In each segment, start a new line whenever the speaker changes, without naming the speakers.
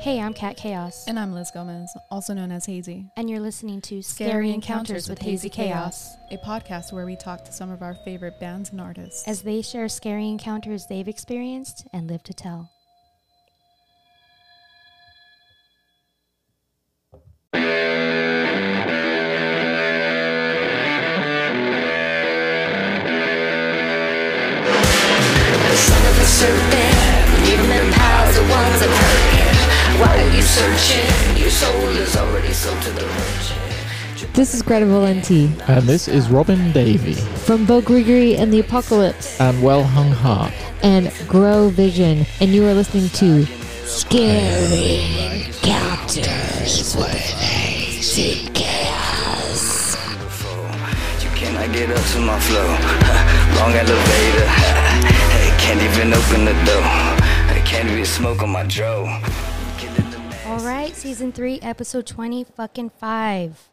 Hey, I'm Kat Chaos,
And I'm Liz Gomez, also known as Hazy.
and you're listening to Scary Encounters with Hazy Chaos.
a podcast where we talk to some of our favorite bands and artists.
As they share scary encounters they've experienced and live to tell.
Son of a serpent, even in powers the ones that hurt him. Why are you searching? Your soul is already sold to the merchant.
This is Greta Valenti
And this is Robin Davey
from Bo Gregory and the Apocalypse
and Well Hung Heart.
and Grow Vision, and you are listening to Scary Encounters.
You cannot get up to my flow. Long elevator. Hey, can't even open the door. Hey, can't even smoke on my dro.
All right, season three, episode 20, fucking five.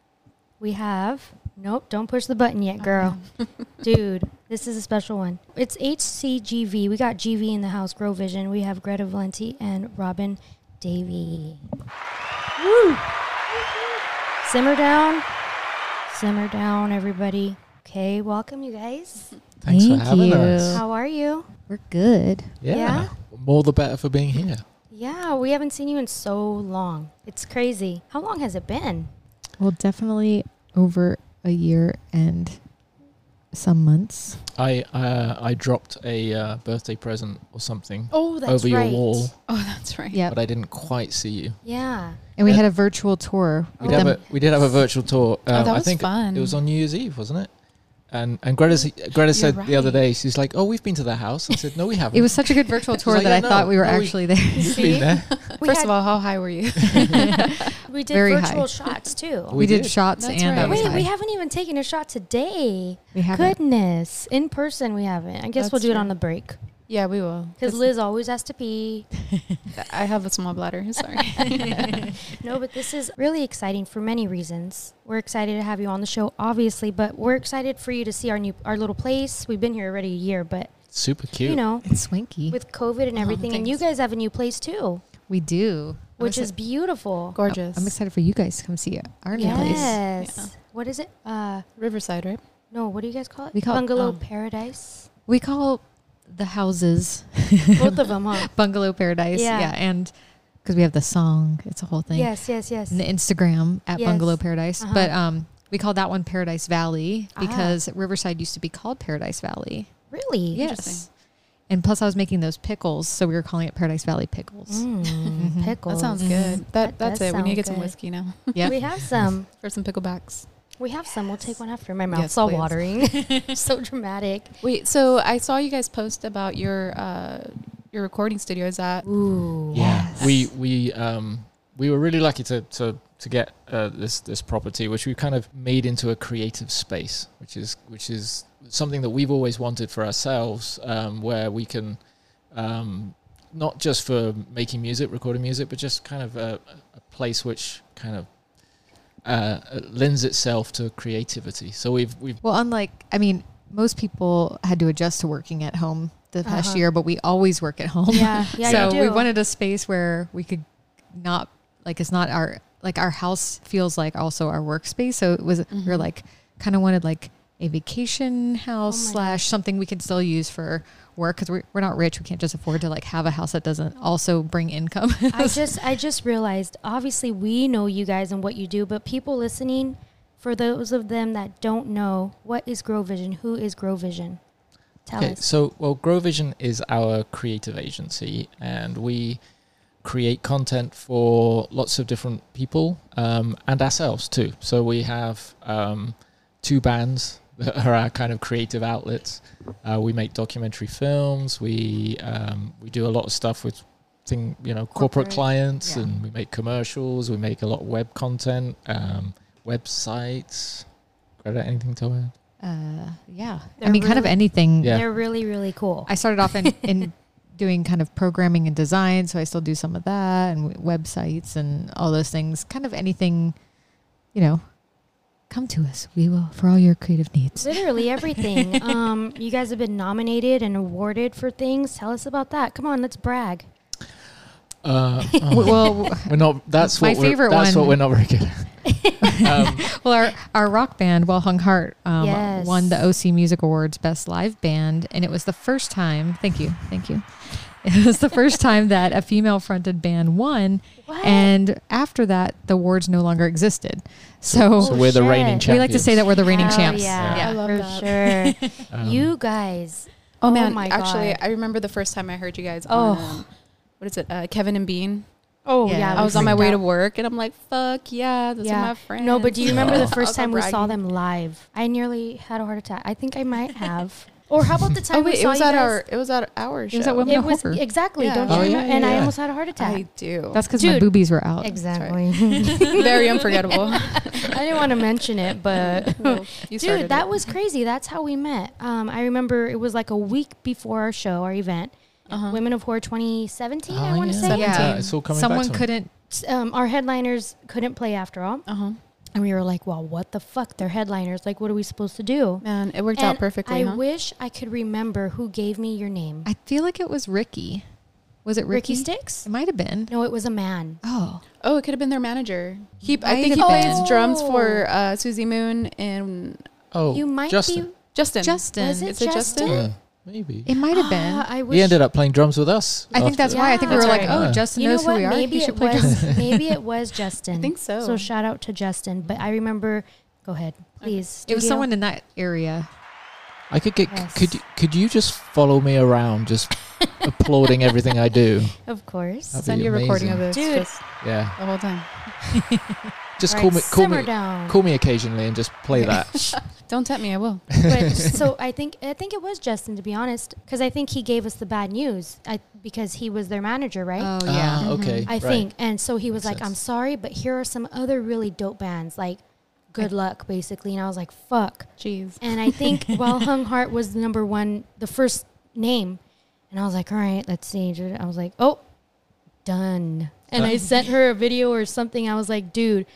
We have. Nope, don't push the button yet, girl. Dude, this is a special one. It's HCGV. We got GV in the house, Grow Vision. We have Greta Valenti and Robin Davey. Woo! Simmer down. Simmer down, everybody. Okay, welcome, you guys.
Thanks
Thank
for having
you.
us.
How are you?
We're good.
Yeah.
Yeah?
More the better for being here.
Yeah, we haven't seen you in so long. It's crazy. How long has it been?
Well, definitely over a year and some months.
I uh, I dropped a uh, birthday present or something
Oh, that's
over your
right.
wall,
oh, that's right.
Yep.
but I didn't quite see you.
Yeah.
And we had a virtual tour.
We
with
did have
them.
a we did have a virtual tour. Um,
that
I
was
think
fun.
it was on New Year's Eve, wasn't it? And and Greta Greta said the other
right.
day she's like, "Oh, we've been to their house." I said, "No, we haven't."
It was such a good virtual tour
like,
that
yeah,
I
no,
thought we were
no, we-
actually there.
You've been there.
We
First
had-
of all, how high were you?
We did
Very
virtual
high.
shots too.
We
We did,
did.
shots
That's
and
right.
I was
Wait,
high.
we haven't even taken a shot today.
We haven't.
Goodness. In person, we haven't. I guess we'll
That's
do it
true.
on the break.
yeah, we will.
Because Liz always has to pee.
I have a small bladder. Sorry.
No, but this is really exciting for many reasons. We're excited to have you on the show, obviously, but we're excited for you to see our new our little place. We've been here already a year, but
super cute.
you know,
It's swanky.
with COVID
Oh,
and everything, and you guys have a new place too,
we do.
which is beautiful.
Gorgeous.
I'm excited for you guys to come see our new place.
Yes.
Yeah.
What is it? Uh,
Riverside, right?
no, what do you guys call it?
We call it,
Bungalow
um,
Paradise.
We call the houses
Both of them, huh?
Bungalow Paradise.
Yeah.
Yeah. and because we have the song, it's a whole thing.
Yes, yes, yes.
And the Instagram at
Yes.
Bungalow Paradise.
Uh-huh.
But um, we call that one Paradise Valley
Ah.
because Riverside used to be called Paradise Valley.
Really?
Yes. And plus, I was making those pickles, so we were calling it Paradise Valley Pickles.
Mm, pickles.
Mm-hmm. That sounds good. That,
That
that's
does
it. We
sound
need to get some
good.
whiskey now
Yeah.
We have some.
for some picklebacks.
We have some. We'll take one after. My mouth's
Yes,
all
please.
watering. so dramatic.
Wait, so I saw you guys post about your uh, your recording studio. Is that
Ooh.
Yeah, we we um we were really lucky to to to get uh, this this property, which we kind of made into a creative space, which is which is something that we've always wanted for ourselves, um, where we can um, not just for making music, recording music, but just kind of a, a place which kind of uh, lends itself to creativity. So we've we've
Well, unlike, I mean, most people had to adjust to working at home the past
Uh-huh.
year, but we always work at home.
Yeah. Yeah.
so
you do.
we wanted a space where we could not like it's not our like our house feels like also our workspace. So it was we
Mm-hmm.
were like kind of wanted like a vacation
Oh
house
my
slash something we could still use for work because we're, we're not rich. We can't just afford to like have a house that doesn't also bring income.
I just I just realized obviously we know you guys and what you do, but people listening, for those of them that don't know, what is Grow Vision? Who is Grow Vision? Tell
Okay,
us.
so well, Grow Vision is our creative agency, and we create content for lots of different people um, and ourselves too. So we have um, two bands that are our kind of creative outlets. Uh, we make documentary films. We um, we do a lot of stuff with thing you know corporate,
Corporate,
clients,
yeah.
and we make commercials. We make a lot of web content, um, websites. Greta, anything to add?
Uh, yeah, I
They're
mean, kind of
really-
anything.
yeah.
They're really really cool.
I started off in, in doing kind of programming and design, so I still do some of that and w- websites and all those things. Kind of anything, you know. Come to us. We will for all your creative needs.
Literally everything. um, you guys have been nominated and awarded for things. Tell us about that. Come on, let's brag.
Uh, oh,
well,
we're not. That's
My
what we're-
favorite
That's
one.
what we're not very good. at. um,
well, our, our rock band, Well Hung Heart, um,
Yes.
won the OC Music Awards Best Live Band, and it was the first time. Thank you, thank you. It was the first time that a female fronted band won,
What?
and after that, the awards no longer existed. So,
so we're the reigning
shit.
champions.
we like to say that we're the reigning
Hell
champs.
Yeah,
Yeah. I love
for sure.
Um,
you guys.
Oh, man,
my
actually,
God.
I remember the first time I heard you guys.
Oh.
on, um, what is it? Uh, Kevin and Bean.
Oh
Yeah,
yeah,
I
I
we
was on my
freaked
way
out.
to work, and I'm like, "Fuck yeah, those
Yeah.
are my friends."
No, but do you remember the first
Also
time we saw
bragging.
them live? I nearly had a heart attack. I think I might have. Or how about the time
Oh wait,
we
it
saw
was
you
at
guys?
our it was at our show.
was at Women
It
of
was
Horror.
exactly.
Yeah.
Don't you
Oh, yeah,
remember? and I
yeah.
almost had a heart attack.
I
Oh.
oh, do.
That's because my
Dude.
boobies were out.
exactly.
very unforgettable.
I didn't want to mention it, but
You
dude,
started
that
it.
was crazy. That's how we met. Um, I remember it was like a week before our show, our event,
Uh-huh.
Women of Horror 2017. I
Oh,
want to
yeah.
say
Yeah.
Yeah, it's all coming back
Someone
to me.
couldn't.
um, our headliners couldn't play after all,
Uh-huh.
and we were like, "Well, what the fuck? They're headliners. Like, what are we supposed to do?"
Man, it worked out
And I
perfectly. huh?
wish I could remember who gave me your name.
I feel like it was Ricky. Was it Ricky?
Ricky Sticks?
It might have been.
No, it was a man.
Oh,
oh, it could have been their manager. He, I
Might
think he
have
plays
been. Oh.
drums for uh, Susie Moon and
oh,
You might
Justin.
Justin.
Justin.
Was
Is it Justin?
Yeah, maybe.
It might
be.
have been.
Ah, I wish.
He ended up playing drums with us.
I think
after.
that's why. I think we were
That's
like,
right.
oh, Justin
You know
knows who
what?
we are.
Maybe
he should
it
play
was.
drums.
maybe it was Justin.
I think so.
Oh.
So shout out to Justin. But I remember. Go ahead, please.
It was
studio.
someone in that area.
I could get.
Yes.
Could could you just follow me around, just applauding everything I do?
Of course.
That'd
Send
be
you a recording of
amazing.
this
Dude.
just
Yeah,
the whole time.
just
All
call
right,
me. Call
simmer
me.
down. Oh,
Call me occasionally and just play that.
Don't tempt me. I will.
But, so I think I think it was Justin to be honest, because I think he gave us the bad news I, because he was their manager, right?
Oh yeah.
Ah, okay.
I
right.
think. And so he was
Makes
like, I'm
sense.
sorry, but here are some other really dope bands. Like, good luck, basically. And I was like, fuck.
Jeez.
And I think Well Hung Heart was the number one, the first name. And I was like, all right, let's see. I was like, oh, done. And I sent her a video or something. I was like, dude,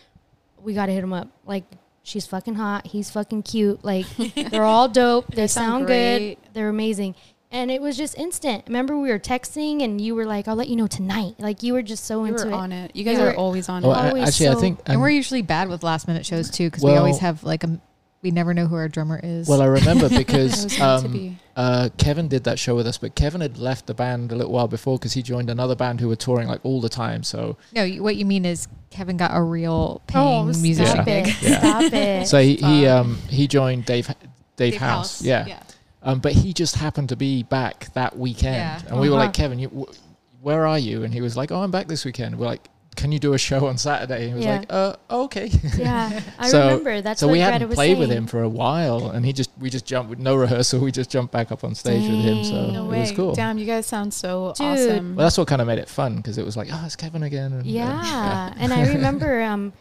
we got to hit him up. Like, she's fucking hot. He's fucking cute. Like, they're all dope. They, sound,
sound
good.
great.
They're amazing. And it was just instant. Remember, we were texting and you were like, I'll let you know tonight. Like, you were just so
You
into
were
it.
on it. You guys
Yeah.
are always on
Oh,
it.
I-
always
actually,
so-
I think.
And
um,
we're usually bad with last minute shows too, because we
Well-
always have like a. We never know who our drummer is.
well, I remember
It was
because
meant to
um,
be.
uh, Kevin did that show with us, but Kevin had left the band a little while before because he joined another band who were touring like all the time. So
no, you- what you mean is Kevin got a real paying
Oh, stop
musician
Yeah.
gig.
it.
Yeah.
Stop it.
So he, he um he joined Dave Dave,
Dave
House.
House,
Yeah.
yeah.
Um, but he just happened to be back that weekend,
Yeah.
and we were like,
Uh-huh.
Kevin, you, wh- where are you? And he was like, Oh, I'm back this weekend. We're like, Can you do a show on Saturday? And he was
Yeah.
like, Uh, okay.
Yeah, I
So-
remember. That's
so
what
we
Greta
hadn't
was
played with
saying.
him for a while, and he just we just jumped with no rehearsal. We just jumped back up on stage with him, so
Dang. No
it was cool.
Damn, you guys sound so
Dude.
awesome.
Well, that's what kind of made it fun because it was like, Oh, it's Kevin again. And,
Yeah, and I remember, um,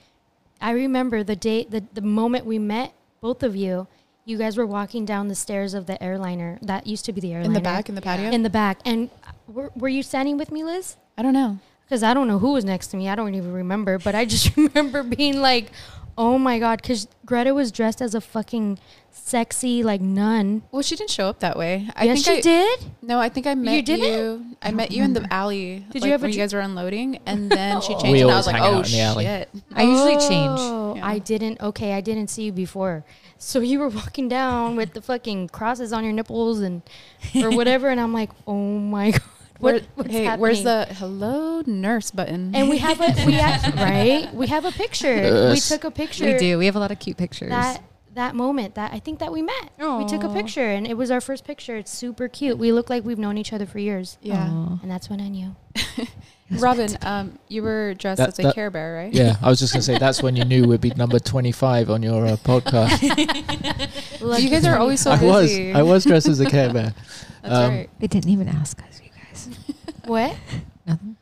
I remember the date, the the moment we met, both of you. You guys were walking down the stairs of the airliner that used to be the airliner
in the back, in the patio.
In the back, and were, were you standing with me, Liz?
I don't know.
Because I don't know who was next to me. I don't even remember, but I just remember being like, "Oh my god!" Because Greta was dressed as a fucking sexy like nun.
Well, she didn't show up that way. I
yes,
think
she
I,
did.
No, I think I met you.
didn't?
I met you in the alley.
Did you
Did
have a
you when you
dr-
guys were unloading? And then she
We
changed, and I
always
was like,
hang out
"Oh
in the alley.
shit!"
I usually change.
Oh,
Yeah.
I didn't. Okay, I didn't see you before. So you were walking down with the fucking crosses on your nipples and or whatever, and I'm like, oh my god, what,
Where-
what's
hey,
happening?
where's the hello nurse button?
And we have a we have right. We have a picture. We
Yes.
took a picture.
We do. We have a lot of cute pictures.
that that moment that I think that we met. We took a
Aw.
picture, and it was our first picture. It's super cute. We look like we've known each other for years,
yeah,
Aw.
and that's when I knew.
Robin, um, you were dressed
That-
as a
that-
Care Bear, right?
Yeah, I was just gonna say that's when you knew we'd be number twenty-five on your uh, podcast.
You guys are always so
I was,
busy.
I was dressed as a Care Bear.
That's
um,
right.
They didn't even ask us, you guys.
what?
Nothing.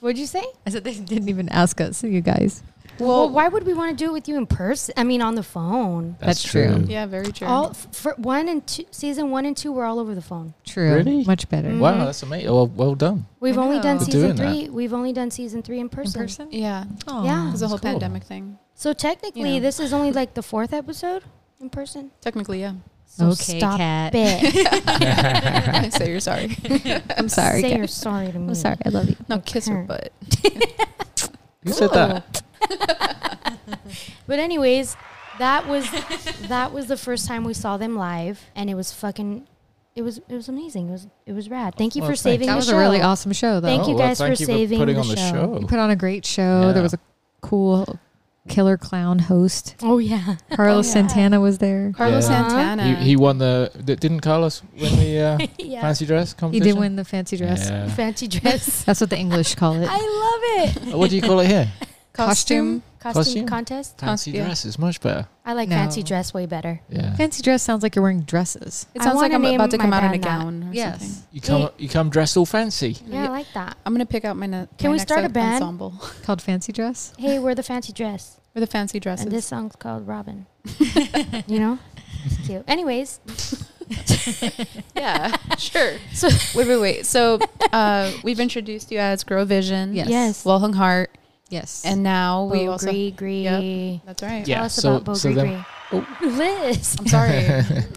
What'd you say?
I said they didn't even ask us, you guys.
Well, why would we want to do it with you in person? I mean, on the phone.
That's true.
Yeah, very true.
All f- for one and two, season one and two were all over the phone.
True.
Really?
Much better.
Mm.
Wow, that's amazing. Well, well done.
We've only done
know.
For
season
doing
three. We've only done season three in
In
person.
person?
yeah,
Aw.
Yeah.
it was a
That's
whole
cool.
pandemic thing.
So technically,
You know.
this is only like the fourth episode in person.
Technically, yeah.
So
Okay,
stop
cat.
it.
so you're sorry.
I'm sorry.
Say
guys.
you're sorry to me.
I'm sorry. I love you.
No, kiss her
Karen.
butt.
Who said that?
But anyways, that was that was the first time we saw them live, and it was fucking, it was it was amazing. It was it was rad. Thank you
Well,
for
thanks.
saving
That
the
was
show.
a really awesome show, though.
Thank you
Oh, well,
guys for
thank you
saving
putting
the
on the
show.
show.
You put on a great show.
Yeah.
There was a cool killer clown host.
Oh yeah.
Carlos
yeah.
Santana was there.
Carlos
Yeah.
Santana.
He, he won the. th- Didn't Carlos win the uh,
yeah.
fancy dress
He
competition?
did win the fancy dress.
Yeah.
Fancy dress.
That's what the English call it.
I love it.
Uh, what do you call it here?
Costume?
Costume,
Costume?
contest.
Fancy
yeah.
dress is much better.
I like
No.
fancy dress way better.
Yeah.
Fancy dress sounds like you're wearing dresses.
It
I
sounds like
wanna
I'm about to
name
come
my
out in a
band that.
gown. Or Something.
You come. You come dressed all fancy.
Yeah, I like that.
I'm gonna pick out my. Ne-
Can
my
we
next
start a
en-
band?
ensemble
Called fancy dress.
Hey, we're the fancy dress.
with the fancy dresses?
And this song's called Robin. you know? It's Cute. Anyways,
yeah, sure. So wait, wait, wait. So uh, we've introduced you as Grow Vision,
Yes.
yes.
Well Hung Heart,
Yes.
and now we
Bo
also.
Gree Gree.
That's right.
Yeah,
Tell us
so-
about Bo
so
Gree
then- Oh.
Gree. Liz.
I'm sorry.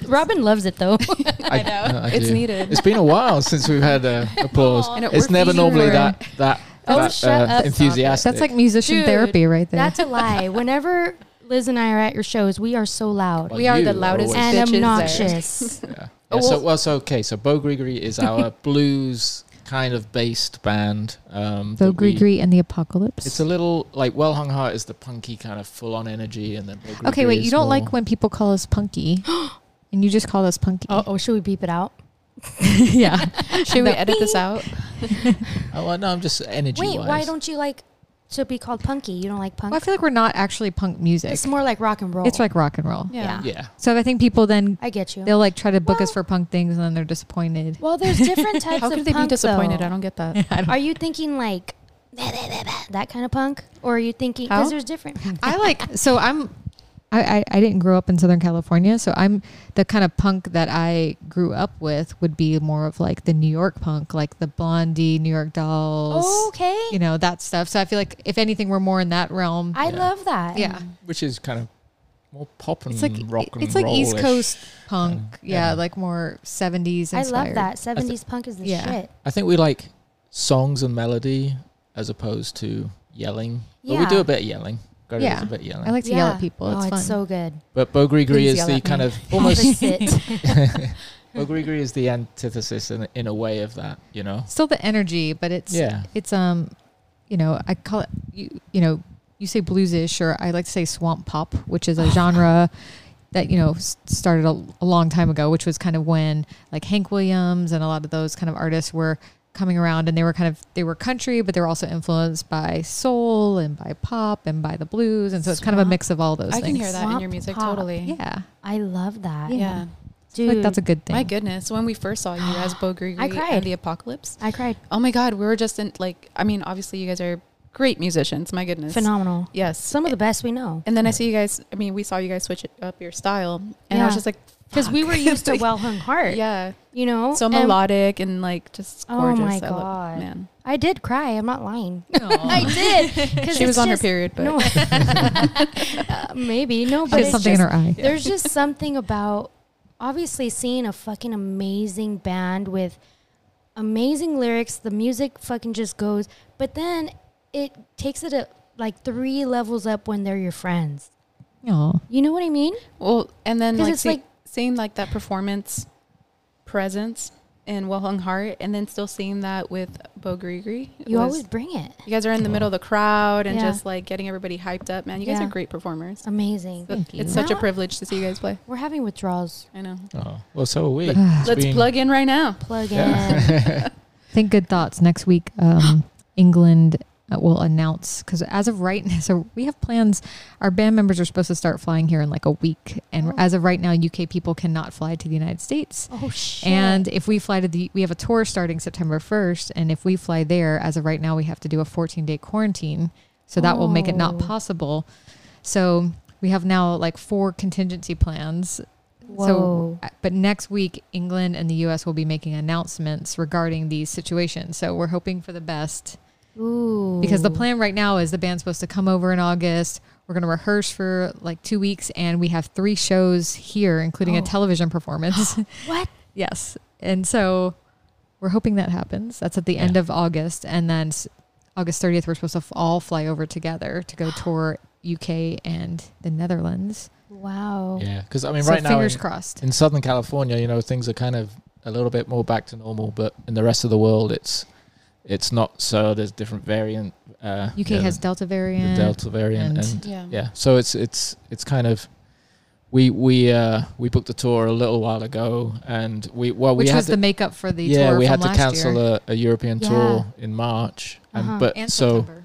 Robin loves it though.
I, know.
It's needed.
It's been a while since we've had uh, applause.
I know,
it's
we're
never
feeding
normally
her.
that that,
Oh,
that uh,
shut up, stop it.
enthusiastic.
That's like musician
Dude,
therapy right there.
That's a lie. Whenever Liz and I are at your shows, we are so loud
Well,
we are
you
the loudest
always-
and
bitches there.
obnoxious.
yeah. Yeah,
Oh,
so
well-
well, so okay. So Bo Gregory is our blues kind of based band. Um,
Bo
that we-
Grigri and the Apocalypse.
It's a little like Well Hung Heart is the punky kind of full on energy, and then Bo Grigri
okay, wait.
is
You don't
more-
like when people call us punky, and you just call us punky.
Uh oh, should we beep it out?
yeah.
Should we edit this out?
Oh well, no, I'm just energy.
Wait, why don't you like to be called punky? You don't like punk?
Well, I feel like we're not actually punk music.
it's more like rock and roll.
It's like rock and roll.
Yeah.
Yeah.
So I think people then
I get you.
they'll like try to book us
Well-
for punk things, and then they're disappointed.
Well, there's different types
How
of
could they be
punk,
disappointed?
though.
I don't get that.
Are you thinking like that kind of punk, or are you thinking
How?
because there's different?
I like so I'm I, I I didn't grow up in Southern California, so I'm the kind of punk that I grew up with would be more of like the New York punk, like the Blondie, New York Dolls,
okay,
you know that stuff. So I feel like if anything, we're more in that realm.
I
Yeah.
love that.
yeah,
Which is kind of more pop and
it's like
Mm, rock and
it's like East
roll-ish.
Coast punk, yeah,
yeah.
like more seventies
I
inspired.
love that. Seventies punk is the
yeah.
shit.
I think we like songs and melody as opposed to yelling. But we
Yeah.
do a bit of yelling. Got to do
Yeah.
a bit of yelling.
I like to yell
Yeah.
at people. It's
oh,
fun.
it's so good.
but Bo Grigri
Please
is
yell
the
at
kind
me.
of almost
Opposite.
Bo Grigri is the antithesis in, in a way of that, you know.
Still the energy, but it's
Yeah.
it's um you know i call it you, you know you say bluesish or i like to say swamp pop which is a genre that you know s- started a, a long time ago which was kind of when like hank williams and a lot of those kind of artists were coming around and they were kind of they were country but they were also influenced by soul and by pop and by the blues and so it's kind of a
Swamp.
mix of all those
I
things
can hear that in
Swamp
your music
pop.
totally.
yeah
I love that.
Yeah.
dude,
like that's a good thing
My goodness, when we first saw you as Bo Grigri
I cried.
and the Apocalypse,
I cried.
oh my God, we were just in like, I mean, obviously you guys are great musicians. My goodness,
Phenomenal.
Yes,
Some of the best we know.
And then I see you guys. I mean, we saw you guys switch it up your style, and I
Yeah.
was just like,
Because we
fuck.
were used to
Like,
well hung heart.
yeah,
You know?
so
And
melodic and like just
Oh
gorgeous.
my
I love-
God.
man,
I did cry. I'm not lying.
Aw.
I did. 'cause
she
it's
was on
just-
her period, but
No. Uh, maybe. No, but
she has
it's
something
just,
in her eye
there's just something about obviously seeing a fucking amazing band with amazing lyrics the music fucking just goes but then it takes it a, like three levels up when they're your friends
Aw.
you know what i mean
well, and then
'Cause
like,
it's
see-
like-
seeing like that performance presence in Well Hung Heart, and then still seeing that with Bo Grigri. it
you
was-
always bring it
you guys are in the middle of the crowd and
Yeah.
just like getting everybody hyped up. Man, you guys
Yeah.
are great performers.
amazing
But
Thank you.
It's such a
Now-
privilege to see you guys play.
we're having withdrawals
I know.
Oh, well, so are we.
Let-
It's
Let's
been-
plug in right now.
plug in
Yeah.
Think good thoughts. Next week, um, England uh, will announce because as of right now, so we have plans. Our band members are supposed to start flying here in like a week, and
Oh.
as of right now, UK people cannot fly to the United States.
oh shit
And if we fly to the, we have a tour starting September 1st. And if we fly there, as of right now, we have to do a 14 day quarantine. So that will make it not
Oh.
possible. So we have now like four contingency plans
whoa
but next week, England and the US will be making announcements regarding these situations. So we're hoping for the best
ooh
because the plan right now is the band's supposed to come over in August, We're going to rehearse for like two weeks, and we have three shows here, including a
Oh.
television performance.
What?
yes. And so we're hoping that happens. That's at the end
Yeah.
of August. And then s- August 30th, we're supposed to f- all fly over together to go tour UK and the Netherlands.
Wow.
Yeah, because I mean,
so
right now
fingers
in,
crossed.
in Southern California, you know, things are kind of a little bit more back to normal, but in the rest of the world, it's it's not so. There's different variant. Uh,
UK
you know,
has Delta
the
variant.
Delta variant,
and-
and
Yeah.
yeah so it's it's it's kind of we we uh we booked the tour a little while ago and we well we
which
had
was
to,
the makeup for the
yeah
tour
we
from
had to
last
cancel
year.
a, a european tour in march and
Uh-huh.
but
and
so
September.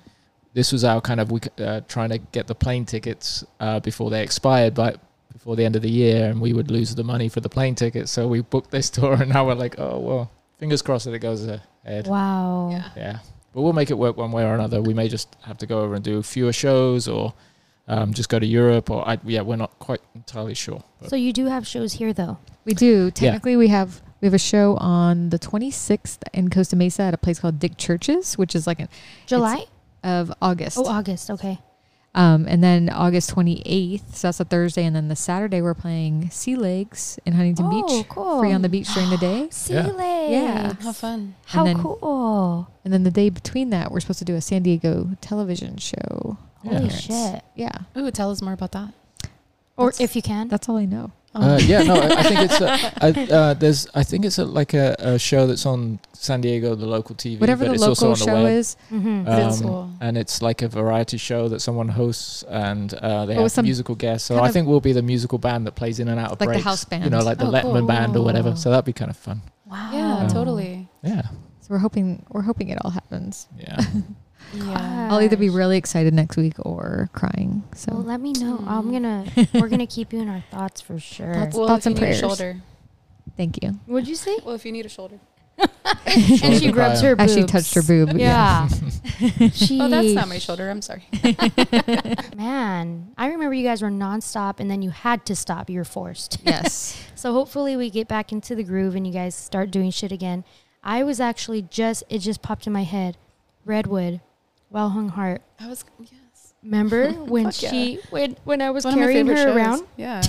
this was our kind of we c- uh, trying to get the plane tickets uh, before they expired by before the end of the year and we would lose the money for the plane tickets so we booked this tour and now we're like oh well fingers crossed that it goes ahead
Wow.
Yeah.
yeah, but we'll make it work one way or another. We may just have to go over and do fewer shows, or um, just go to Europe, or I, yeah, we're not quite entirely sure. But
So you do have shows here though.
We do. Technically, we have we have a show on the 26th in Costa Mesa at a place called Dick Churches, which is like an
July?
of August.
Oh, August. Okay.
um, and then August 28th, so that's a Thursday, and then the Saturday we're playing Sea Legs in Huntington
Oh,
Beach,
cool.
free on the beach during the day,
Sea
Yeah.
legs.
Yeah.
How fun.
How
then-
cool.
and then the day between that we're supposed to do a San Diego television show.
Yeah.
Holy
Parents.
shit.
Yeah,
Ooh, tell us more about that.
Or
That's-
if you can.
that's all I know.
uh, yeah, no, I I think it's a, I, uh, there's I think it's a, like a, a show that's on San Diego, the local TV,
Whatever
but
the
it's
local
also on
show
the web.
is,
hmm
Um,
That's cool.
And it's like a variety show that someone hosts, and uh, they
But with
have
some
musical guests. So
kind
I
of-
think we'll be the musical band that plays in and out
Like
of
the
breaks,
house
you
band.
know, like the
Oh,
Letterman band or whatever.
cool.
So that'd be kind of fun.
wow.
Yeah,
Um,
totally.
Yeah,
so we're hoping we're hoping it all happens.
yeah.
Yeah.
I'll either be
Gosh.
really excited next week or crying. So
Well, let me know. I'm
Mm.
gonna. We're gonna keep you in our thoughts for sure.
Thoughts-
Well,
thoughts
if you
and
need
prayers.
a shoulder.
thank you.
Would you say?
Well, if you need a shoulder.
And she
Shoulder
grabs
cry.
her. Boobs.
Actually, touched her boob.
Yeah. she,
Oh, that's not my shoulder. I'm sorry.
Man, I remember you guys were nonstop, and then you had to stop. You were forced.
Yes.
So hopefully we get back into the groove and you guys start doing shit again. I was actually just it just popped in my head. Redwood, Well Hung Heart.
I was yes.
Remember when
Fuck yeah.
she when when I was
One of my
carrying her
favorite shows.
around?
Yeah.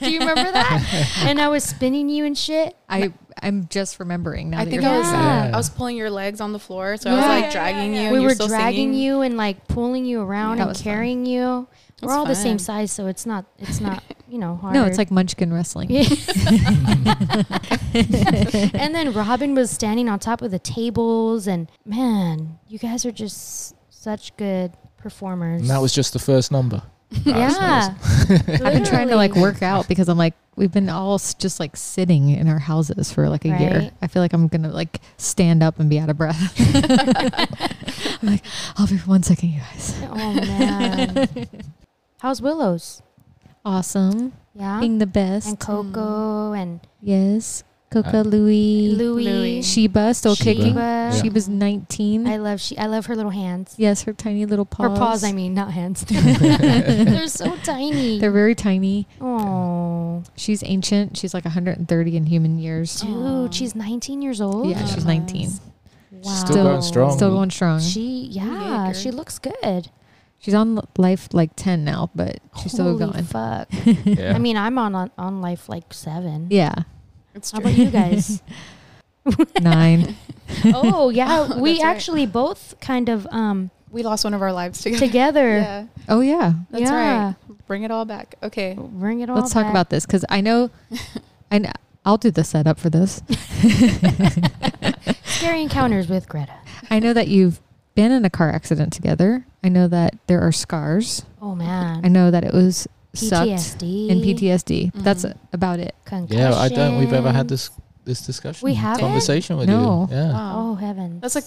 Do you remember that? and I was spinning you and shit.
I I'm just remembering now.
I
that
think
you're
I was
saying
Yeah.
I was pulling your legs on the floor, so I
Yeah.
was
Yeah,
like dragging you.
we
and
were
you're still
dragging
singing.
you and like pulling you around
That
and
was fun.
carrying you.
That's
we're all the same
fun.
size, so it's not it's not you know hard.
No, it's like Munchkin wrestling.
Yeah. and then Robin was standing on top of the tables, and man, you guys are just such good performers.
And that was just the first number.
yeah.
I've been trying to like work out because I'm like we've been all s- just like sitting in our houses for like a year.
Right.
I feel like I'm gonna like stand up and be out of breath. I'm like, I'll be one second, you guys.
Oh man, how's Willows?
Awesome,
Yeah,
being the best.
and Coco and
yes, Coca Louie,
Louie.
Louie.
Sheba still
Sheba.
kicking.
Sheba.
Sheba's 19.
I love she. I love her little hands.
yes, her tiny little paws.
Her paws, I mean, not hands. They're so tiny.
They're very tiny.
oh,
She's ancient. She's like 130 in human years.
dude, she's 19 years old.
Yeah, she's
Nice.
19.
wow.
Still going strong.
Still going strong.
She, yeah,
girl.
she looks good.
She's on l- life like 10 now, but she's
Holy
still going.
Fuck.
Yeah.
I mean, I'm on, on on life like seven.
yeah.
It's
How
true.
about you guys?
Nine.
oh yeah,
Oh,
we
that's right.
actually both kind of um
we lost one of our lives together.
together.
Yeah,
Oh, yeah.
that's
Yeah.
right. Bring it all back. Okay.
Bring it all.
Let's talk
back.
about this because I know, I know, I'll do the setup for this.
scary encounters with Greta.
I know that you've been in a car accident together. I know that there are scars.
Oh man.
I know that it was sucked
PTSD
in PTSD. but That's
Mm-hmm.
Mhm.
about it.
Concussion.
Yeah, I don't. We've ever had this this discussion.
We haven't?
conversation with
No.
you. Yeah.
Wow.
Oh heavens.
That's like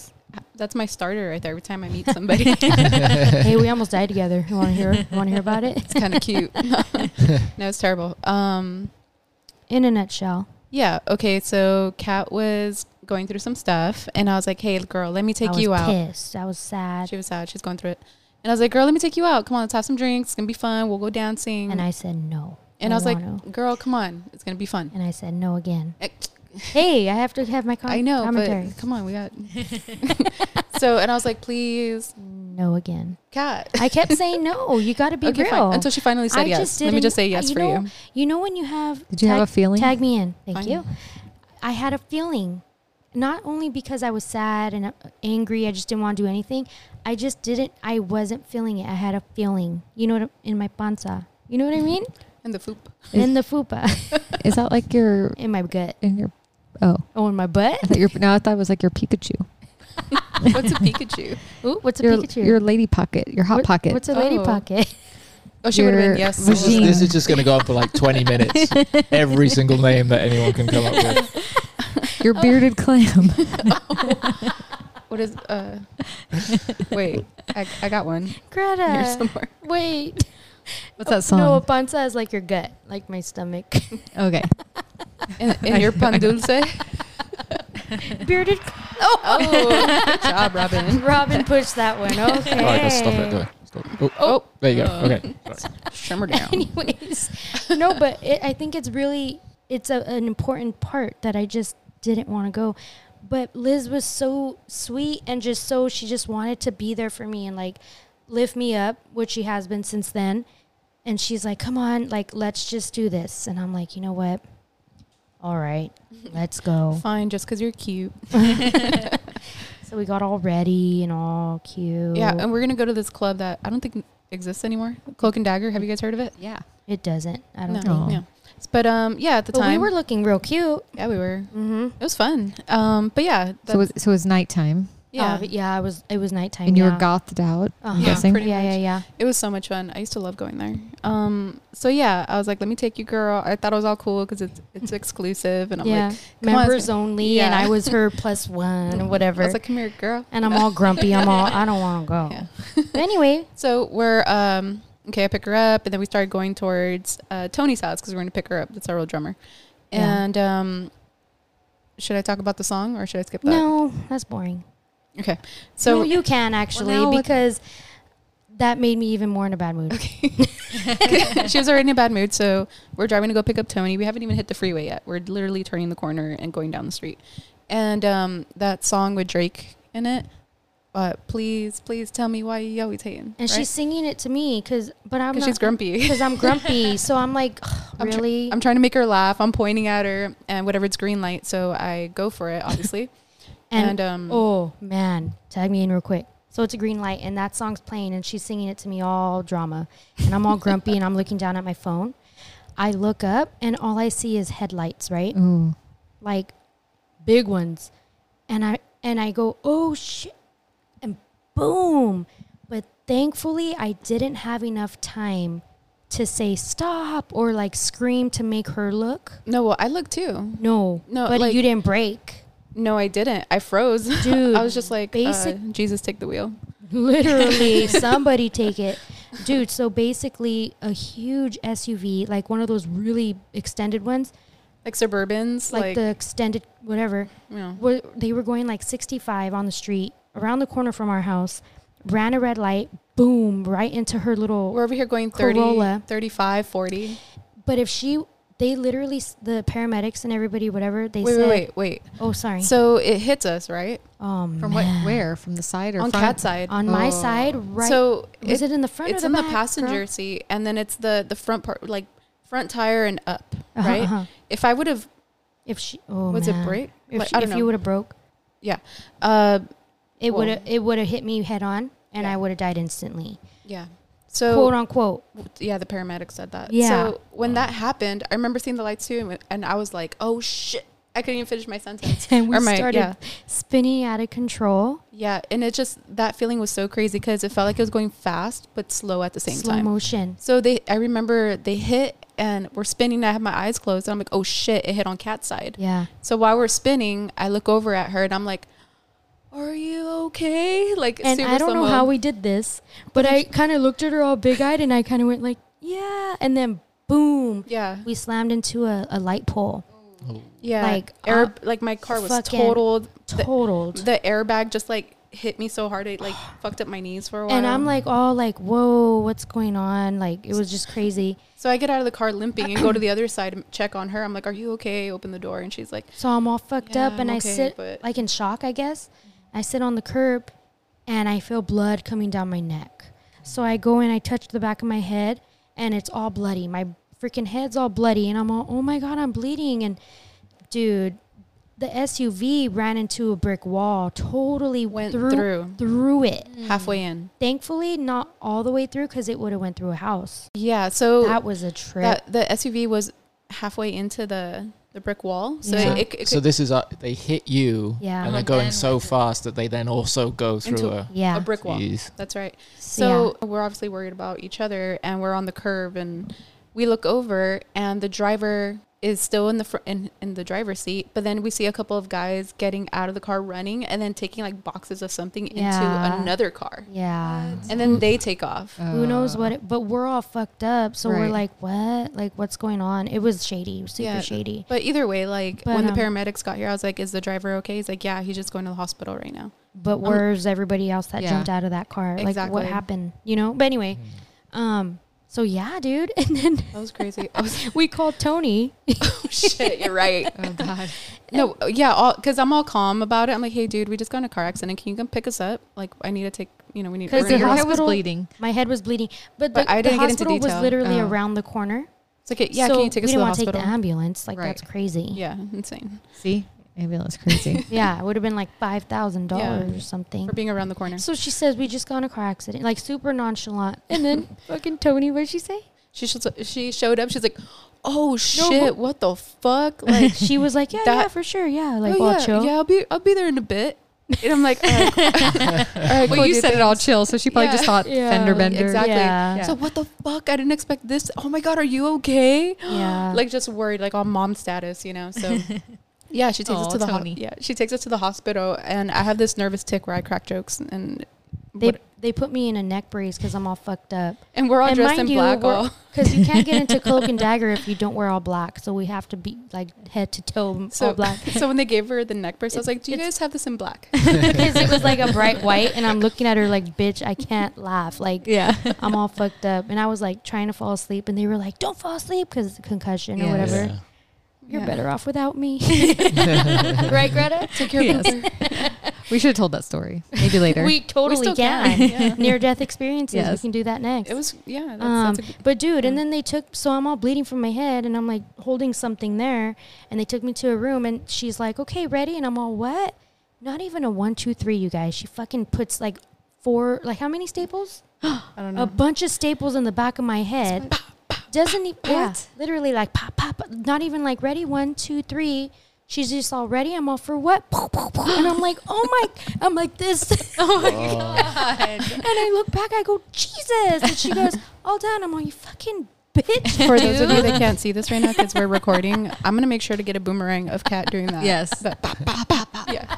that's my starter right there. Every time I meet somebody,
hey, we almost died together. You want to hear? You want to hear about it?
it's kind of cute. no, it's terrible. Um,
In a nutshell,
yeah. Okay. So Kat was going through some stuff, and I was like, "Hey, girl, let
I
me take
was
you out."
pissed. I was sad,
She was sad. She's going through it. And I was like, girl, let me take you out. Come on, let's have some drinks. It's going to be fun. We'll go dancing.
and I said no.
And I was like,
wanna.
girl, come on. It's going to be fun.
and I said no again.
Eh,
Hey, I have to have my com-
I know,
commentary.
but come on, we got. so, and I was like, please.
no again.
Cat.
I kept saying no. You got to be
okay,
real.
fine. Until she finally said
I
yes. Let me
didn't-
just say yes
you
for
know,
you.
You know when you have
Did you have a feeling?
Tag me in. Thank
Fine.
you. I had a feeling, not only because I was sad and uh, angry. I just didn't want to do anything. I just didn't. I wasn't feeling it. I had a feeling. You know what? I- In my panza. You know what I mean?
And the foop.
in the fupa.
Is that like your
in my gut.
in your? Oh,
Oh, in my butt.
I thought your no, I thought it was like your Pikachu.
What's a Pikachu?
Ooh, what's a
your
Pikachu?
your lady pocket, your hot
What-
pocket.
What's a lady
Oh.
pocket?
Oh, she would have
Your
been yes.
This is,
Vagine.
this is just going to go on for like 20 minutes. Every single name that anyone can come up with.
your
oh.
bearded clam.
What is, uh, wait, I, I got one
Greta.
here somewhere.
Wait.
What's that song?
No, a panza is like your gut, like my stomach.
Okay.
In, in your pan dulce.
Bearded
Oh, good job, Robin.
Robin pushed that one. Okay.
All right, let's stop it there. Stop. Oh,
Oh,
there you go.
Uh.
Okay. Sorry.
shimmer down.
Anyways, no, but it, I think it's really it's a, an important part that I just didn't want to go. But Liz was so sweet and just so she just wanted to be there for me and like lift me up, which she has been since then. And she's like, "Come on, like let's just do this." And I'm like, "You know what? All right, let's go."
Fine, just because you're cute.
So we got all ready and all cute.
Yeah, um, and we're gonna go to this club that I don't think exists anymore. Cloak and Dagger. Have you guys heard of it?
Yeah.
it doesn't. I don't
no.
think.
think.
Yeah. But um, yeah, at the
But
time
we were looking real cute.
yeah, we were.
Mm-hmm.
It was fun. Um, but yeah,
So
that's-
it's, so it was nighttime,
yeah,
but yeah. It was it was nighttime.
and you
yeah.
were gothed out.
Uh-huh.
I'm
Yeah,
guessing.
pretty
yeah, yeah,
much.
yeah.
It was so much fun. I used to love going there. Um, so yeah, I was like, let me take you, girl. I thought it was all cool because it's it's exclusive, and I'm
yeah.
like, come on,
members
it's-
only, and
Yeah.
I was her plus one or whatever. Oh.
I was like, come here, girl.
and I'm all grumpy. I'm all I don't want to go.
Yeah.
But anyway,
So we're um okay. I pick her up, and then we started going towards uh, Tony's house because we're going to pick her up. That's our old drummer.
Yeah.
And um, should I talk about the song or should I skip that?
no, that's boring.
Okay.
So
So
you can actually
now what-
because that made me even more in a bad mood.
she was already in a bad mood, so we're driving to go pick up Tony. We haven't even hit the freeway yet. We're literally turning the corner and going down the street. And um, that song with Drake in it. But please, please tell me why you always hating.
And she's singing it to me because, but I'm
because
not,
she's grumpy.
because I'm grumpy. So I'm like, "Ugh,
I'm tr-
really?
I'm trying to make her laugh. I'm pointing at her, and whatever it's green light, so I go for it, obviously. and, um,
oh man, tag me in real quick. So it's a green light, and that song's playing, and she's singing it to me all drama, and I'm all grumpy, and I'm looking down at my phone. I look up, and all I see is headlights, right?
Ooh.
like big ones and i and i go oh shit and boom but thankfully i didn't have enough time to say stop or like scream to make her look
no, well, I look too.
no
No,
but
like-
you didn't break
No, I didn't. I froze.
Dude,
I was just like,
basic-
uh, Jesus, take the wheel.
literally somebody take it dude so basically a huge suv like one of those really extended ones
Like Suburbans,
like,
like,
the extended whatever
you know.
were, they were going like 65 on the street around the corner from our house ran a red light boom right into her little
We're over here going 30,
Corolla.
35, 40.
but if she they literally s- the paramedics and everybody whatever they
Wait,
said
wait, wait, wait.
oh sorry
So it hits us, right?
oh
From
man.
what? Where? From the side or
On
front?
cat's side.
on my
Oh.
side right
So
was it, in the front
it's
or
in
the
the
back, girl?
passenger seat, and then it's the, the front part, like front tire and up,
Uh-huh,
right?
uh-huh.
If I would have,
if she oh
was
man.
it break?
if,
Like,
she-
I don't
if
know.
you would have broke
yeah. Uh,
it
Well-
would have it would have hit me head on and
Yeah.
i would have died instantly
yeah. So
quote unquote
yeah, the paramedic said that.
Yeah.
So when that happened, I remember seeing the lights too, and, w- and I was like, "Oh shit!" I couldn't even finish my sentence.
and we
Or my-
started
yeah.
spinning out of control
Yeah, and it just that feeling was so crazy because it felt like it was going fast but slow at the same
slow
time.
motion
So they, I remember they hit and we're spinning. I have my eyes closed, and I'm like, "Oh shit!" It hit on cat's side.
yeah
So while we're spinning, I look over at her and I'm like, "Are you okay?" Like,
and
super
I don't know
slow-mo.
how we did this, but I kind of looked at her all big eyed and I kind of went like, yeah. And then boom,
Yeah,
we slammed into a, a light pole.
yeah.
like,
Like, air,
uh,
like my car was
fucking
totaled. The-
Totaled.
the airbag just like hit me so hard it like fucked up my knees for a while.
and I'm like, all like, whoa, what's going on? Like, it was just crazy.
so I get out of the car limping and go to the other side and check on her. I'm like, "Are you okay?" Open the door and she's like,
So I'm all fucked
Yeah,
up and
I'm
I
okay,
sit
but-
like in shock, I guess. I sit on the curb and I feel blood coming down my neck. So I go and I touch the back of my head and it's all bloody. My freaking head's all bloody and I'm all, "Oh my god, I'm bleeding." And dude, the SUV ran into a brick wall, totally
Went
through Mm.
through.
through it.
Mm.
halfway in.
Thankfully, not all the way through cuz it would have went through a house.
Yeah, so
that was a trip.
Oh, that the SUV was halfway into the the brick wall. So
Yeah.
it, it, it
so this is uh, they hit you,
Yeah.
and they're
But
going
then
so
with the-
fast that they then also go through
Into-
a.
yeah.
a brick wall.
Jeez.
That's right.
Yeah.
So we're obviously worried about each other, and we're on the curb, and we look over, and the driver is still in the fr- in, in the driver's seat, but then we see a couple of guys getting out of the car running, and then taking like boxes of something
Yeah.
into another car,
yeah.
and then they take off.
Who
Uh.
knows what it, but we're all fucked up. So we're
Right.
like, what? Like, what's going on? It was shady, super
Yeah.
shady.
But either way, like
But,
when
um,
the paramedics got here, I was like, "Is the driver okay?" He's like, "Yeah, he's just going to the hospital right now."
But where's everybody else that
Yeah.
jumped out of that car? Like, what
Oh, Exactly.
happened? You know? But anyway,
Hmm.
um, so yeah, dude. And then
That was crazy. I was like,
we called Tony.
"Oh shit, you're right."
Oh God.
No, yeah, all because I'm all calm about it. I'm like, hey, dude, we just got in a car accident. Can you come pick us up? Like, I need to take, you know, we need.
'Cause
we're
the
in your
Your
house.
head was
hospital-
bleeding.
My head was bleeding, but,
But
the,
I didn't
the
get into
hospital was
detail.
literally
Oh.
around the corner.
It's like, yeah,
So
can you take
we
us
didn't
to the
wanna take the
hospital?
ambulance. Like
Right.
that's crazy. Yeah,
yeah, insane
See, ambulance crazy.
it would have been like five thousand dollars or something.
for being around the corner.
So she says we just got in a car accident, like super nonchalant. And then fucking Tony, what'd she say?
She sh- she showed up. She's like, oh shit,
but-
what the fuck? Like,
She was like, yeah,
That-
yeah, for sure, yeah, like
oh,
all
yeah,
chill.
yeah, I'll be I'll be there in a bit. And I'm like, all right, cool. All right,
well,
cool,
you
dude,
said it all
thanks.
chill, so she probably
Yeah.
just thought
Yeah.
fender bender.
Exactly.
Yeah.
So what the fuck? I didn't expect this. Oh my god, are you okay?
Yeah.
like just worried, like on mom status, you know. So yeah, she takes us
Aw,
to the ho-
Tony.
yeah she takes us to the hospital, and I have this nervous tick where I crack jokes, and
they
what-
they put me in a neck brace because I'm all fucked up.
and we're all dressed in black. all.
because you can't get into cloak and dagger if you don't wear all black. So we have to be like head to toe
So
all black.
so when they gave her the neck brace, I was like, "Do you
It's-
guys have this in black?"
Because it was like a bright white, and I'm looking at her like, "Bitch, I can't laugh." Like,
Yeah.
I'm all fucked up, and I was like trying to fall asleep, and they were like, "Don't fall asleep because it's a concussion or
Yeah.
whatever.
Yeah.
You're
Yeah.
better off without me, right, Greta?"
Take care of her.
we should have told that story. Maybe later.
We totally
still
can.
can, yeah.
Near death experiences. We
Yes.
can do that next.
It was Mm. yeah. That's,
Um,
that's a good,
but dude, and then they took. So I'm all bleeding from my head, and I'm like holding something there, and they took me to a room, and she's like, "Okay, ready?" And I'm all, "What?" Not even a one, two, three, you guys. She fucking puts like four, like how many staples?
I don't
A
know.
bunch of staples in the back of my head. Doesn't even yeah, literally like pop, pop. pop. Not even like ready. One, two, three. She's just all ready. I'm all for what? And I'm like, oh my! I'm like this. oh my and I look back, I go, Jesus. And she goes, all done. I'm all, you fucking bitch.
For those of you that can't see this right now because we're recording, I'm gonna make sure to get a boomerang of Kat doing that.
yes.
Yeah.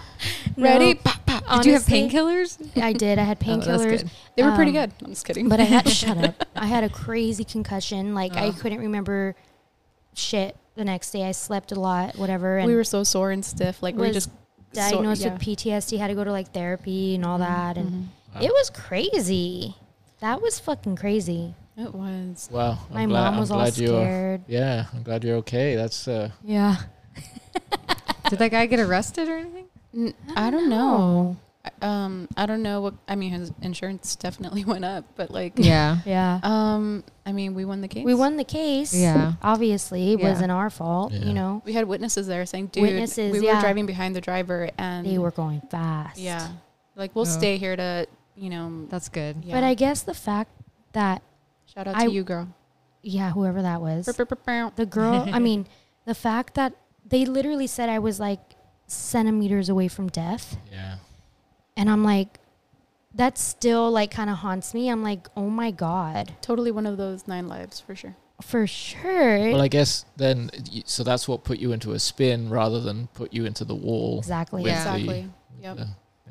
Ready?
Did you have
Honestly,
painkillers?
I did. I had
that's
painkillers.
good.
They were pretty
Um,
Oh, good. I'm just kidding.
But I had, shut up. I had a crazy concussion. Like, I couldn't remember shit the next day. I slept a lot, whatever. And
we were so sore and stiff. Like we were
was
just
diagnosed
so, yeah. Mm-hmm.
with PTSD, had to go to like therapy and all that. And
Wow.
it was crazy. That was fucking crazy.
It was.
Wow. I'm
My
glad,
mom was
I'm
all
glad
uh,
you're.
scared.
Yeah, I'm glad you're okay. That's uh,
Yeah.
Did that guy get arrested or anything?
N- I don't know.
Oh.
I- Um, I don't know what. I mean, his insurance definitely went up, but like,
Yeah.
Yeah.
Um, I mean, we won the case.
We won the case.
Yeah.
Obviously, it
Yeah.
wasn't our fault,
Yeah.
you know.
We had witnesses there saying, "Dude,
Witnesses,
we
yeah.
were driving behind the driver, and
They were going fast.
yeah, like we'll
Yeah.
stay here to, you know."
That's good.
yeah.
But I guess the fact that
shout out
I-
to you, girl.
yeah, whoever that was.
That's
The girl, I mean, the fact that they literally said I was like centimeters away from death
yeah.
and I'm like that still like kind of haunts me. I'm like, "Oh my god."
totally one of those nine lives for sure.
For sure.
Well, I guess then. y- So that's what put you into a spin rather than put you into the wall.
exactly.
with
Yeah.
the-
Exactly. Yep.
the-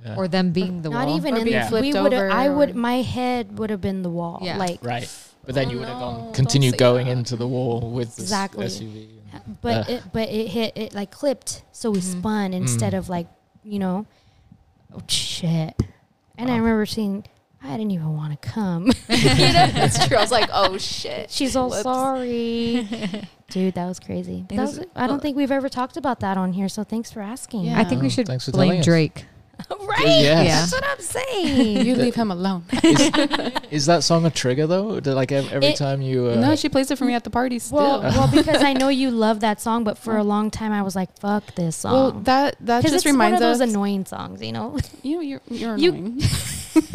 yeah.
Or them being the
Not
wall.
even
Or
in
being
the
flipped
we would
over
I would
or-
my head would have been the wall.
Yeah.
Like
Right. But then
Oh,
you would have
no,
gone
don't
continue
say
going
that.
into the wall with this
Exactly.
SUV. and-
but
Ugh.
it but it hit it like clipped so we
Mm-hmm.
spun instead
Mm.
of like you know oh shit and i
Wow.
remember seeing i didn't even want to come
That's true. I was like, "Oh shit."
she's all
Whoops.
sorry dude that was crazy But
It
that
was-
was- i don't think we've ever talked about that on here so thanks for asking
Yeah.
I think we
Oh,
should
thanks for telling
blame
us.
Drake.
right.
Yes.
That's what I'm saying.
You leave him alone.
Is that song a trigger though? Do, Like ev- every
It-
time you. Uh,
no, she plays it for me at the party still.
well,
Well,
well, because I know you love that song, but for a long time I was like, "Fuck this song."
that that
because
just
it's
reminds
one of those
us.
annoying songs, you know.
you know, you're you're
You-
annoying.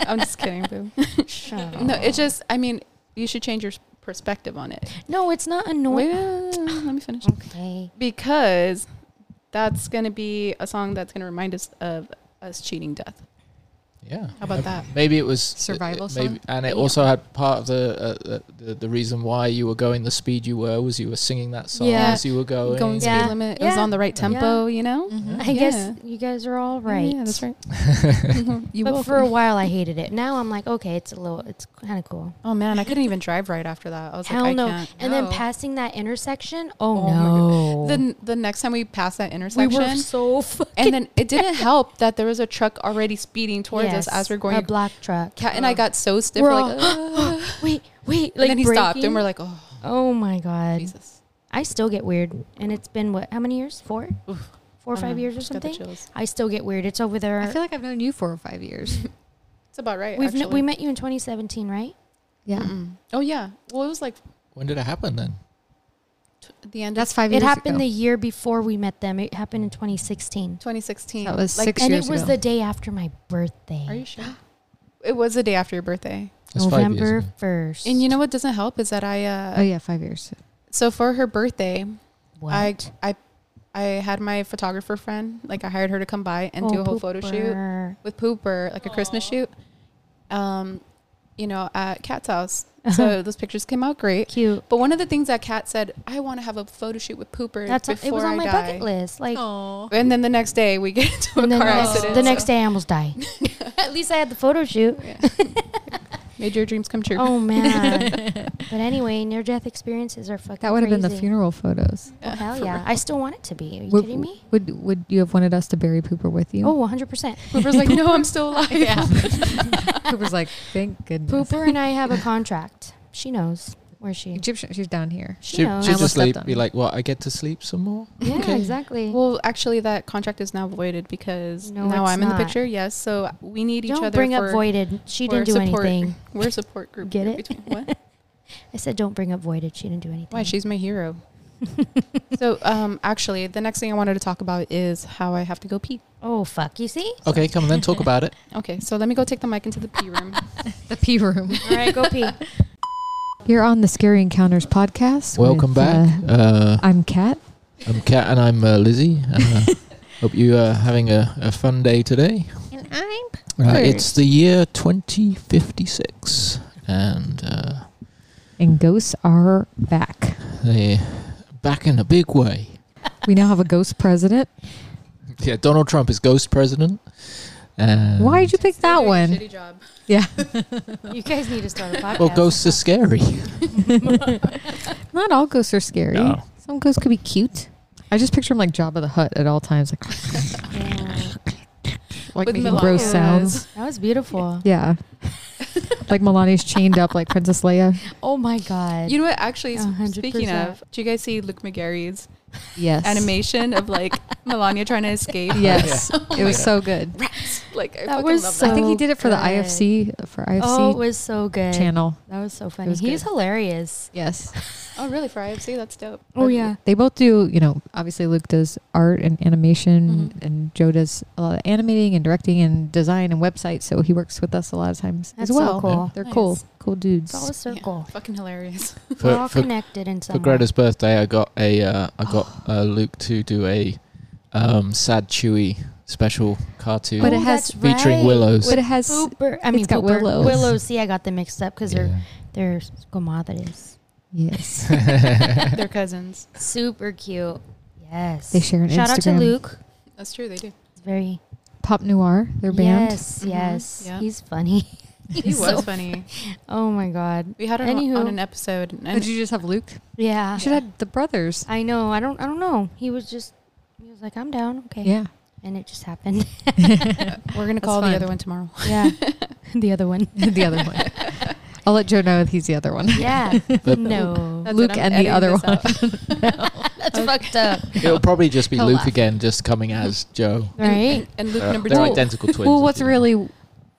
I'm just kidding, boo.
Shut
No,
up.
it's just. I mean, you should change your s- perspective on it.
no, it's not
Wait,
annoying.
uh, let me finish.
Okay.
Because that's gonna be a song that's gonna remind us of us cheating death.
Yeah.
How about that?
Maybe it was
Survival
it- maybe-
song?
and it also had part of the, uh, the- the the reason why you were going the speed you were was you were singing that song
Yeah.
as you were going.
Going speed
Yeah.
limit. It was
Yeah. Mm-hmm.
on the right tempo. You know.
I
Yeah.
guess you guys are all right.
Yeah, that's right. you
But
will.
for a while, I hated it. Now I'm like, okay, it's a little, it's kind of cool.
oh man, I couldn't even drive right after that. I was
Hell
like, I
no!
can't.
And
No.
then passing that intersection, oh,
my
no!
The, the next time we passed that
we
intersection,
were so fucking
and then it didn't help that there was a truck already speeding towards
Yes,
us as we're going.
a black truck.
Kat and I got so stiff,
We're
we're
all,
like, "Ugh."
wait, wait! Like
and then he stopped,
braking.
and we're like, oh
oh my god!
Jesus,
I still get weird, and it's been what? How many years? Four, four or
I
five
know.
years or
Just got the
something.
chills.
I still get weird. It's over there.
I feel like I've known you four or five years.
It's about right.
We've kn-
actually.
we met you in 2017, right?
Yeah,
Mm. Oh yeah. Well, it was like
When did it happen then?
t- the end
that's
of
five
It
years.
happened the
ago.
year before we met them. It happened in 2016,
2016.
That was six
and
years
it was
ago.
the day after my birthday.
Are you sure? It was the day after your birthday.
That's five years
November
ago.
first.
And you know what doesn't help is that I uh
oh yeah, five years.
so for her birthday,
what?
I I I had my photographer friend, like I hired her to come by and do a whole photo shoot.
Oh, pooper.
with Pooper, like a Christmas shoot, um, you know, at Cat's house. So those pictures came out great.
Cute.
But one of the things that Kat said, I want to have a photo shoot with Pooper
That's
before
it was on
I
my
die.
bucket list. Like
Oh,
And then the next day we get into a
and then
car
the next,
accident.
the next day I almost die. At least I had the photo shoot.
Made your dreams come true.
Oh man. but anyway, near death experiences are fucking
that would have been the
crazy.
funeral photos.
Oh, hell
For
yeah.
real.
I still want it to be. Are you
would,
kidding me?
Would would you have wanted us to bury Pooper with you?
Oh, 100%.
Pooper's like, no, I'm still alive.
Pooper's like, thank goodness.
Pooper and I have a contract. She knows. Where is she?
Egyptian. She's down here.
She
Should,
knows.
should
almost
just like,
stepped on
be
it.
like, "What? I get to sleep some more."
Yeah, exactly.
Well, actually, that contract is now voided because
No,
now
it's
I'm in
not.
the picture. Yes, so we need each
don't
other.
bring
for,
up voided. She
for
didn't do
support.
anything.
We're a support group.
Get
here
it?
Between, what?
I said, don't bring up voided. She didn't do anything.
Why? She's my hero. so, um, actually, the next thing I wanted to talk about is how I have to go pee.
oh, fuck. You see?
Okay, come on then, talk about it.
Okay, so let me go take the mic into the pee room.
The pee room.
All right, go pee.
You're on the Scary Encounters podcast.
Welcome
with,
back.
uh,
Uh,
I'm Kat.
I'm Kat and I'm uh, Lizzie. And, uh, hope you are having a, a fun day today.
And I'm.
Uh,
Hey.
it's the year 2056, and uh,
And ghosts are back.
they're back in a big way.
We now have a ghost president.
Yeah, Donald Trump is ghost president. And
Why did you pick that one?
Shitty job.
Yeah,
You guys need to start a podcast.
Well, ghosts are scary.
not all ghosts are scary.
No.
Some ghosts could be cute. I just picture him like Jabba the Hutt at all times, like
Yeah.
like
With
making
Melania's.
gross sounds.
That was beautiful.
Yeah, like Melania's chained up like Princess Leia.
Oh my god.
You know what? Actually, s-
A hundred
speaking of,
percent.
do you guys see Luke McGarry's
Yes,
animation of like Melania trying to escape? Oh
Yes, it was so good.
Like I
That
fucking
was
love
so-
I think he did it for
good.
the IFC for IFC
oh, it was so good.
channel.
That was so funny.
was
He's
good.
hilarious.
Yes.
that. Oh, really? For IFC, that's dope.
Oh
But
yeah.
They both do, you know, obviously Luke does art and animation
Mm-hmm.
Mhm.
and Joe does a lot of animating and directing and design and websites, so he works with us a lot of times
That's
as
so
well.
cool.
They're
Nice.
cool, cool dudes.
It's all a circle.
Fucking hilarious.
We're all
For, for,
connected in some
for Greta's birthday, I got a uh, I got uh, Luke to do a um, sad Chewy special cartoon
But it
Oh,
has
that's
featuring
right.
Willows.
but it has
Pooper. I mean,
it's got
Pooper.
willows.
Willows. See, I got them mixed up because
Yeah.
they're they're comadres.
yes.
They're cousins.
Super cute. Yes.
They share an
Shout out to
Instagram.
Luke.
That's true. They do.
It's very
Pop Noir, their band.
Yes,
Mhm.
yes.
Yeah.
He's funny.
He
He's
was
so-
funny.
Oh my god.
We had her
Anywho.
on, on an episode, and
Did you just have Luke?
Yeah.
I should have had the brothers.
I know. I don't. I don't know. He was just. He was like, "I'm down." Okay.
Yeah.
And it just happened.
we're gonna call
fine.
the other one tomorrow.
yeah. the other one.
the other one. I'll let Joe know if he's the other one.
Yeah.
But-
no.
That's it,
Luke
I'm
and the
editing
other
this
one.
out.
That's fucked up.
It'll probably just be
He'll
Luke
laugh.
again, just coming as Joe.
Right?
And, and Luke
They're,
number
Uh, they're
two.
identical twins.
well,
if
what's
you will.
really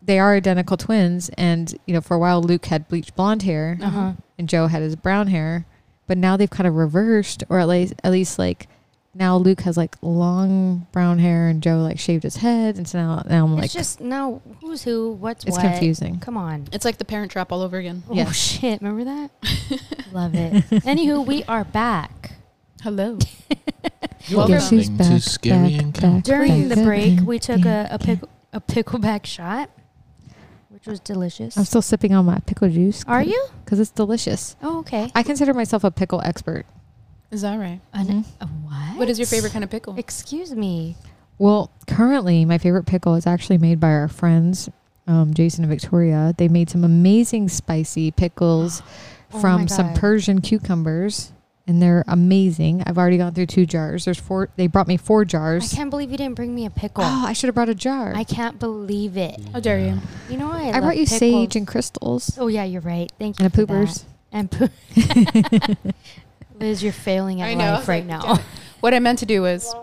they are identical twins, and you know, for a while Luke had bleached blonde hair,
Uh huh.
and Joe had his brown hair, but now they've kind of reversed, or at least at least like now Luke has like long brown hair, and Joe like shaved his head, and so now now I'm like
it's just now who's who, what's
it's
what.
confusing.
Come on.
It's like the parent trap all over again.
Oh
Yeah.
shit! Remember that? Love it. Anywho, we are back.
Hello.
You're
Guess
who's
listening to
back,
Scary
back,
Encounter.
back.
During the
Back.
break, we took a a,
Back.
pick, a pickleback shot, which was delicious.
I'm still sipping on my pickle juice.
Are you?
Because it's delicious.
Oh, okay.
I Mm-hmm. consider myself a pickle expert.
Is that right?
An, a what?
What is your favorite kind of pickle?
Excuse me.
Well, currently, my favorite pickle is actually made by our friends, um, Jason and Victoria. They made some amazing spicy pickles
Oh my
from some
God.
Persian cucumbers, and they're amazing. I've already gone through two jars. There's four. They brought me four
I
jars.
can't believe you didn't bring me a pickle.
Oh, I should have brought a jar.
I can't believe it.
How dare you?
You know why I,
I,
love
brought you
pickles?
sage and crystals
Oh yeah, you're right. Thank you.
and a
for that.
poopers.
And poo. Liz, you're failing at
I know, I
life
was
right
like,
now.
What I meant to do was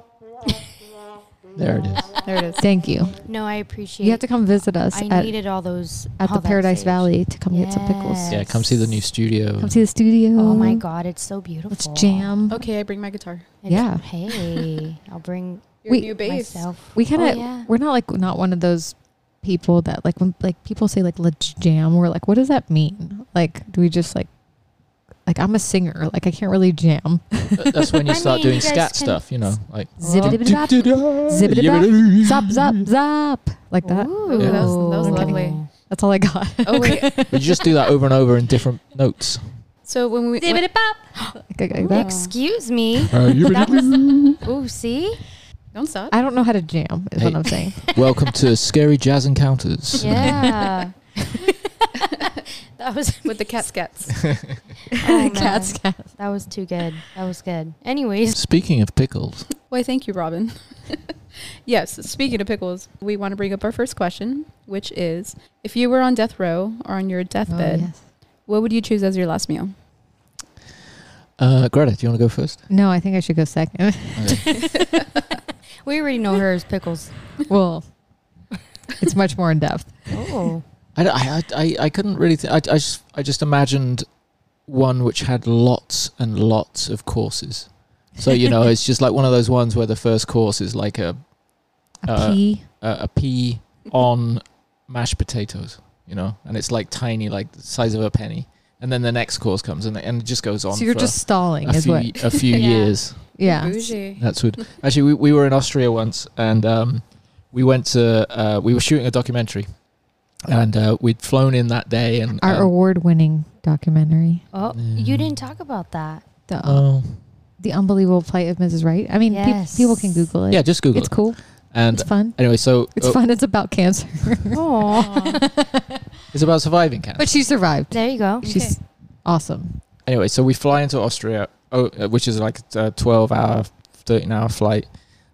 There it is.
there it is.
Thank you.
No, I appreciate.
You have to come visit us
I
at,
needed all those
at
all
the
that
Paradise
sage.
Valley to come get some pickles.
Yeah, come see the new
Yes.
studio.
Come see the studio.
Oh my god, it's so beautiful.
Let's jam.
Okay, I bring my guitar.
It's-
Yeah.
Hey, I'll bring
Your
We-
new bass.
myself.
We kind of
Oh, yeah.
we're not like not one of those people that like when like people say like let's jam we're like what does that mean like do we just like like I'm a singer like I can't really jam
Th- That's when you
I
start
mean,
doing
you guys
scat
can-
stuff, you know, like
Oh.
Zibbidi-bidi-bop,
Zibbidi-bop.
zap zap zap like that
Ooh,
Yeah.
Mm-hmm. that was- that was
Okay.
lovely.
that's all I got
Oh wait.
But you just do that over and over in different notes.
So when we when,
Zibbidi-bop.
like, like
Ooh.
that.
Excuse me. That
Welcome
was- Ooh, see?
don't stop.
I don't know how to jam is what
Hey.
I'm saying
to Scary Jazz Encounters.
Yeah. that was
With the cat scats.
oh, man.
cats cat
That was too good. That was good. Anyways,
Speaking of pickles,
Why thank you, Robin. yes, speaking of pickles, we want to bring up our first question, which is if you were on death row or on your
Oh,
deathbed,
yes.
what would you choose as your last meal?
uh, Greta, do you want to go first?
no I think I should go second
we already know her as pickles.
well it's much more in depth
Oh.
I, don't- I, I, I couldn't really. Th- I, I just I just imagined one which had lots and lots of courses. So you know, it's just like one of those ones where the first course is like a
a
Uh,
pea
a, a pea on mashed potatoes, you know, and it's like tiny, like the size of a penny. And then the next course comes, and, and it just goes on.
so you're
for
just stalling
uh, a, a
is
few
what
a few
Yeah.
years.
yeah
Bougie.
That's what. Actually, we, we were in Austria once, and um, we went to uh, we were shooting a documentary, and uh, we'd flown in that day, and
our
um,
award-winning documentary
Oh, you didn't talk about that.
the
oh,
the unbelievable plight of Mrs. Wright. I mean, peop
Yes.
people can Google it.
yeah, just Google.
it's
it.
cool.
And
It's fun.
anyway, so
It's
uh,
fun. It's about cancer,
Oh.
it's about surviving cancer.
but she survived.
there you go.
She's awesome.
anyway, so we fly into Austria, oh, uh, which is like a 12 hour, 13 hour flight.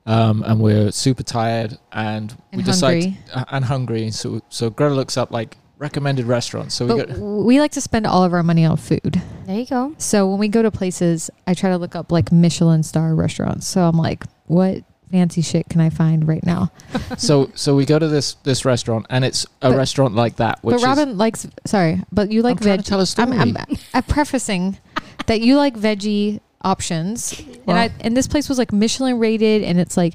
Um, and we're super tired and, we
And
decide
hungry.
uh, and hungry. So, so Greta looks up like recommended restaurants. So we
But
got,
we like to spend all of our money on food.
There you go.
So when we go to places, I try to look up like Michelin star restaurants. So I'm like, what fancy shit can I find right now?
so, so we go to this, this restaurant and it's a
But-
restaurant like that, which
but Robin likes. Sorry, but you
is,
like
I'm trying
veg.
to tell a story.
I'm, I'm, I'm prefacing that you like veggie options, and
Well-
I and this place was like Michelin rated, and it's like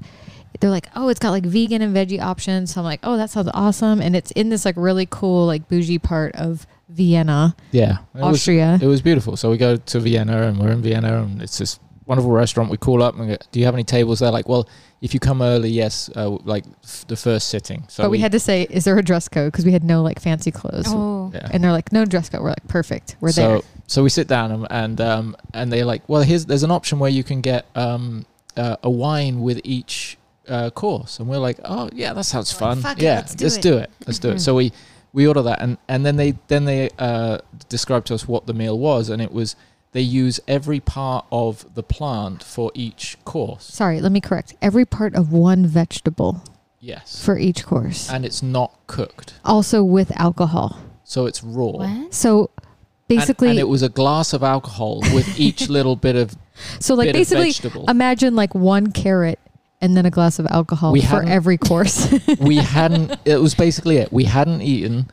they're like, oh, it's got like vegan and veggie options. So I'm like, oh, that sounds awesome, and it's in this like really cool like bougie part of Vienna,
yeah. It was,
Austria.
it was beautiful. So we go to Vienna and we're in Vienna and it's this wonderful restaurant. We call up and we go, do you have any tables? They're like, well, if you come early, yes, uh, like f- the first sitting. So
but we, had to say, is there a dress code? Because we had no like fancy clothes,
Oh.
yeah.
and they're like, no dress code. We're like, perfect, we're
so,
there.
So we sit down and and, um, and they're like, well, here's there's an option where you can get um, uh, a wine with each uh, course, and we're like, oh yeah, that sounds
We're like,
fun.
"Fuck it,
yeah,
let's do it." Mm-hmm.
do it. Let's do it. So we we order that, and and then they then they uh, described to us what the meal was, and it was they use every part of the plant for each course.
Sorry, let me correct. Every part of one vegetable
Yes.
for each course,
and it's not cooked,
also with alcohol.
so it's raw.
What?
So
And-
basically,
and, it was a glass of alcohol with each little bit of
So like
Bit of
basically,
vegetable.
imagine like one carrot and then a glass of alcohol
We
for
haven't-
every course.
we hadn't it was basically it we hadn't eaten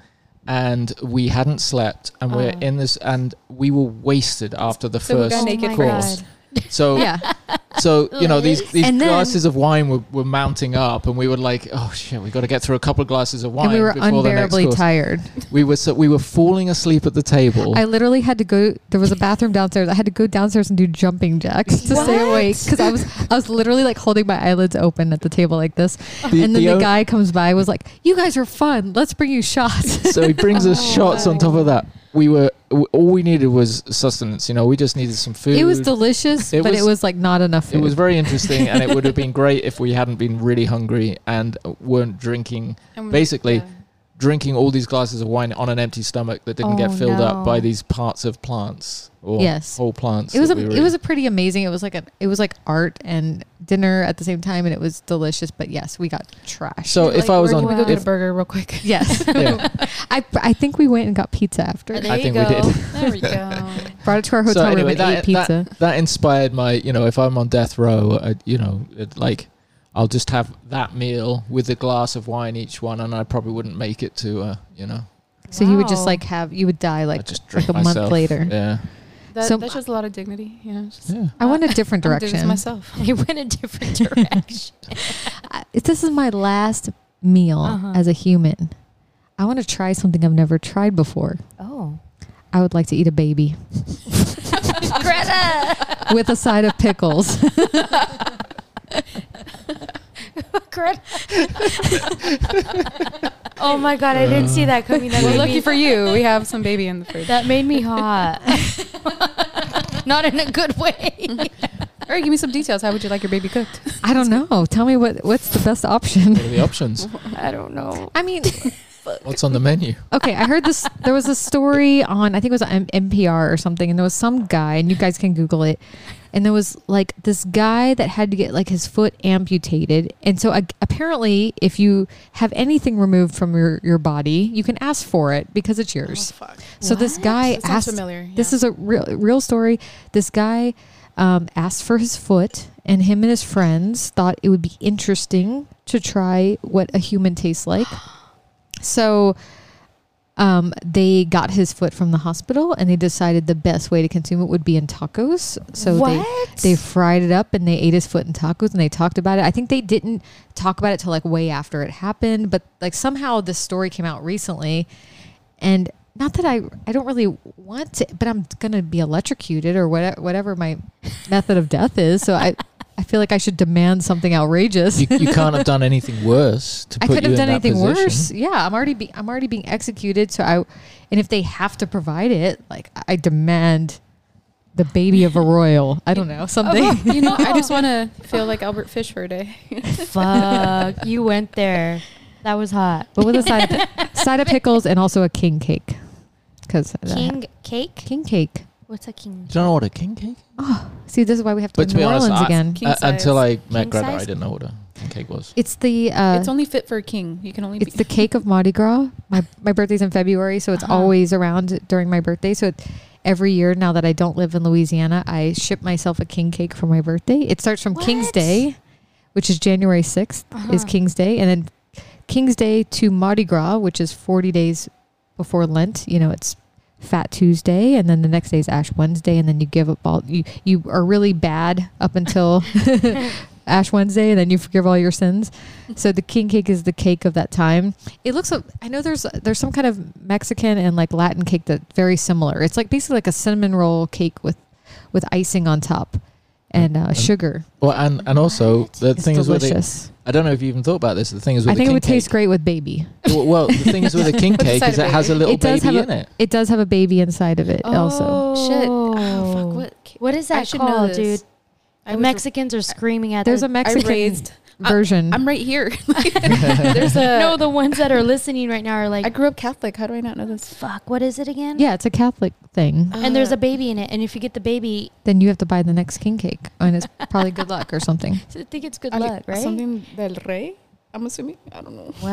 and we hadn't slept and we're
Oh.
in this and we were wasted after the
So we got
first
naked
Oh my
course.
God.
so
yeah,
so you know these these
And then-
glasses of wine were, were mounting up and we were like oh shit we got to get through a couple of glasses of wine
and we were
before the next
unbearably
course
tired.
we were so we were falling asleep at the table
I literally had to go. There was a bathroom downstairs. I had to go downstairs and do jumping jacks to stay awake because I was I was literally like holding my eyelids open at the table like this,
The-
and then
the
the
on-
guy comes by was like, "You guys are fun. Let's bring you shots."
so he brings us
Oh,
shots on
wow.
top of that we were w- all we needed was sustenance you know we just needed some food
it was delicious,
It
but it
was-
was like not enough.
It
Food.
was very interesting, and it would have been great if we hadn't been really hungry and weren't drinking,
And-
basically
yeah.
drinking all these glasses of wine on an empty stomach that didn't get
Oh,
filled
no.
up by these parts of plants or
Yes.
whole plants.
It was a
that we were
it was a
eating.
pretty amazing. It was like a it was like art and dinner at the same time, and it was delicious. But yes, we got trash.
so
Like,
if I was
where
on,
can we go get a
if,
burger real quick.
yes,
yeah,
I I think we went and got pizza after.
There
I
you
think we
go.
did.
There we go.
Brought it to our
So
hotel room
anyway,
and
that-
ate pizza.
that inspired my. You know, if I'm on death row, I, you know, it, like I'll just have that meal with a glass of wine each one, and I probably wouldn't make it to, uh, you know,
so you would just
Wow.
like have you would die
I
like
just drink
like a
myself.
month later.
Yeah,
That,
So-
that shows a lot of dignity. You know, just
yeah.
I went a different
I'm doing this
direction.
myself.
They went a different direction.
I- if this is my last meal
Uh-huh.
as a human, I want to try something I've never tried before.
oh.
I would like to eat a baby
Greta!
with a side of pickles.
Greta. oh my God, I didn't see that coming. That,
Well,
made,
lucky
me,
for you, we have some baby in the fridge.
that made me hot. Not in a good way.
All right, give me some details. How would you like your baby cooked?
I don't know. Tell me what what's the best option.
What are the options?
I don't know.
I mean,
What's on the menu?
okay, I heard this. There was a story on, I think it was on NPR or something, and there was some guy, and you guys can Google it. And there was like this guy that had to get like his foot amputated. And so ag- apparently, if you have anything removed from your, your body, you can ask for it because it's yours. So this
Oh, What?
guy
That sounds
asked.
familiar,
This
yeah.
is a real real story. This guy um, asked for his foot, and him and his friends thought it would be interesting to try what a human tastes like. So um, they got his foot from the hospital, and they decided the best way to consume it would be in tacos. So they
What?
they fried it up and they ate his foot in tacos, and they talked about it. I think they didn't talk about it till like way after it happened, but like somehow this story came out recently, and not that I I don't really want to, but I'm gonna be electrocuted or whatever whatever my method of death is. So I. I feel like I should demand something outrageous.
you, you can't have done anything worse to
I
put
could
you
have
in
done
that
anything
position.
worse. Yeah, I'm already be, I'm already being executed. So I, and if they have to provide it, like I demand the baby of a royal. I don't know something.
you know, I just want to feel like Albert Fish for a day.
Fuck, you went there. That was hot.
but with a side of, side of pickles and also a king cake, because
King cake?
king cake. Oh,
What's a king?
Do you know what a king cake?
See, this is why we have to go
But to
to
be
New
honest,
Orleans
I-
again.
King
Uh,
size.
until I met
King
Greta,
size?
I didn't know what a king cake was.
It's the uh,
it's only fit for a king. You can only
it's
be
the cake of Mardi Gras. My my birthday's in February, so it's
Uh-huh.
always around during my birthday. So it, every year now that I don't live in Louisiana, I ship myself a king cake for my birthday. It starts from King's
What?
Day, which is January 6th is
Uh-huh.
King's Day, and then King's Day to Mardi Gras, which is forty days before Lent. You know, it's Fat Tuesday, and then the next day is Ash Wednesday, and then you give up all you you are really bad up until Ash Wednesday, and then you forgive all your sins. So the king cake is the cake of that time. It looks. like- I know there's there's some kind of Mexican and like Latin cake that's very similar. It's like basically like a cinnamon roll cake with with icing on top and uh, sugar.
Well, and and also the
It's
thing is with the,
delicious.
I don't know if you even thought about this. The thing is with
I
the
think
king
it would
cake.
taste great with baby.
Well, well, the thing is with a king
With the
cake
side
is it
of
has
baby.
a little
It does
baby
have
in
a-
it.
It does have a baby inside of it also.
shit.
Oh,
fuck, what? ki-
What is that
I should know
called, dude?
this. I
The
was-
Mexicans are screaming at
There's
their-
a
I
Mexican
raised. I-
version.
I'm right here. There's a.
no. The ones that are listening right now are like,
I grew up Catholic. How do I not know this?
"Fuck, what is it again?" Uh.
yeah, it's a Catholic thing.
and there's a baby in it, and if you get the baby,
Then you have to buy the next king cake, and it's probably good luck or something.
I think it's good
I-
luck, right?
Something del rey. I'm assuming. I don't know.
What?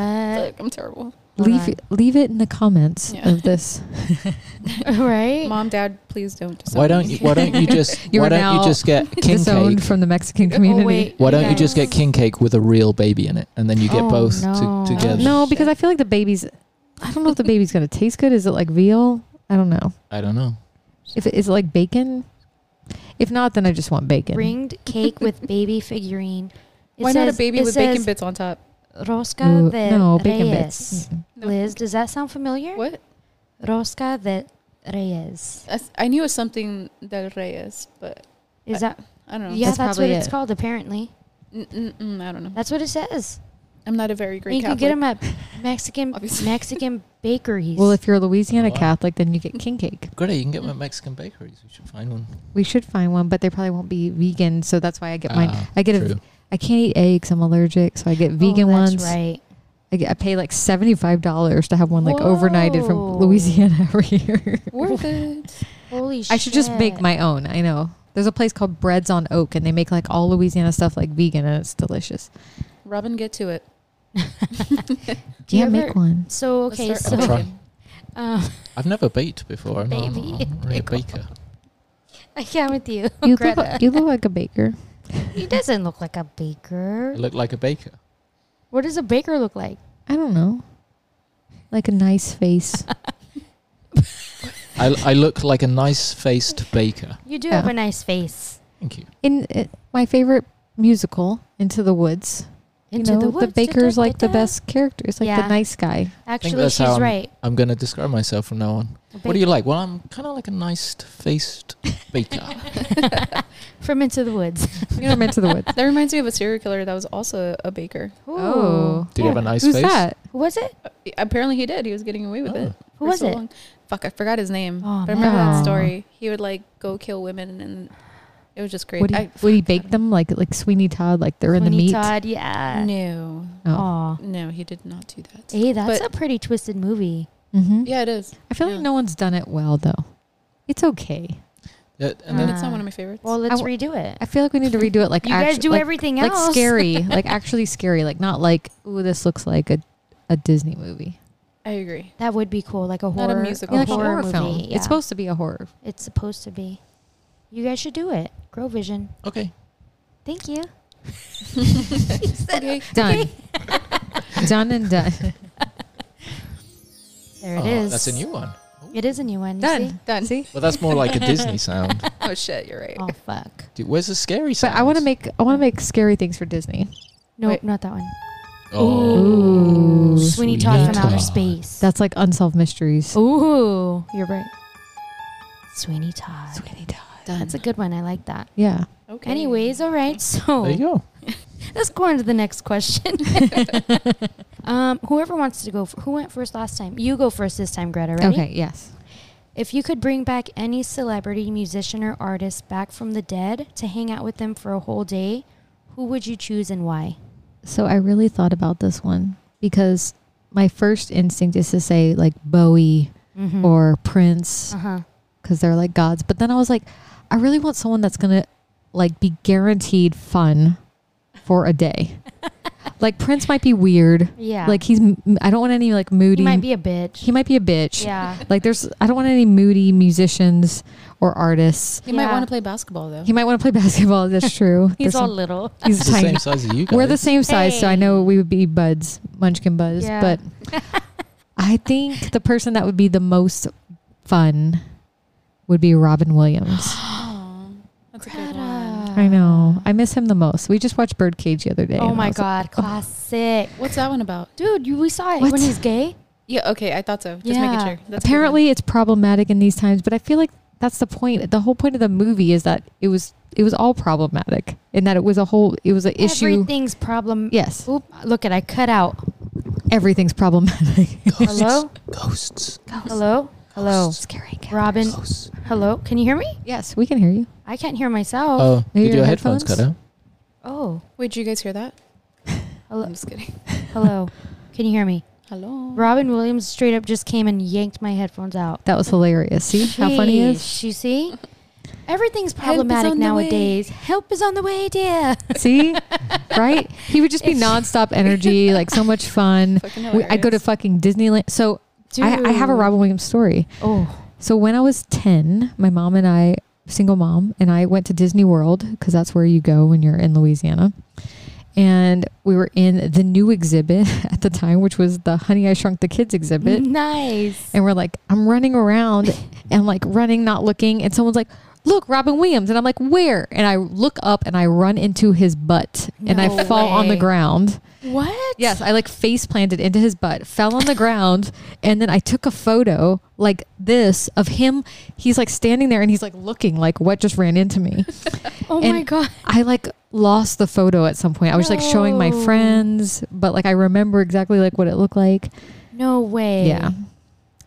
Fuck, I'm terrible.
Hold
leave
on.
it- leave it in the comments
Yeah.
of this.
right?
Mom, Dad, please don't. disown
Why don't
me.
you? Why don't you just?
You
why
are
don't
now
you just get king
disowned
cake?
from the Mexican
Oh,
community.
wait.
Why don't you just
Yes.
get king cake with a real baby in it, and then you get
Oh,
both to-
no.
together?
No, because I feel like the baby's. I don't know if the baby's gonna taste good. Is it like veal? I don't know.
I don't know.
If it is it like bacon. If not, then I just want bacon.
Ringed cake with baby figurine. It
Why not a
says-
baby
it
with bacon
says
bits on top?
Rosca
Ooh,
de
no,
Reyes.
bacon Mm. bits. Mm-mm.
No.
Liz, does that sound familiar?
What?
Rosca de Reyes.
I, s- I knew it was something del Reyes, but
Is that?
I don't know.
Yeah,
That's
that's, what
probably
it's
it.
called. Apparently,
N- n- n- Mm, I don't know.
that's what it says.
I'm not a very
And
great
you
Catholic.
can get them at Mexican
Obviously.
Mexican bakeries.
Well, if you're a Louisiana
Wow.
Catholic, then you get king cake.
Great, you can get them at Mexican bakeries. We should find one.
We should find one, but they probably won't be vegan. So that's why I get mine.
Ah,
I get a.
true.
I can't eat eggs. I'm allergic, so I get
Oh,
vegan
that's
ones.
right?
I, get, I pay like seventy five dollars to have one like overnighted from
Whoa.
Louisiana every year.
Worth it.
Holy shit!
I should just make my own. I know. There's a place called Breads on Oak, and they make like all Louisiana stuff like vegan, and it's delicious.
Robin, get to it.
Do you
yeah, make
ever-
one.
So
Let's
okay,
start
I'll
so
try.
baking.
um,
I've never baked before. I'm not, I'm
Baby.
not- I'm not really a baker.
I can't with you.
You look,
Oh, Greta.
like, you look like a baker.
he doesn't look like a baker.
I look like a baker.
What does a baker look like?
I don't know, like a nice face.
I, I look like a nice faced baker.
You do
Yeah.
have a nice face.
Thank you.
In uh, my favorite musical, Into the Woods,
Into
you know,
the,
the,
woods,
baker's like the
da-da-da-da.
best character. It's like
Yeah.
the nice guy.
Actually,
that's
she's
how I'm-
right.
I'm going to describe myself from now on.
A
What do you
bak-
like? Well, I'm kind of like a nice faced baker.
From Into the Woods.
You know, Into the Woods.
That reminds me of a serial killer that was also a baker.
Ooh.
Do you have a nice
Who's
face?
that?
Who was it?
Uh, Apparently, he did. He was getting away with
Oh.
it.
Who
for
was
so
it?
long. Fuck, I forgot his name.
Oh,
but I remember
man.
that story. He would like go kill women, and it was just great.
Would he,
I,
would he bake them like like Sweeney Todd? Like they're in the
Sweeney
meat.
Todd, yeah.
no,
Oh.
Aw.
no, he did not do that.
Hey, that's
But-
a pretty twisted movie.
hmm
Yeah, it is.
I feel
Yeah.
like no one's done it well though. It's okay.
Yeah, and then
Uh,
it's not one of my favorites.
Well, let's
w-
redo it.
I feel like we need to redo it like
You guys
actu-
do
like,
everything
like
else.
scary, like actually scary, like not like ooh this looks like a a Disney movie.
I agree.
That would be cool, like a
Not a
horror,
musical.
a
Yeah, like
horror, movie.
film.
Yeah.
It's supposed to be a horror.
It's supposed to be. You guys should do it. Grow Vision.
Ah.
okay,
Thank you.
Okay.
Done. done and done.
There it
Oh,
is.
That's a new one.
It is a new one. you see?
done.
Done.
See?
Well, that's more like a Disney sound.
Oh shit, you're right.
Oh fuck.
Dude, where's the scary
But
sound?
I want to make I want to make scary things for Disney.
Nope,
Wait.
not that one.
Oh,
Ooh.
Sweeney
Sweeney
Todd from Outer
Todd.
Space.
That's like unsolved
Oh,
mysteries.
Ooh, you're right. Sweeney Todd.
Sweeney Todd.
That's a good one. I like that.
Yeah.
Okay.
Anyways, all right.
There
So
you go.
let's go on to the next question. um, whoever wants to go, f- who went first last time? You go first this time, Greta. Ready?
Okay. Yes.
If you could bring back any celebrity, musician, or artist back from the dead to hang out with them for a whole day, who would you choose and why?
So I really thought about this one because my first instinct is to say like Bowie
Mm-hmm.
or Prince
uh huh.
because they're like gods. But then I was like, I really want someone that's gonna like be guaranteed fun for a day. like Prince might be weird.
Yeah.
Like he's, m- I don't want any like
he
moody.
might be a bitch.
he might be a bitch.
yeah.
Like there's, I don't want any moody musicians or artists.
He might
Yeah.
want to play basketball though.
He might want to play basketball. That's true.
He's
There's
all
some-
little.
he's
It's the
tiny.
same size as you guys.
We're the same size, so I
Hey.
know we would be buds, munchkin buds.
Yeah.
But I think the person that would be the most fun would be Robin Williams.
Aw, that's a good one.
Greta.
I know. I miss him the most. We just watched Birdcage the other day.
Oh
and I
my
was
god, classic.
What's that one about?
Dude, you, we saw it
What?
when he's gay.
Yeah. Okay, I thought so. Just making
Yeah.
sure. That's a good one.
Like, apparently, it's problematic in these times, but I feel like that's the point. The whole point of the movie is that it was it was all problematic, and that it was a whole it was an issue.
Everything's problem.
Yes,
Oop, look at I cut out.
everything's problematic.
Ghosts.
Hello?
Ghosts.
Hello? Hello.
Scary. encounters.
Robin.
Ghosts.
Hello? Can you hear me?
Yes, we can hear you.
I can't hear myself.
Oh,
Maybe
did
your
your headphones
headphones?
cut out?
Oh.
Wait, did you guys hear that?
Hello.
I'm just kidding.
Hello. Can you hear me?
Hello.
Robin Williams straight up just came and yanked my headphones out.
That was hilarious. See how funny it is?
Sheesh, You see? Everything's
is on
problematic
the way.
nowadays. Help is on the way, dear.
See, right? He would just be nonstop energy, like so much fun.
Fucking
We, I go to
hilarious.
fucking Disneyland. So I, I have a
Dude.
Robin Williams story.
Oh,
So when I was 10, my mom and I, single mom, and I went to Disney World because that's where you go when you're in Louisiana. And we were in the new exhibit at the time, which was the Honey I Shrunk the Kids exhibit.
nice.
And we're like, I'm running around and like running, not looking. And someone's like, Look, Robin Williams. And I'm like, Where? And I look up and I run into his butt and I
No
fall on the
way.
ground.
What?
Yes, I like face planted into his butt, fell on the ground, and then I took a photo like this of him. He's like standing there and he's like looking like what just ran into me.
Oh
And-
my god.
I like lost the photo at some point. I was like showing my
No.
friends, but like I remember exactly like what it looked like.
No way.
Yeah.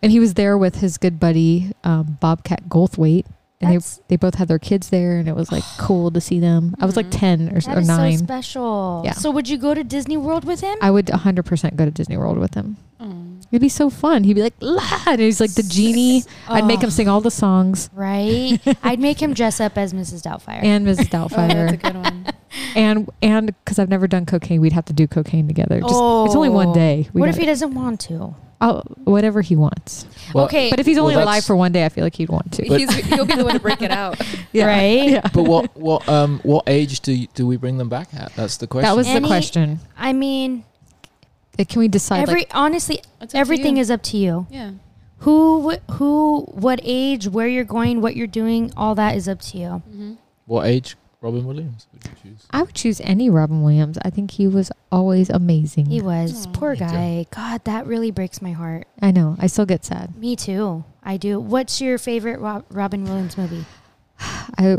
And he was there with his good buddy, um, Bobcat Goldthwait. And
That's-
they, they both had their kids there, and it was like cool to see them. I was like 10 or, s-
Mm-hmm. That
or
is so
9.
special.
Yeah.
So would you go to Disney World with him?
I would 100% go to Disney World with him.
Mm.
It'd be so fun. He'd be like, "La," and he's like the genie. I'd
oh.
make him sing all the songs
Right? I'd make him dress up as Mrs. Doubtfire.
and Mrs.
Oh, that's a
Doubtfire,
good one.
and and because I've never done cocaine, we'd have to do cocaine together. Just, It's only one
Oh.
day. We
what if
gotta-
he doesn't want to?
I'll- whatever he wants.
Well,
okay.
But if he's
Well,
only
that's-
alive for one day, I feel like he'd want to.
But-
He's, he'll be the one to break it out.
Right?
Yeah.
But what what um what age do you, do we bring them back at? That's the question.
That was the
Any-
question.
I mean,
Uh, Can we decide?
every
like,
honestly, everything is up to you.
Yeah.
Who, wh- who, what age, where you're going, what you're doing, all that is up to you.
mm-hmm.
what age Robin Williams would you choose?
I would choose any Robin Williams. I think he was always amazing.
He was
Aw.
poor
Me too.
guy. God, that really breaks my heart.
I know. I still get sad.
Me too. I do. What's your favorite Rob- Robin Williams movie?
I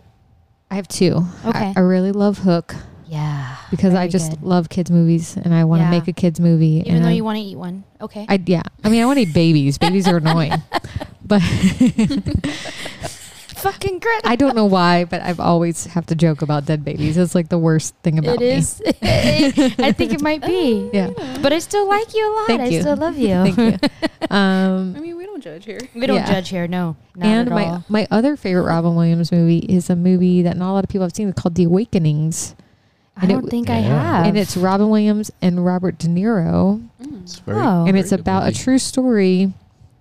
I have two. I-
Okay.
I, really love Hook
Yeah.
because I
Very
just
good.
love kids movies and I want to
Yeah.
make a kids movie.
Even
and
though
I,
you want to eat one. Okay.
I yeah. I mean, I want to eat babies. babies are annoying. But
fucking great.
I don't know why, but I've always have to joke about dead babies. It's like the worst thing
It
about me.
is. I think it might be.
Yeah.
But I still like you a lot.
Thank
I
you.
still love you.
Thank you. Um,
I mean, we don't judge here.
We don't
Yeah.
judge here. No. Not
and
at
my
all.
my other favorite Robin Williams movie is a movie that not a lot of people have seen. It's called The Awakenings.
I
and it-
don't think I
Yeah.
have.
and it's Robin Williams and Robert De Niro,
Mm.
It's
Oh.
and
very
it's
good
about a
movie.
true story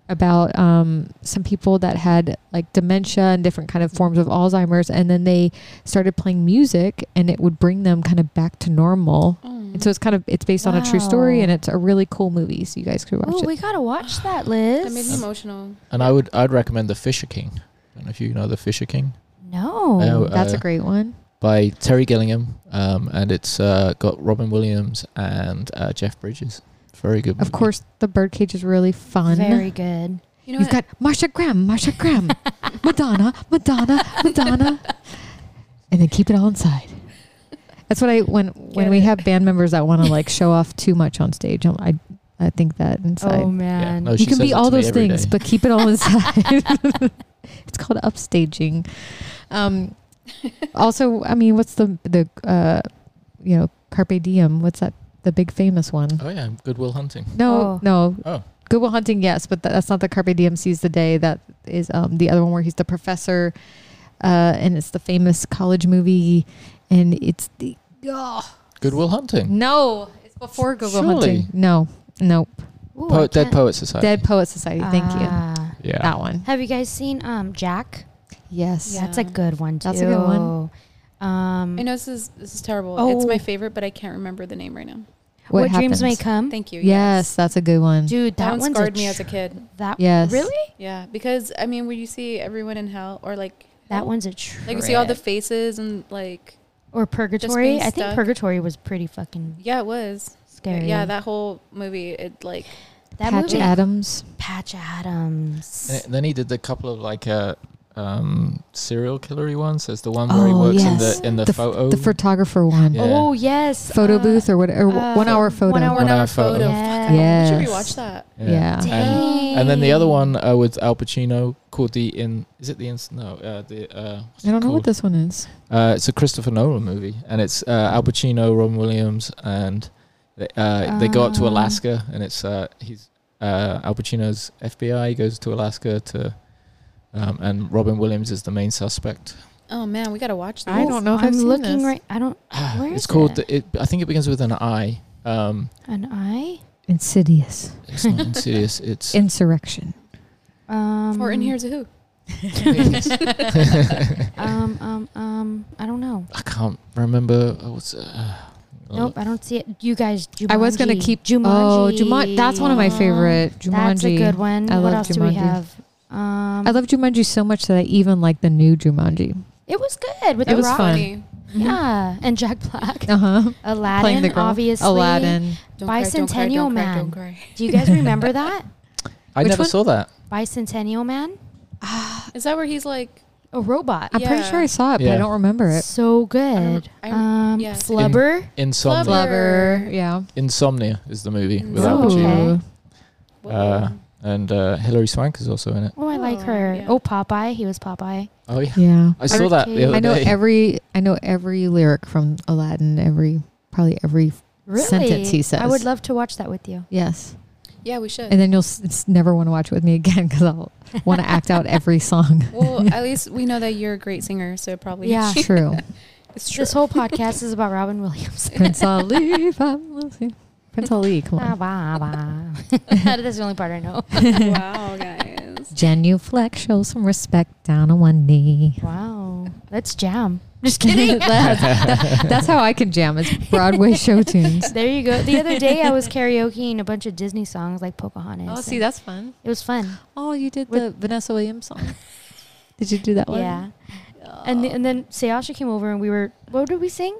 about um, some people that had like dementia and different kind of forms of Alzheimer's, and then they started playing music, and it would bring them kind of back to
Mm.
normal. And so it's kind of it's based on a true story,
Wow.
and it's a really cool movie. So you guys could watch
Oh,
it.
we gotta watch that, Liz.
That made me emotional.
And I would I'd recommend The Fisher King. I don't know if you know The Fisher King
no.
Oh, uh,
That's a great one.
by Terry Gillingham, um, and it's uh, got Robin Williams and uh, Jeff Bridges. Very good.
Of
movie.
course, the birdcage is really fun.
Very good.
You know
You've
what?
got Marsha Graham, Marsha Graham, Madonna, Madonna, Madonna, and then keep it all inside. That's what I when when
Get
we
it.
have band members that want to like show off too much on stage. I'm, I I think that
Oh,
inside
Yeah.
Oh, man.
No, she
you can
says
be
it
all
to me
those
every
things,
day.
but keep it all inside. it's called upstaging. Um, also, I mean, what's the the uh, you know carpe diem? What's that? The big famous one.
Oh yeah, Goodwill Hunting.
No,
Oh.
no.
Oh.
Google Hunting, yes, but tha- that's not the Carpe Diem sees the day. That is um, the other one where he's the professor, uh, and it's the famous college movie, and it's the oh,
Goodwill Hunting.
no, it's before Google
Surely.
Hunting. No, nope.
Ooh, I
Poet, Dead
can't-
Poet Society.
Dead Poet Society. Thank you.
Ah.
yeah.
That one.
Have you guys seen um Jack?
Yes.
Yeah.
That's a good one too.
That's a good one.
Um,
I know this is this is terrible. It's
Oh.
my favorite, but I can't remember the name right now.
what, dreams
happens?
may come.
Thank you.
Mm-hmm. Yes, that's a good one.
Dude,
That,
that,
one
one's
scarred
a
me as a
tr-
kid.
That
Yes.
really?
Yeah, because I mean, when you see everyone in hell or like
That
hell?
one's a trip.
like you see all the faces and like
or purgatory.
being
I think
stuck.
purgatory was pretty fucking
yeah, it was
scary.
yeah that whole movie. It like
that
Patch
movie.
Adams.
Patch Adams.
And then he did a couple of like uh, um, serial killery ones. There's the one where he works
Oh, yes.
in the in the,
The f-
photo.
The photographer one.
Yeah.
Oh yes,
Photo
uh,
booth or whatever.
uh,
one hour photo.
One hour,
One hour
photo.
photo.
Fuck, I should
Yes.
rewatch that.
Yeah.
And,
Dang.
and then the other one uh, with Al Pacino called the in is it the in no uh, the uh, what's
I
it
don't know what
called?
this one is.
Uh, it's a Christopher Nolan movie, and it's uh, Al Pacino, Ron Williams, and they, uh, they go up to
Ah.
Alaska, and it's uh, he's uh, Al Pacino's FBI goes to Alaska to um, and Robin Williams is the main suspect.
Oh man, we gotta watch this.
I don't know if
I'm
I've seen
looking
this.
right. I don't. Where
it's
is
called.
it?
The, it, I think it begins with an I. Um,
An eye.
Insidious.
it's not insidious. It's
Insurrection.
Um,
Or in here's a who.
Um, um, um. I don't know.
I can't remember. Oh, what's, uh,
Nope, I don't see it. You guys, Jumanji.
Um, I was gonna keep
Jumanji.
Oh, Jumanji. That's one of my
Oh,
favorite. Jumanji.
That's a good one.
I
what
love
else do we
Jumanji.
have? Um,
I love Jumanji so much that I even like the new Jumanji.
it was good with
It
the
was
rock.
fun.
Yeah, and Jack Black,
Uh huh.
Aladdin, obviously.
Aladdin.
Bicentennial Man. Do you guys remember that
I
Which
never
one?
saw that.
Bicentennial Man?
Is that where he's like?
A robot.
I'm pretty
Yeah.
sure I saw it, but
Yeah.
I don't remember it.
So good.
I rem-
um,
yeah.
Flubber.
Insomnia.
Flubber.
Lover. Yeah.
Insomnia is the movie with
Oh,
Al Pacino.
okay.
Uh, and uh, Hilary Swank is also in it.
Oh, I like
Oh,
her.
yeah.
Oh, Popeye. He was Popeye.
Oh yeah,
Yeah.
I saw that the
Arcade.
other
I know
day.
every I know every lyric from Aladdin, every probably every
Really?
Sentence, he
I
says.
would love to watch that with you.
yes.
yeah, we should.
And then you'll s- s- never want to watch it with me again cuz I'll want to act out every song.
well, at least we know that you're a great singer, so probably
Yeah.
True.
it's
This whole podcast is about Robin Williams.
Prince Ali, if I'm losing- Prince Ali, come
Ba,
on.
ba, ba. That's the only part I know.
wow, guys.
Genuflex, show some respect down on one knee.
Wow. Let's jam.
Just kidding. that's, that- that's how I can jam. It's Broadway show tunes.
There you go. The other day I was karaokeing a bunch of Disney songs like Pocahontas. and
Oh, that's fun.
it was fun.
Oh, you did
With-
the Vanessa Williams song. Did you do that one?
Yeah. And the, and then Sayasha came over and we were what did we sing?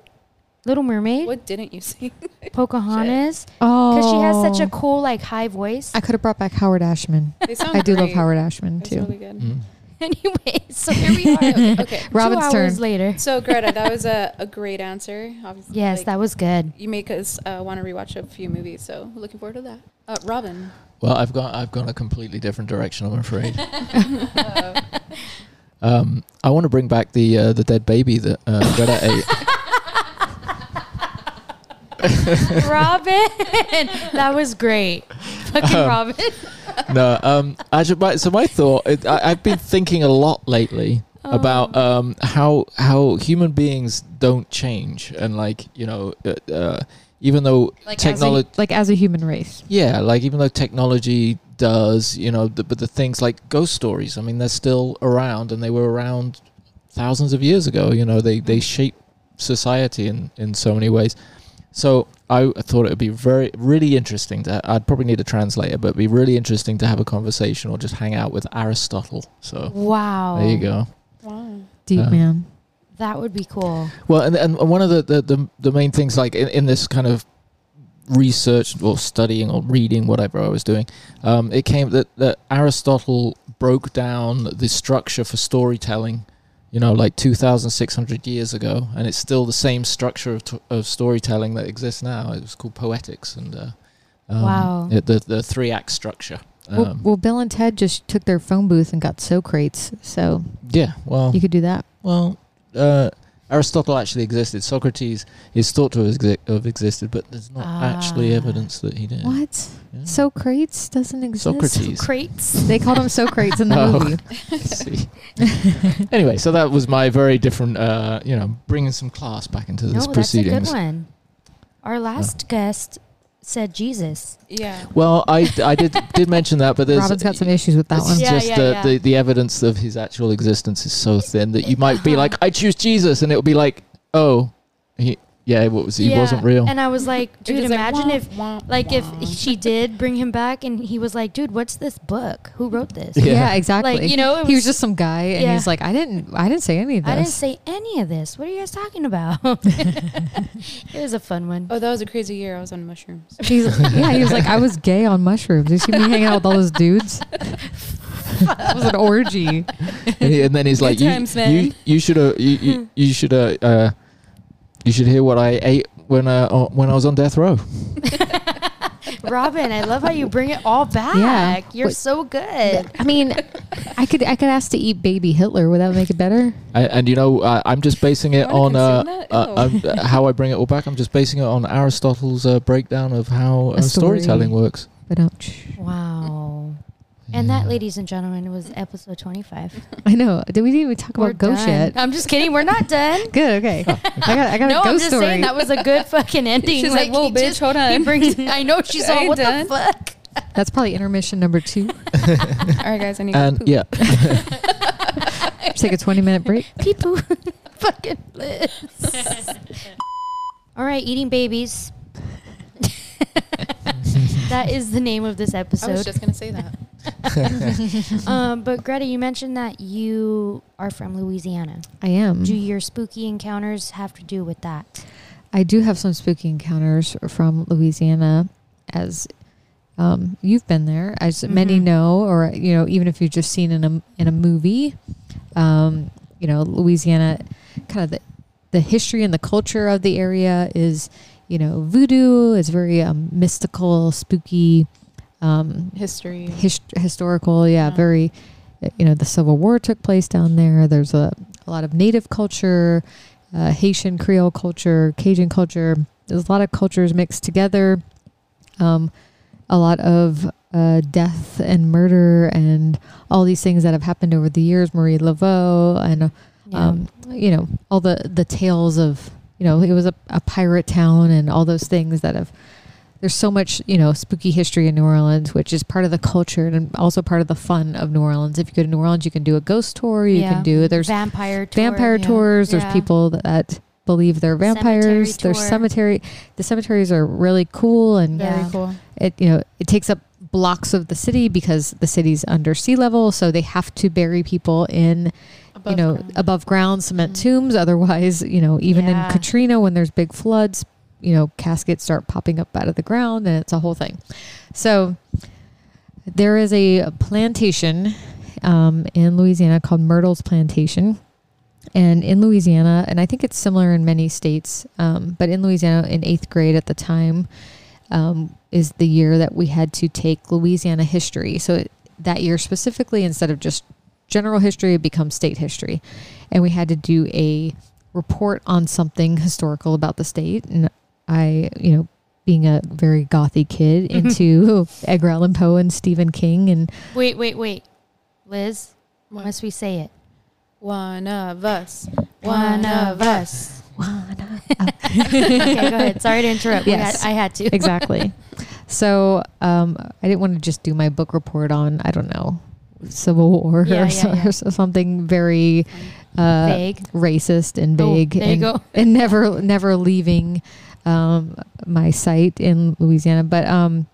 Little Mermaid,
What didn't you sing?
Pocahontas,
Oh,
because she has such a cool like high voice.
I could have brought back Howard Ashman.
They sound
I do love
great.
Howard Ashman
It's
too.
really good.
Mm.
anyway, so here we are.
Okay, okay.
Robin's
Two
turn.
hours later.
So Greta, that was a, a great answer. Obviously,
Yes,
like,
that was good.
you make us uh, want to rewatch a few movies. So looking forward to that. Uh, Robin,
Well, I've gone. I've gone a completely different direction. I'm afraid. um, I want to bring back the uh, the dead baby that uh, Greta ate.
Robin, that was great. Fucking
Um,
Robin.
No, um, I just, my, so my thought. It, I, I've been thinking a lot lately
Oh.
about um, how how human beings don't change, and like you know, uh, uh, even though technology.
like as a human race.
Yeah, like even though technology does, you know, the, but the things like ghost stories, I mean, they're still around and they were around thousands of years ago. You know, they, they shape society in, in so many ways. So I thought it would be very, really interesting to, I'd probably need a translator, but it'd be really interesting to have a conversation or just hang out with Aristotle. So
Wow.
there you go.
wow,
Deep
Uh,
man.
That would be cool.
Well, and, and one of the, the, the, the main things, like in, in this kind of research or studying or reading, whatever I was doing, um, it came that, that Aristotle broke down the structure for storytelling, you know, like 2,600 years ago, and it's still the same structure of, t- of storytelling that exists now. It was called poetics, and uh, um,
Wow.
it- the, the three act structure.
well,
Um,
well, Bill and Ted just took their phone booth and got Socrates, so
yeah, well,
you could do that.
Well, uh, Aristotle actually existed. Socrates is thought to have, exi- have existed, but there's not actually
Ah.
evidence that he did.
What?
Yeah.
Socrates doesn't exist.
Socrates.
Crates.
They called him Socrates in the
Oh.
movie.
See. anyway, so that was my very different, uh, you know, bringing some class back into
No,
this
that's a good
proceedings.
one. Our last guest said Jesus.
yeah,
Well, I, I did did mention that, but there's
Robin's got some issues with that
it's
one.
Yeah,
just
yeah,
the,
yeah.
The, the evidence of his actual existence is so thin that you might be like, I choose Jesus, and it'll be like, oh, he, yeah, what was he
Yeah,
wasn't real.
And I was like, dude,
Because, like,
imagine
wah,
if
wah,
like if
wah.
she did bring him back and he was like, dude, what's this book? Who wrote this?
Yeah.
Yeah, exactly.
Like, you know, it
he
was-
was just some guy, and
Yeah.
he's like, "I didn't, I didn't say any of this."
I didn't say any of this. What are you guys talking about? it was a fun one.
Oh, that was a crazy year. I was on mushrooms.
He's, yeah, he was like, "I was gay on mushrooms." You see me hanging out with all those dudes? it was an orgy.
and, he- and then he's like,
Good
you,
times,
you,
man."
you should have, you, you, you should have, uh, you should hear what I ate when uh, o- when I was on death row.
Robin, I love how you bring it all back. You're
Wait.
so good.
I mean, I could, I could ask to eat baby Hitler. Would that make it better?
And, and you know, uh, I'm just basing it
You wanna
on uh,
consume that?
uh, um, uh, how I bring it all back. I'm just basing it on Aristotle's uh, breakdown of how uh,
A story.
storytelling works.
But do
Wow. And that, ladies and gentlemen, was episode 25.
I know. Did we even talk
We're
about ghost
done.
yet?
I'm just kidding. We're not done.
Good. Okay. I got. I got
No,
a ghost
I'm just
story.
saying that was a good fucking ending.
She's like, "Whoa,
he
bitch,
just-
hold on."
He brings, I know she's all,
Ain't
what
done."
the fuck?
That's probably intermission number two.
All right, guys, I need to
And
poop.
yeah,
Take a twenty-minute break.
People, fucking bliss. all right, eating babies. that is the name of this
I was
episode.
just gonna say that.
Um, but Greta, you mentioned that you are from Louisiana.
I am.
Do
Mm-hmm.
your spooky encounters have to do with that?
I do have some spooky encounters from Louisiana, as um, you've been there, as many
Mhm.
know, or you know, even if you've just seen in a in a movie, um, you know, Louisiana, kind of the the history and the culture of the area is, you know, voodoo is very um, mystical, spooky, um,
History.
his, historical. Yeah,
Yeah.
very. You know, the Civil War took place down there. There's a, a lot of Native culture, uh, Haitian Creole culture, Cajun culture. There's a lot of cultures mixed together. Um, a lot of uh, death and murder and all these things that have happened over the years. Marie Laveau and uh, um, you know all the the tales of you know it was a, a pirate town and all those things that have there's so much you know spooky history in new orleans which is part of the culture and also part of the fun of new orleans if you go to new orleans you can do a ghost tour you
Yeah.
can do there's
vampire tour,
vampire
yeah.
tours
Yeah.
there's people that, that believe they're
Cemetery
vampires there's
tour.
cemetery the cemeteries are really cool and
Yeah.
Very cool.
it you know it takes up blocks of the city because the city's under sea level so they have to bury people in
Above
you know,
ground.
above ground cement
Mhm.
tombs. Otherwise, you know, even
Yeah.
in Katrina, when there's big floods, you know, caskets start popping up out of the ground and it's a whole thing. So there is a plantation um, in Louisiana called Myrtle's Plantation. And in Louisiana, and I think it's similar in many states, um, but in Louisiana, in eighth grade at the time, um, is the year that we had to take Louisiana history. So it, that year specifically, instead of just general history, it becomes state history. And we had to do a report on something historical about the state. And I, you know, being a very gothy kid
Mm-hmm.
into Edgar Allan Poe and Stephen King and
Wait, wait, wait. Liz,
What?
must we say it?
One of us.
One of us. okay, go ahead. Sorry to interrupt.
Oh. Yes.
Yes. I had to.
exactly. so um, I didn't want to just do my book report on I don't know Civil War
Yeah,
or,
yeah,
so,
yeah.
or so- something very uh,
Vague.
racist and
Oh,
vague.
there you
and,
go.
and never never leaving um, my site in Louisiana, but. Um,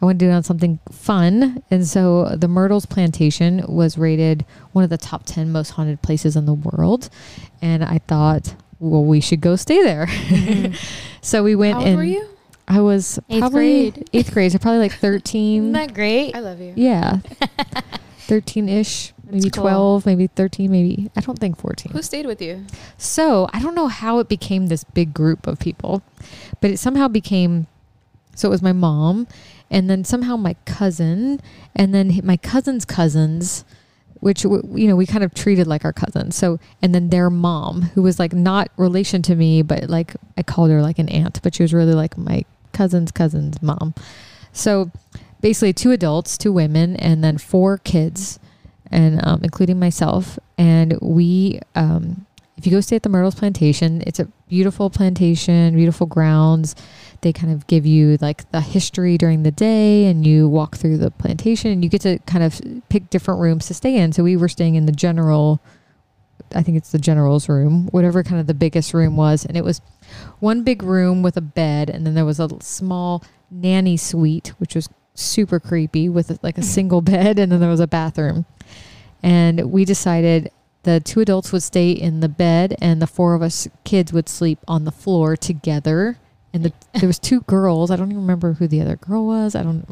I want to do it on something fun. And so the Myrtles Plantation was rated one of the top 10 most haunted places in the world. And I thought, well, we should go stay there.
Mm-hmm.
so we went
How
and
old were you?
I was
Eighth
probably
grade.
eighth grade, so probably like
Isn't
thirteen.
that great?
I love you.
yeah, thirteen ish, maybe
cool.
twelve, maybe thirteen, maybe I don't think fourteen.
Who stayed with you?
So I don't know how it became this big group of people, but it somehow became. So it was my mom, and then somehow my cousin, and then h- my cousin's cousins, which w- you know we kind of treated like our cousins. So and then their mom, who was like not relation to me, but like I called her like an aunt, but she was really like my cousin's cousin's mom. So basically, two adults, two women, and then four kids, and um, including myself. And we, um, if you go stay at the Myrtles Plantation, it's a beautiful plantation, beautiful grounds. They kind of give you like the history during the day, and you walk through the plantation, and you get to kind of pick different rooms to stay in. So we were staying in the general. I think it's the general's room, whatever kind of the biggest room was. And it was one big room with a bed, and then there was a l- small nanny suite, which was super creepy, with like a single bed, and then there was a bathroom. And we decided the two adults would stay in the bed, and the four of us kids would sleep on the floor together. And the, there was two girls. I don't even remember who the other girl was. I don't,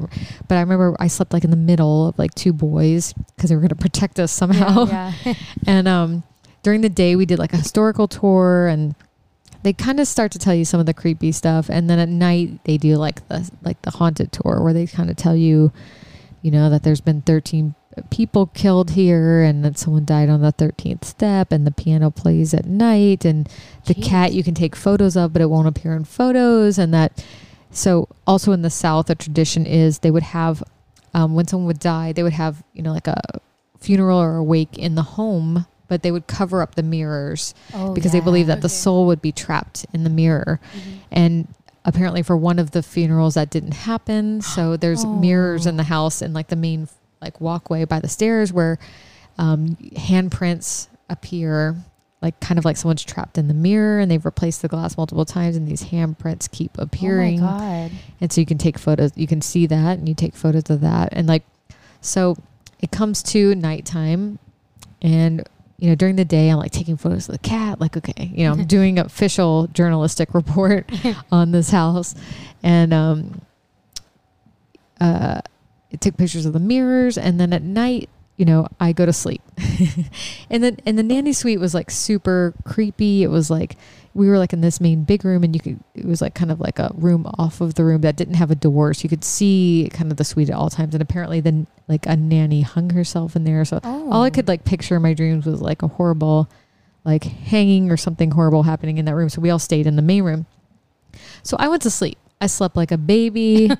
but I remember I slept like in the middle of like two boys because they were going to protect us somehow.
Yeah.
And um, during the day, we did like a historical tour, and they kind of start to tell you some of the creepy stuff. And then at night, they do like the like the haunted tour, where they kind of tell you, you know, that there's been 13 people killed here, and that someone died on the 13th step, and the piano plays at night, and the
Jeez.
cat you can take photos of, but it won't appear in photos, and that. So also in the South, a tradition is they would have um, when someone would die, they would have you know like a funeral or a wake in the home, but they would cover up the mirrors
Oh,
because they believed that the
Okay.
soul would be trapped in the mirror.
Mm-hmm.
And apparently, for one of the funerals, that didn't happen. So there's mirrors in the house in like the main like walkway by the stairs where um, handprints appear, like kind of like someone's trapped in the mirror, and they've replaced the glass multiple times, and these handprints keep appearing.
Oh my god.
And so you can take photos, you can see that and you take photos of that. And like, so it comes to nighttime and, you know, during the day, I'm like taking photos of the cat. Like, okay, you know, I'm doing official journalistic report on this house. And, um, uh, it took pictures of the mirrors. And then at night, you know, I go to sleep. and then, and the nanny suite was like super creepy. It was like, we were like in this main big room and you could it was like kind of like a room off of the room that didn't have a door so you could see kind of the suite at all times and apparently then like a nanny hung herself in there so
Oh.
all i could like picture in my dreams was like a horrible like hanging or something horrible happening in that room so we all stayed in the main room so i went to sleep i slept like a baby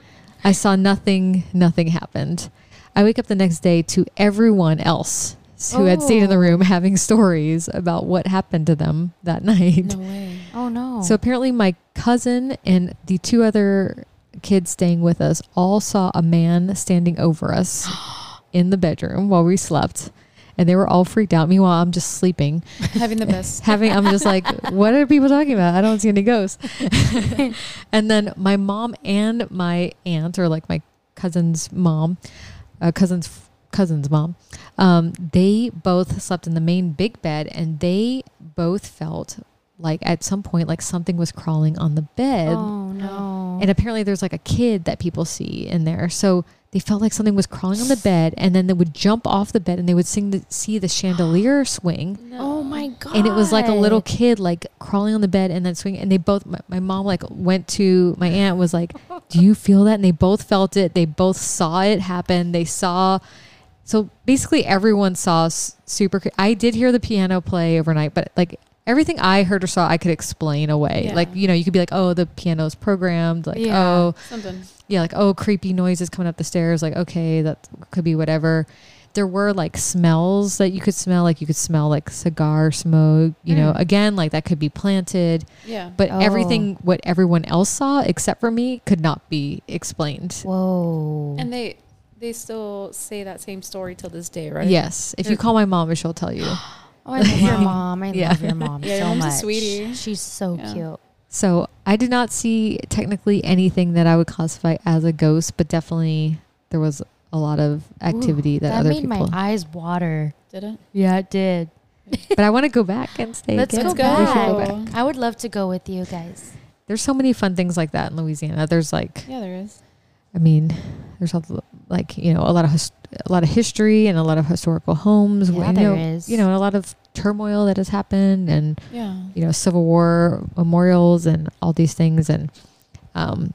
i saw nothing nothing happened i wake up the next day to everyone else who had stayed in the
Oh.
room having stories about what happened to them that night
No way.
Oh no.
so apparently, my cousin and the two other kids staying with us all saw a man standing over us in the bedroom while we slept. And they were all freaked out. Meanwhile, I'm just sleeping.
Having the best.
Having, I'm just like, what are people talking about? I don't see any ghosts. and then my mom and my aunt, or like my cousin's mom, uh, cousin's cousin's mom, um, they both slept in the main big bed, and they both felt like at some point like something was crawling on the bed.
oh no.
And apparently, there's like a kid that people see in there. So they felt like something was crawling on the bed, and then they would jump off the bed, and they would sing the, see the chandelier swing.
oh my god.
And it was like a little kid, like crawling on the bed and then swinging. And they both, my, my mom, like went to my aunt, was like, Do you feel that? And they both felt it. They both saw it happen. They saw, so basically everyone saw s- super. cre- I did hear the piano play overnight, but like everything I heard or saw, I could explain away.
Yeah.
Like, you know, you could be like, Oh, the piano's programmed. Like,
Yeah.
oh,
Something.
yeah, like oh, creepy noises coming up the stairs. Like okay, that could be whatever. There were like smells that you could smell. Like you could smell like cigar smoke. You know, again, like that could be planted.
Yeah.
But
Mm. Oh.
everything what everyone else saw except for me could not be explained.
Whoa.
and they they still say that same story till this day, right?
Yes, if you call my mom, she'll tell you.
oh, I love your
Wow.
mom. I
Yeah.
love your mom
Yeah, your
so
mom's a
much.
sweetie.
She's so
Yeah.
cute.
So I did not see technically anything that I would classify as a ghost, but definitely there was a lot of activity that,
That
other
made my
people.
eyes water.
Did it?
Yeah, it did.
but I want to go back and stay.
Let's
again.
go
Let's go.
back.
Let's go.
I would love to go with you guys.
There's so many fun things like that in Louisiana. There's like,
Yeah, there is.
I mean, there's a, l- like you know a lot of his, a lot of history and a lot of historical homes.
Yeah,
you
there
know,
is.
You know, a lot of turmoil that has happened, and
Yeah.
you know, Civil War memorials and all these things. And um,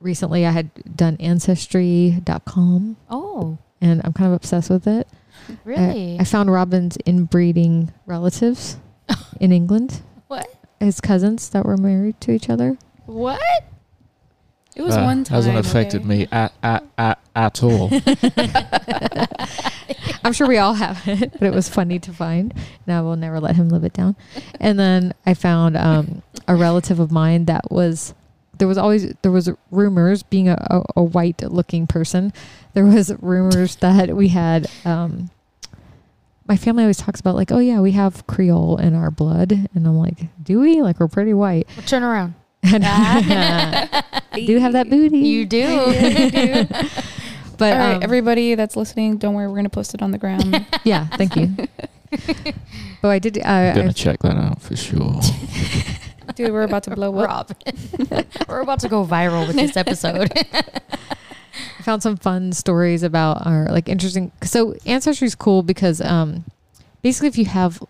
recently, I had done Ancestry.com,
Oh,
and I'm kind of obsessed with it. I-
really?
uh, I found Robin's inbreeding relatives in England.
What?
His cousins that were married to each other.
what?
It was
Uh,
one time.
Hasn't affected
okay?
me at, at, at, at all.
I'm sure we all have it, but it was funny to find, and I will never let him live it down. And then I found um, a relative of mine that was there was always there was rumors being a, a, a white looking person. There was rumors that we had. Um, my family always talks about like, oh yeah, we have Creole in our blood, and I'm like, do we? Like we're pretty white.
Well, turn around.
And do have that booty.
You do.
but
All right,
um,
everybody that's listening, don't worry. We're gonna post it on the ground.
yeah, thank you. but I did. Uh,
I'm
I
going to check that out for sure.
Dude, we're about to blow up.
Rob. We're about to go viral with this episode.
I found some fun stories about our like interesting. So ancestry is cool because um, basically if you have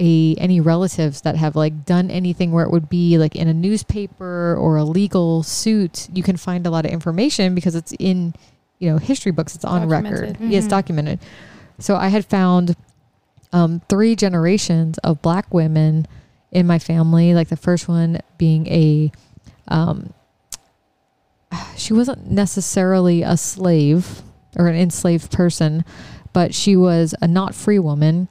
a any relatives that have like done anything where it would be like in a newspaper or a legal suit, you can find a lot of information because it's in you know history books. It's on record.
Documented.
Yeah, it's
Mhm.
documented. So I had found um, three generations of black women in my family. Like the first one being a um, she wasn't necessarily a slave or an enslaved person, but she was a not free woman.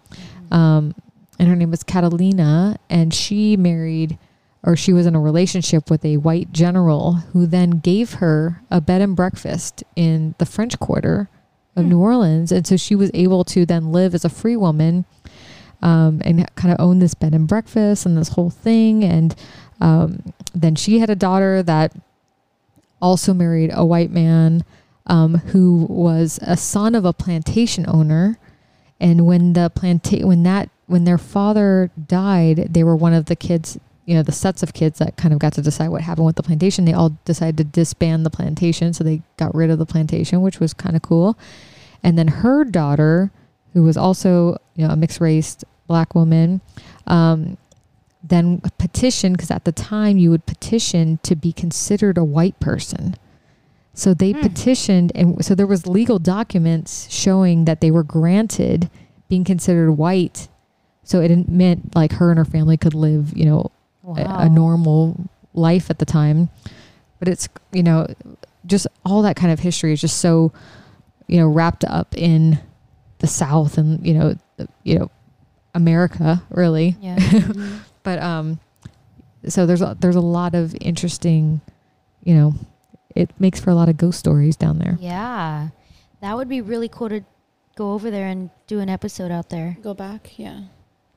Um, and her name was Catalina, and she married or she was in a relationship with a white general who then gave her a bed and breakfast in the French Quarter of
Hmm.
New Orleans. And so she was able to then live as a free woman um, and kind of own this bed and breakfast and this whole thing. And um, then she had a daughter that also married a white man um, who was a son of a plantation owner. And when the planta- when that when their father died, they were one of the kids, you know, the sets of kids that kind of got to decide what happened with the plantation. They all decided to disband the plantation, so they got rid of the plantation, which was kind of cool. And then her daughter, who was also you know a mixed raced black woman, um, then petitioned because at the time you would petition to be considered a white person. So they
Hmm.
petitioned, and so there was legal documents showing that they were granted being considered white. So it didn't- meant like her and her family could live, you know, a, a normal life at the time. But it's, you know, just all that kind of history is just so, you know, wrapped up in the South and, you know, the, you know, America really.
Yeah.
But, um, so there's, a, there's a lot of interesting, you know, it makes for a lot of ghost stories down there.
yeah. That would be really cool to go over there and do an episode out there.
Go back. Yeah.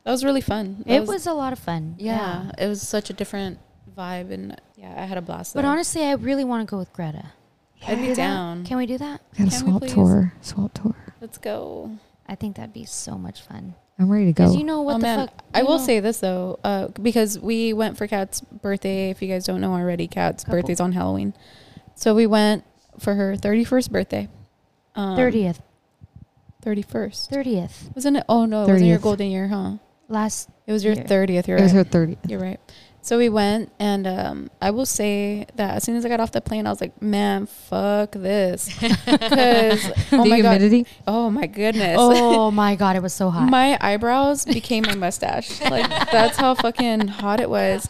That was really fun. That
It was, a lot of fun.
Yeah, It was such a different vibe. And yeah, I had a blast.
But
there.
honestly, I really want to go with Greta.
uh, I'd be
Do that?
down.
Can we do that?
We got a
Can we
swamp
please?
tour, swamp tour.
Let's go.
I think that'd be so much fun.
I'm ready to go.
Because you know what
oh
the
man,
fuck.
I
you
will
know-
say this though, uh, because we went for Kat's birthday. If you guys don't know already, Kat's
Couple.
birthday's on Halloween, so we went for her thirty-first birthday. Um,
thirtieth,
Thirty-first.
thirtieth,
Wasn't it? Oh no, it wasn't your
30th.
golden year, huh?
last
It was your
Year.
thirtieth. You're
it was
right.
her 30th.
You're right. So we went, and um, I will say that as soon as I got off the plane, I was like, "Man, fuck this!" 'Cause, oh
the
my god,
humidity.
oh my goodness,
Oh my god, it was so hot.
my eyebrows became my mustache. Like that's how fucking hot it was,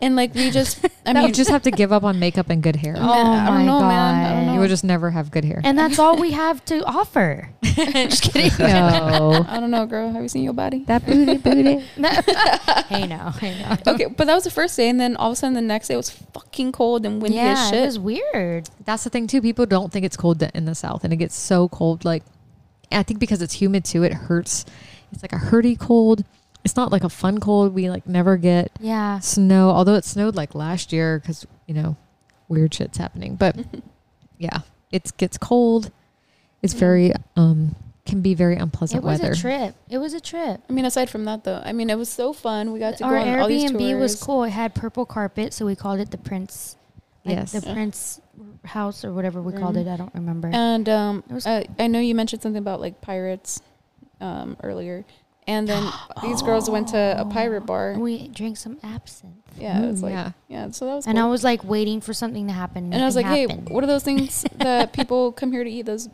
and like we just, I
I mean,
mean,
you just have to give up on makeup and good hair.
Oh
I don't
my
know, man. I
God.
don't know.
You will just never have good hair.
and that's all we have to offer. Just kidding.
No.
I don't know, girl. Have you seen your body?
that booty booty.
hey, no, hey, no.
okay, but that was the first day, and then all of a sudden the next day it was fucking cold and windy as
Yeah,
shit.
it was weird.
That's the thing too. People don't think it's cold in the south, and it gets so cold. Like, I think because it's humid too, it hurts. It's like a hurty cold. It's not like a fun cold. We like never get
Yeah,
snow, although it snowed like last year because you know weird shit's happening. But yeah, it gets cold. It's
Mm-hmm.
very um can be very unpleasant
it was
weather.
a trip. It was a trip.
I mean, aside from that though, I mean, it was so fun. We got to
Our
go on all these
Airbnb
tours.
was cool. It had purple carpet, so we called it the Prince. Like
Yes.
the Prince House or whatever we called
Room.
it. I don't remember.
And Mm-hmm. um,
It was
I, I know you mentioned something about like pirates um, earlier, and then these girls went to a pirate bar.
And we drank some absinthe,
yeah, it's
Ooh,
like yeah.
Mm, yeah.
so that was.
and I
cool.
was like waiting for something to happen.
and I was like,
Nothing happened.
hey, what are those things that people come here to eat? Those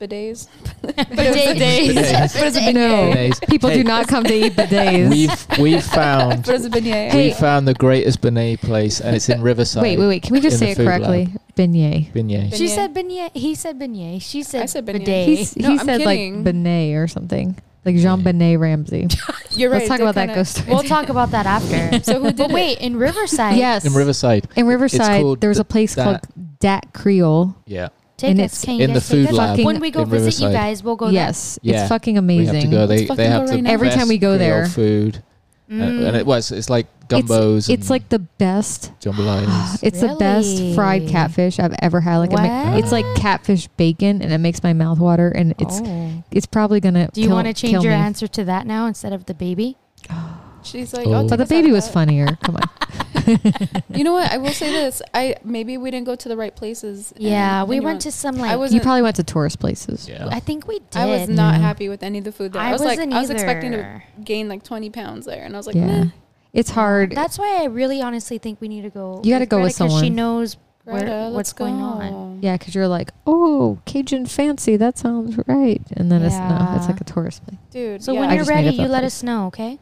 bidets. but
Bidets.
Bidets.
but it's a
Bidet.
bidet.
Bidets.
People
Hey.
do not come to eat bidets.
We've we've found
But it's a bidet.
we found the greatest beignet place, and it's in Riverside.
wait, wait, wait. Can we just
in the
say it
food lab.
correctly? Beignet.
Beignet.
She
Beignet.
said beignet. He said beignet. She said,
said beignet.
bidet.
He's,
No,
he
I'm
said
kidding.
like Benet or something. Like Jean Benet Ramsey.
You're right.
Let's talk
they
about that
kinda-
ghost story.
we'll talk about that after.
So who did
but
it?
wait, in Riverside,
yes.
In Riverside.
In Riverside,
called
there was a place
Da-
called Dat Creole.
Yeah.
take
And
us.
it's
Can you
in the
guys take
food
us?
lab
When we go
in
visit you
Riverside.
guys, we'll go. there.
yes.
Yeah.
It's fucking
We
amazing.
have to go. They,
fucking
they have
go
to
right now.
Every time we go there.
food, uh, and
Mm.
it was it's like gumbos.
Mm. it's,
and
it's like the best.
jambalayas.
It's the best fried
Really?
catfish I've ever had. Like it ma- it's like
Wow.
catfish bacon, and it makes my mouth water. And it's
Oh.
it's probably gonna.
Do you
kill-
want to change
kill
your
me.
answer to that now instead of the baby?
She's like,
Oh.
oh,
But
But the baby was funnier. Come on.
You know what? I will say this. I maybe we didn't go to the right places. and
Yeah, we
then you
went to some like.
I
I
was-
was.
You
Wasn't-
probably went to tourist places.
yeah.
I think we did.
I was not
Yeah.
happy with any of the food there. I,
I
was like,
wasn't
I was expecting to
either.
gain like 20 pounds there, and I was like,
yeah.
nah,
It's hard.
That's why I really honestly think we need to go.
You gotta go
Greta
with
'cause She
someone.
knows
Greta,
where,
let's
what's
go.
going on.
Yeah, because you're like, oh, Cajun fancy. That sounds right. And then it's no,
Yeah.
it's like a tourist place.
dude.
So
yeah.
when
I
you're
just made
ready,
up
you
that
let
place.
us know, okay?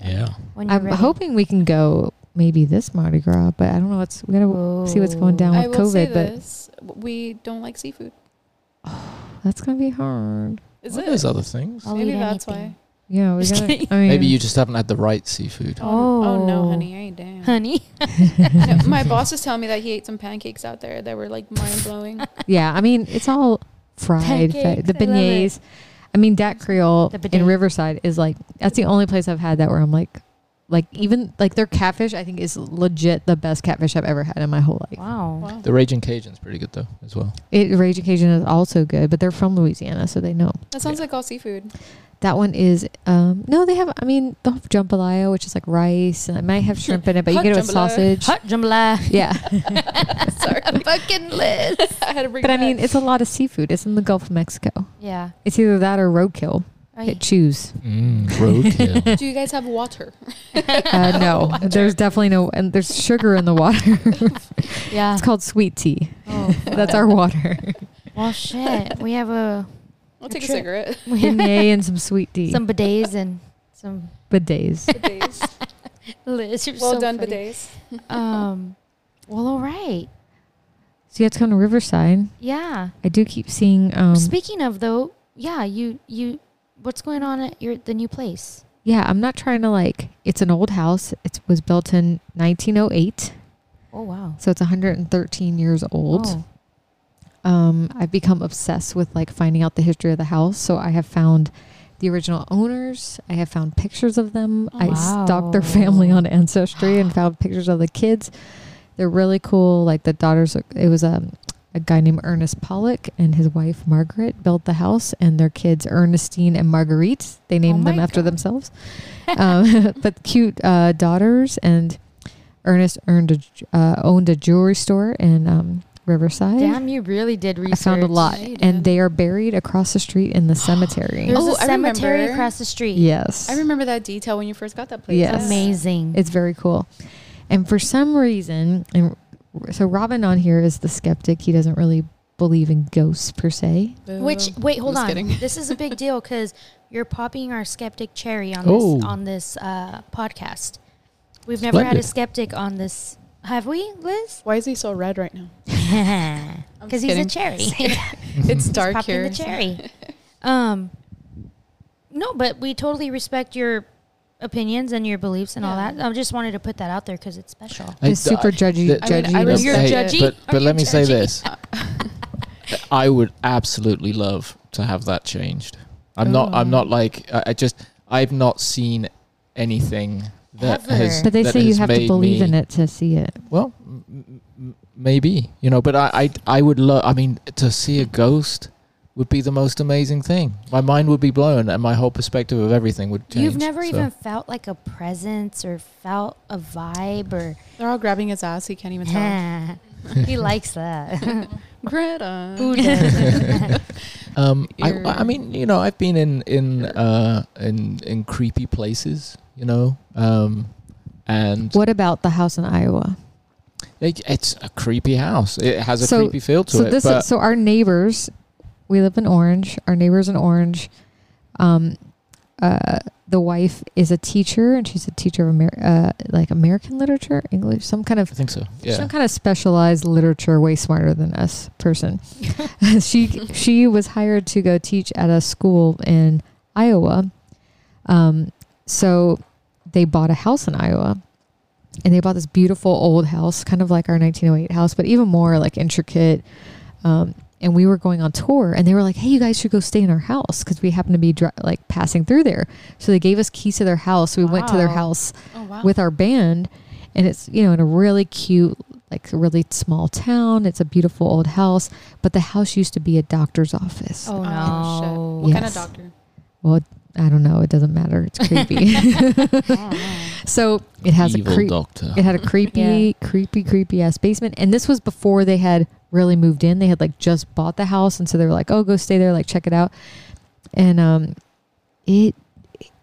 yeah.
When you're
I'm
ready.
hoping we can go maybe this Mardi Gras, but I don't know what's we gotta see what's going down
I
with
will say
COVID. But
this: we don't like seafood.
that's gonna be hard.
Is
Well,
it?
There's other things.
I'll
Maybe
eat
that's
anything.
Yeah, we
Just
gotta.
kidding.
I mean,
Maybe you just haven't had the right seafood.
Oh, oh no,
Oh.
honey, I ain't down.
Honey,
No, my boss is telling me that he ate some pancakes out there that were like mind blowing.
Yeah, I mean, it's all fried. fe-
Pancakes,
the
I love it.
beignets. I mean, Dat Creole
The
in
bidet.
Riverside is like that's the only place I've had that where I'm like, like even like their catfish. I think is legit the best catfish I've ever had in my whole life.
wow.
The Raging Cajun's pretty good though, as well.
It Rage Occasion is also good, but they're from Louisiana, so they know.
That sounds like all seafood.
That one is um no, they have. I mean, they'll have jambalaya, which is like rice, and it might have shrimp in it, but you
Hot
get it with
jambalaya.
sausage.
Hot jambalaya.
Yeah,
Sorry,
Fucking lit.
I had to bring.
but
it
I mean,
back.
it's a lot of seafood. It's in the Gulf of Mexico.
Yeah.
It's either that or roadkill.
Ay.
Choose.
Mm, roadkill.
do you guys have water?
Uh, no, there's definitely no, and there's sugar in the water.
Yeah.
it's called sweet tea.
Oh,
That's our water.
well, shit. We have a
I'll take a
Sure.
cigarette.
we have
Beignet and some sweet tea.
some bidets and some.
bidets.
Bidets.
Liz, you're
well
so
done,
funny.
bidets.
Um. Well, all right.
So you have to come to Riverside.
Yeah.
I do keep seeing. Um,
Speaking of though, yeah, you you, what's going on at your the new place?
yeah, I'm not trying to like. It's an old house. It was built in 1908,
Oh wow.
so it's 113 years old.
Oh,
um, I've become obsessed with like finding out the history of the house. So I have found the original owners. I have found pictures of them. I stalked their family
Oh, Wow.
on Ancestry and found pictures of the kids. They're really cool. Like the daughters, it was um, a guy named Ernest Pollock and his wife Margaret built the house, and their kids Ernestine and Marguerite. They named them
Oh my
after
God.
themselves. Um, but cute uh, daughters and. Ernest earned a, j- uh, owned a jewelry store in um, Riverside.
damn, you really did research.
I found a lot,
Yeah, you did.
and they are buried across the street in the cemetery.
There's
Oh,
a
I
cemetery
remember.
across the street.
yes,
I remember that detail when you first got that place.
Yes.
Amazing.
It's very cool, and for some reason, and so Robin on here is the skeptic. He doesn't really believe in ghosts per se.
Which wait, hold
Oh, Just
on.
kidding.
This is a big deal because you're popping our skeptic cherry on
Oh.
this on this uh, podcast. We've never had a
Splendid.
skeptic on this, have we, Liz?
Why is he so red right now? I'm
Because
just
he's a
kidding.
cherry.
It's dark
popping
here.
the cherry. um, no, but we totally respect your opinions and your beliefs and all
Yeah.
that. I just wanted to put that out there because it's special.
I-
It's super judgy-
the-
I mean,
judgy.
I
But-
was- You're
hey,
judgy?
But,
Are
but
you
let me say
judgy?
this. I would absolutely love to have that changed. I'm not I'm
Oh.
not like I, I just I've not seen anything that
Ever.
has
but they
that
say you
has
have to
made
believe
me-
in it to see it.
Well, m- m- m- maybe, you know, but I I I would love I mean to see a ghost would be the most amazing thing. My mind would be blown and my whole perspective of everything would change.
You've never
so.
even felt like a presence or felt a vibe or
They're all grabbing his ass. He can't even tell.
he likes that.
Greta.
Who does?
Um, I,
Ear-
I mean, you know, I've been in in uh, in in creepy places, you know, um, and
What about the house in Iowa?
it, it's a creepy house. It has a
So-
creepy feel to
so
it.
this,
but
is, so our neighbors, we live in Orange. Our neighbors in Orange, um, uh, the wife is a teacher, and she's a teacher of Amer- uh, like American literature, English, some kind of
I think so.
some
Yeah.
kind of specialized literature way smarter than us person she she was hired to go teach at a school in iowa um, so they bought a house in iowa and they bought this beautiful old house kind of like our 1908 house but even more like intricate um, and we were going on tour and they were like hey you guys should go stay in our house because we happened to be dri- like passing through there so they gave us keys to their house we went to their
Wow.
house
Oh wow.
with our band and it's you know in a really cute like a really small town it's a beautiful old house but the house used to be a doctor's office
oh
shit.
no.
What kind of
Yes.
doctor?
i don't know it doesn't matter it's creepy
Oh,
so it has
Evil
a creep
doctor.
it had a creepy creepy creepy ass basement and this was before they had really moved in they had like just bought the house and so they were like oh go stay there like check it out and um it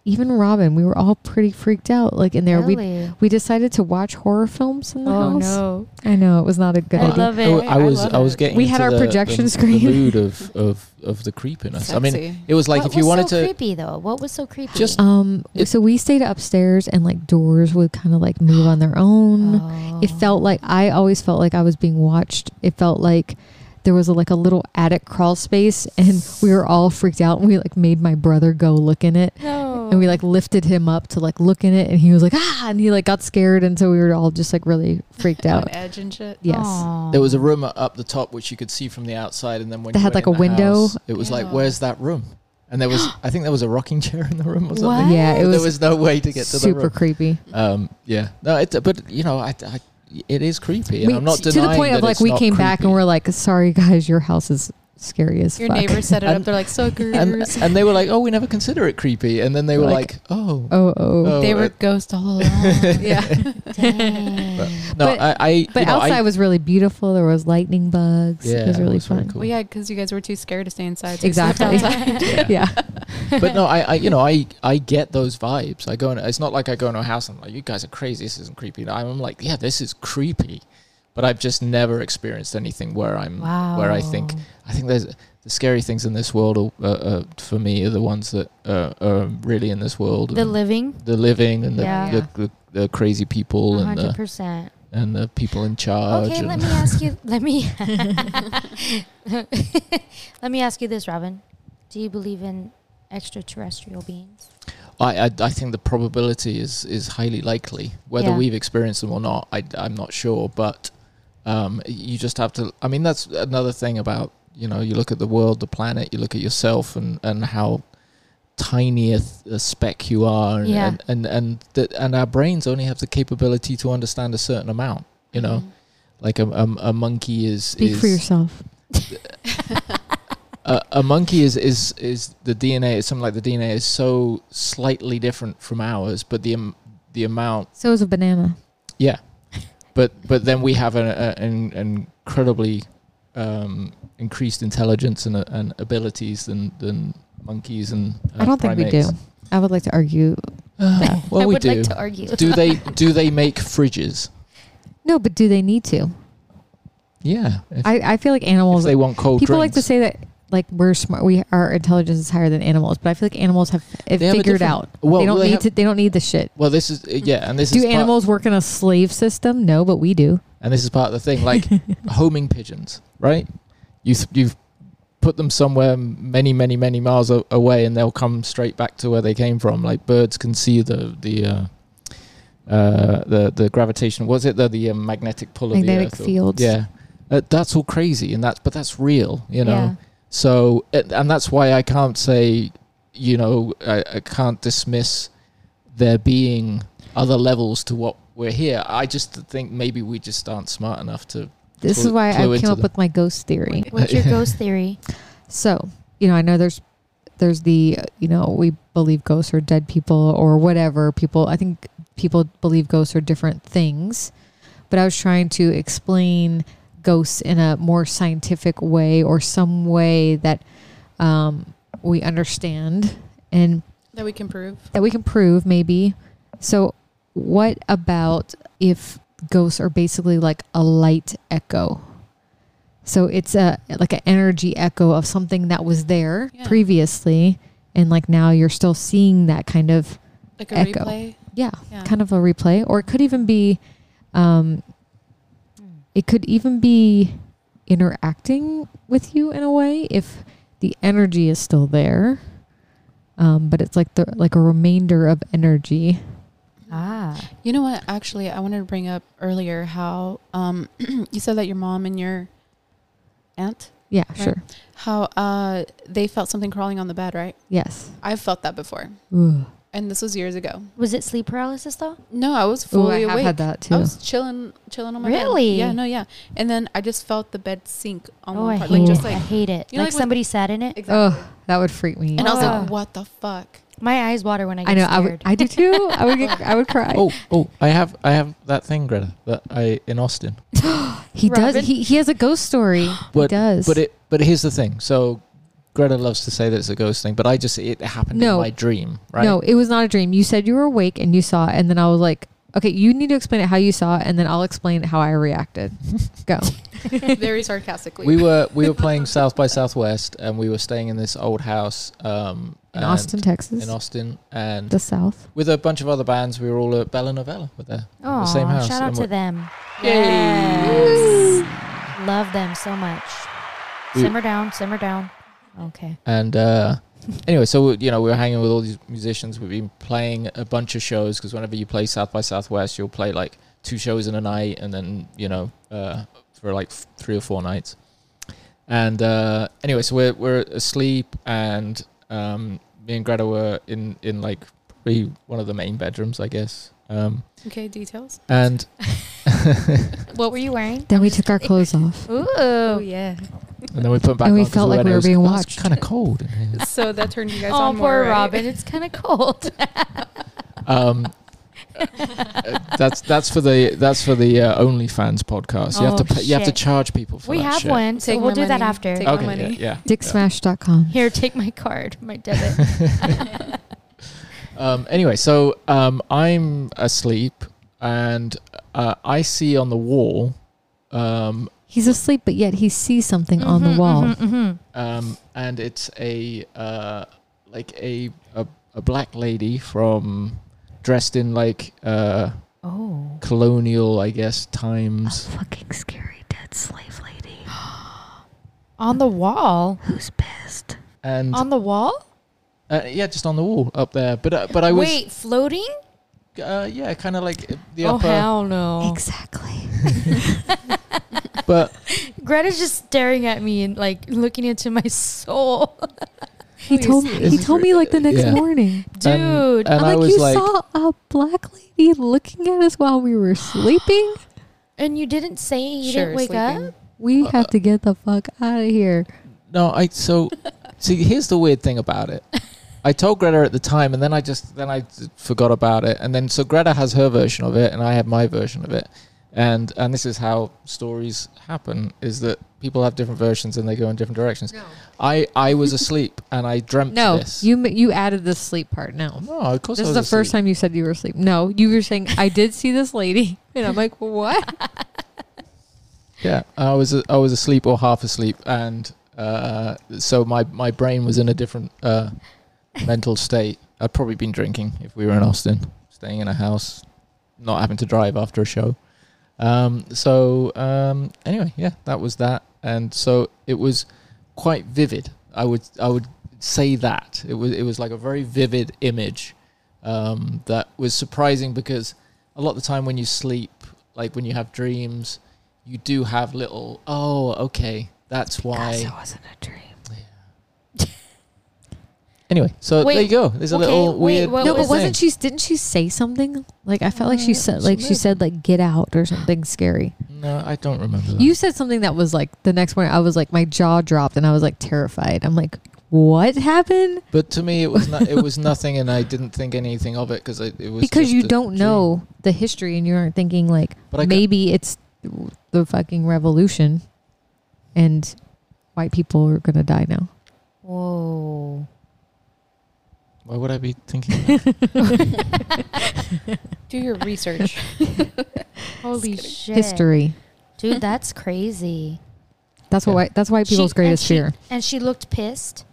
even Robin, we were all pretty freaked out. Like in there, we
Really?
we decided to watch horror films in the
Oh
house.
no!
I know it was not a good
I
idea.
love
I,
it.
Oh, I was I, was getting
We had
into
our
the- um,
projection
the,
screen.
the mood of of of the creepiness. I mean,
Sexy.
it was like
what
if you
was
wanted
so
to
creepy though. What was so creepy?
Just-
Um,
It-
so we stayed upstairs, and like doors would kind of like move on their own. It
Oh.
felt like I always felt like I was being watched. It felt like there was a, like a little attic crawl space, and we were all freaked out. And we like made my brother go look in it,
no.
and we like lifted him up to like look in it, and he was like ah, and he like got scared, and so we were all just like really freaked
on
out.
edge and shit.
Yes.
Aw.
There was a room up the top which you could see from the outside, and then when
That
you
had, like,
went in
a
the
window.
house, it was like,
Yeah.
"Where's that room?" And there was, I think there was a rocking chair in the room or something.
What?
Yeah, it
There
was
was no way to get to the
super
room.
creepy.
um, yeah, no, it, but you know, I, I, it is creepy, and
We-
I'm not
to
denying
the point
that
of like
it's
we
not
came back and
creepy.
we're like, sorry guys, your house is scary as
Your
fuck.
neighbors set it up.
And-
They're like
and,
suckers.
and they were like, "Oh, we never consider it creepy," and then they were
Like,
like, "Oh."
Oh, oh.
Oh,
they were
it-
ghost all along. yeah.
Dang.
But- no,
But-
I, I.
But
you know, I-
outside was really beautiful. There was lightning bugs.
yeah,
it was really
really
fun.
cool.
Well, yeah, because you guys were too scared to stay inside. so you slept
Exactly.
outside.
Yeah.
yeah.
but no, I, I, you know, I, I get those vibes. I go in. It's not like I go into a house and I'm like, you guys are crazy. This isn't creepy. And I'm like, yeah, this is creepy. But I've just never experienced anything where I'm,
Wow.
where I think, I think there's the scary things in this world. Are, uh, uh, for me, are the ones that uh, are really in this world.
the
and
living,
the living and the,
Yeah.
the, the, the crazy people and
hundred
the, Uh,
percent.
and the people in charge.
Okay,
and
let me ask you. Let me let me ask you this, Robin. Do you believe in extraterrestrial beings?
I, I, I think the probability is, is highly likely. Whether
Yeah.
we've experienced them or not, I, am not sure. But um, you just have to. I mean, that's another thing about you know you look at the world, the planet, you look at yourself, and, and how tiny a, th- a speck you are, and
Yeah.
and and and, the, and our brains only have the capability to understand a certain amount. You know,
Mm-hmm.
Mm.
like a, a, a monkey is
Speak
is,
for yourself.
a, a monkey is, is is the DNA is something like the DNA is so slightly different from ours, but the am the amount,
So is a banana.
but but then we have an, a, an an incredibly um, increased intelligence and, uh, and abilities than than monkeys and uh,
I don't think we do. I would like to argue.
Uh,
I
well, we
would
do.
like to argue.
do they do they make fridges?
No, but do they need to?
Yeah, if,
I, I feel like
if
animals.
they want cold
people like
drinks.
to say that like we're smart. We our intelligence is higher than animals, but I feel like animals have it
They have a
figured
different-
out.
Well,
they don't
they
need
have-
to. They don't need the shit.
well, this is yeah, and this
Do
is part-
animals work in a slave system? No, but we do.
and this is part of the thing like oh, homing pigeons right you th- you've put them somewhere many many many miles a- away and they'll come straight back to where they came from like birds can see the the uh, uh, the the gravitation was it the the uh, magnetic pull of
Magnetic
the earth or-
fields.
yeah uh, that's all crazy and that's but that's real you know
Yeah.
so and and that's why I can't say you know I, I can't dismiss there being other levels to what we're here. I just think maybe we just aren't smart enough to.
This
clue-
is why
clue
I
into
came up
the-
with my ghost theory.
What's your ghost theory?
So, you know, I know there's there's the, uh, you know, we believe ghosts are dead people or whatever. People, I think people believe ghosts are different things. But I was trying to explain ghosts in a more scientific way or some way that um, we understand and
That we can prove.
that we can prove maybe. So, what about if ghosts are basically like a light echo? So it's a like an energy echo of something that was there
Yeah.
previously, and like now you're still seeing that kind of
Like a
Echo.
replay.
yeah,
Yeah.
kind of a replay, or it could even be, um, it could even be interacting with you in a way if the energy is still there, um, but it's like the like a remainder of energy.
Ah,
You know what? Actually, I wanted to bring up earlier how um, you said that your mom and your aunt,
Yeah,
Right.
sure.
how uh, they felt something crawling on the bed, right?
Yes.
I've felt that before,
Ooh,
and this was years ago.
was it sleep paralysis though?
No, I was
Ooh I
fully
have
awake.
had that too.
I was chilling, chilling on my bed.
Really?
Yeah, no, yeah. And then I just felt the bed sink on
Oh,
one
I
part,
hate
like
it.
just
I
like,
hate it.
You know,
like,
like when-
somebody sat in it.
exactly.
Ugh, oh, that would freak me.
and I was
Ah.
like, what the fuck?
My eyes water when I get
I know. I would.
scared.
I do too. I would. Get, I would cry.
Oh, oh, I have, I have that thing, Greta, that I in Austin.
he
Robin?
does. He, he has a ghost story. he
But-
does.
But it, but here's the thing. So Greta loves to say that it's a ghost thing, but I just it happened
No.
in my dream, right?
No, it was not a dream. You said you were awake and you saw it, and then I was like, okay, you need to explain it how you saw it, and then I'll explain how I reacted. Go.
Very sarcastically.
We were we were playing South by Southwest, and we were staying in this old house um,
In
and-
Austin, Texas,
In Austin, and
the South.
with a bunch of other bands, we were all at Bella Novella. With there, in
Oh,
the same house.
shout out
and
to
we-
them.
Yay.
Yes. Love them so much.
We-
Simmer down, simmer down. Okay.
And uh, anyway, so you know, we were hanging with all these musicians. We've been playing a bunch of shows because whenever you play South by Southwest, you'll play like two shows in a night, and then you know, uh, for like f- three or four nights. And uh, anyway, so we're we're asleep, and um, me and Greta were in in like probably one of the main bedrooms, I guess. Um,
Okay, details.
and
What were you wearing?
Then we took our clothes off.
Ooh.
Oh yeah.
and then we put 'em back
And we
on 'cause
felt like we were being watched.
Kind of cold. in here.
So that turned you guys
oh,
on
poor
more. right?
Robin. It's kind of cold.
Um, uh, that's that's for the that's for the uh, OnlyFans podcast. You have to
Oh,
pay, you have to
shit.
charge people for
we
that
have
shit.
one, so
Take
we'll
my
do that
money.
after.
Take-
Okay,
my money.
yeah. yeah.
Dicksmash.com.
Here, take my card, my debit.
Um, anyway, so um, I'm asleep and uh, I see on the wall, um,
He's asleep, but yet he sees something on
Mm-hmm,
the wall.
um, and it's a uh, like a, a a black lady from dressed in like uh,
Oh.
colonial, I guess, times.
Fucking scary dead slave lady
On the wall?
who's pissed.
And
On the wall?
uh, yeah, just on the wall up there. But uh, but I was
Wait, floating?
uh, yeah, Uh-huh. kind of like the
Oh,
upper.
hell no.
Exactly.
But
Greta's just staring at me and like looking into my soul.
He told me. He
Isn't
told me like the next
Yeah.
morning.
Dude.
And- and-
I'm
I
like,
was
you
like-
saw a black lady looking at us while we were sleeping.
and you didn't say you
Sure,
didn't wake
sleeping.
up?
We have to get the fuck out of here.
no, I so see. Here's the weird thing about it. I told Greta at the time, and then I just then I d- forgot about it, and then so Greta has her version of it, and I have my version of it, and and this is how stories happen: is that people have different versions and they go in different directions. I I was asleep and I dreamt
No,
this.
you ma- you added the sleep part. No,
no, of course.
this
I
is
was
the first
asleep.
time you said you were asleep. No, you were saying I did see this lady, and I'm like, what?
Yeah, I was I was asleep or half asleep, and uh, so my my brain was in a different uh, mental state. I'd probably been drinking if we were in Austin, staying in a house, not having to drive after a show. Um, so um, anyway, yeah, that was that, and so it was quite vivid. I would I would say that it was it was like a very vivid image um, that was surprising because a lot of the time when you sleep, like when you have dreams, you do have little. Oh, okay, that's why.
wasn't a dream.
Anyway, so there
Wait,
you go. There's a
okay,
little
wait,
weird.
what
No,
little
but wasn't
thing.
she? Didn't she say something? Like I felt like she
Uh,
said, like she
maybe.
said, like get out or something scary.
No, I don't remember. That.
You said something that was like the next morning. I was like, my jaw dropped, and I was like terrified. I'm like, what happened?
but to me, it was not, it was nothing, and I didn't think anything of it because it, it was
because
just
you
a
don't
dream.
know the history and you aren't thinking like
But I ca-
maybe it's the fucking revolution and white people are gonna die now
Whoa.
Why would I be thinking?
Do your research.
Holy shit.
history
Dude, that's crazy.
that's what
Yeah.
white, that's white people's
She-
greatest
and she-
fear
And she looked pissed.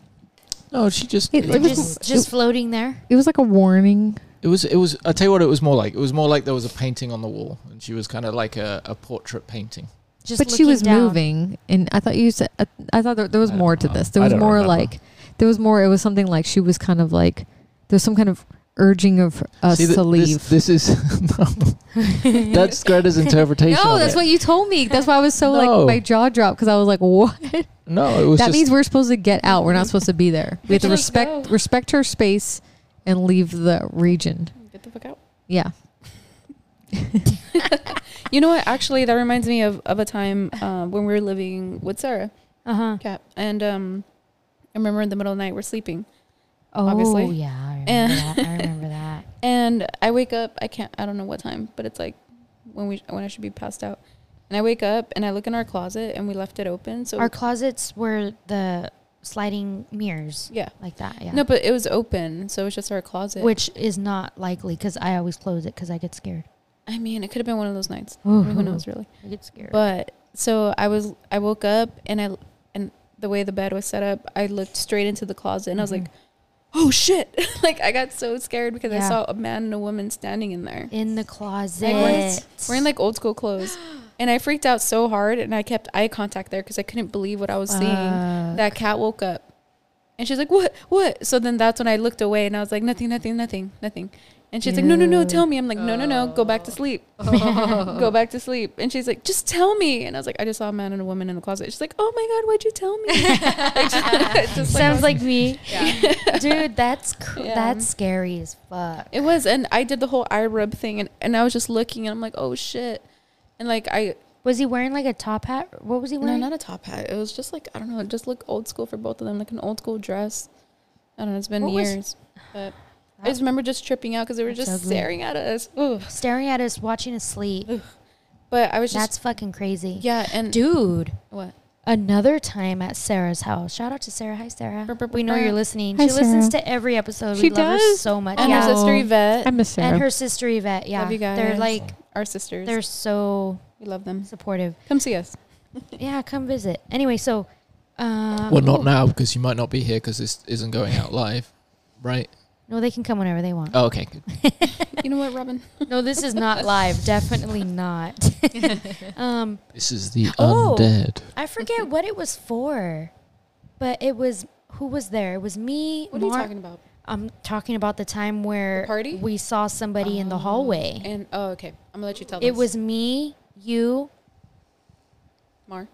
No, she just.
It-
It,
it
Or
was-
just just floating there.
it was like a warning
was. It was. I tell you what, it was more like. It was more like there was a painting on the wall, and she was kind of like a, a portrait painting.
Just
but she
looking
was
down.
moving and i thought you said i, I thought there, there was
I don't
more to
know.
this there
I
was
don't
more
remember.
like there was more it was something like she was kind of like there's some kind of urging of uh, us
See, th-
to leave
This, this is no. that's Greta's interpretation.
no
of
that's
it.
what you told me that's why i was so
No.
like my jaw dropped because i was like what
No, it was
that
just. Mm-hmm.
means we're supposed to get out. We're not supposed to be there. We have to
Just
respect
go.
respect her space and leave the region.
Get the fuck out.
Yeah.
You know what? Actually, that reminds me of, of a time um, when we were living with Sarah
Uh-huh.
Cat, and um, I remember in the middle of the night we're sleeping,
Oh,
Obviously.
yeah. I remember
And-
that. I remember that.
and I wake up. I can't. I don't know what time, but it's like when we when I should be passed out, and I wake up and I look in our closet and we left it open. So
Our closets were the sliding mirrors
Yeah.
like that. Yeah.
No, but it was open, so it was just our closet.
Which is not likely because I always close it because I get scared.
I mean, it could have been one of those nights. Who
Ooh.
knows, really?
I get scared.
But so I was, I woke up and I, and the way the bed was set up, I looked straight into the closet and I was like, oh shit! like I got so scared because I
Yeah.
saw a man and a woman standing in there.
in the closet.
Like, wearing, wearing like old school clothes. And I freaked out so hard and I kept eye contact there because I couldn't believe what I was seeing. That cat woke up and she's like, What? What? So then that's when I looked away and I was like, Nothing, nothing, nothing, nothing. And she's like, No, no, no, tell me. I'm like, No, no, no, go back to sleep. go back to sleep. And she's like, Just tell me. And I was like, I just saw a man and a woman in the closet. She's like, Oh my God, why'd you tell me? Just I was-
Sounds like me, dude. That's cr-
Yeah.
that's scary as fuck.
It was, and I did the whole eye rub thing, and, and I was just looking, and I'm like, oh shit, and like I
Was he wearing like a top hat? What was he
no,
wearing?
not a top hat. It was just like I don't know, it just looked old school for both of them, like an old school dress. I don't know, it's been
What was-
years, but I just remember just tripping out because they were
That's
just
ugly.
staring at us. Ugh.
Staring at us, watching us sleep.
But I was just
That's fucking crazy.
yeah, and
dude.
what?
Another time at Sarah's house. Shout out to Sarah. Hi, Sarah.
Brr, brr, brr,
We know
brr.
you're listening.
Hi,
she listens
Sarah.
to every episode. we
She
love her
does?
so much.
And
yeah.
her sister Yvette,
I miss Sarah.
and her sister Yvette. Yeah,
Love you
they're
guys.
like
our sisters,
they're so
we love them.
supportive.
Come see us.
Yeah, come visit. Anyway, so uh,
Well, not
ooh.
now because you might not be here because this isn't going out live, right?
No, they can come whenever they want.
Oh, okay. good.
You know what, Robin?
No, this is not live. Definitely not. um,
This is the
Oh.
undead.
I forget what it was for, but it was who was there? It was me.
What are you
Mar-
talking about?
I'm talking about the time where
The party?
we saw somebody in the hallway.
Um, And oh, okay, I'm gonna let you tell.
it
this.
was me, you.
Mar.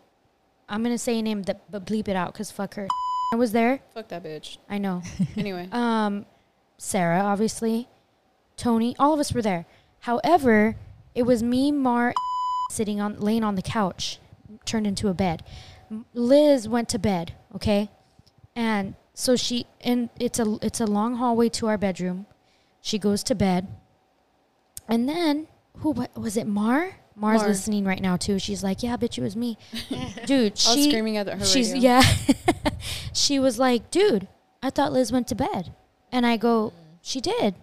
I'm gonna say a name that but bleep it out because fuck her. I was there.
Fuck that bitch.
I know.
Anyway,
um, Sarah, obviously, Tony, all of us were there. However, it was me, Mar, sitting on laying on the couch, turned into a bed. M- Liz went to bed, okay, and so she and it's a it's a long hallway to our bedroom. She goes to bed, and then who wa- was it? Mar. Mar's
Mar.
listening right now too. She's like, "Yeah, bitch, it was me, dude." She
I was screaming at her.
she's
radio.
yeah she was like dude i thought liz went to bed and i go she did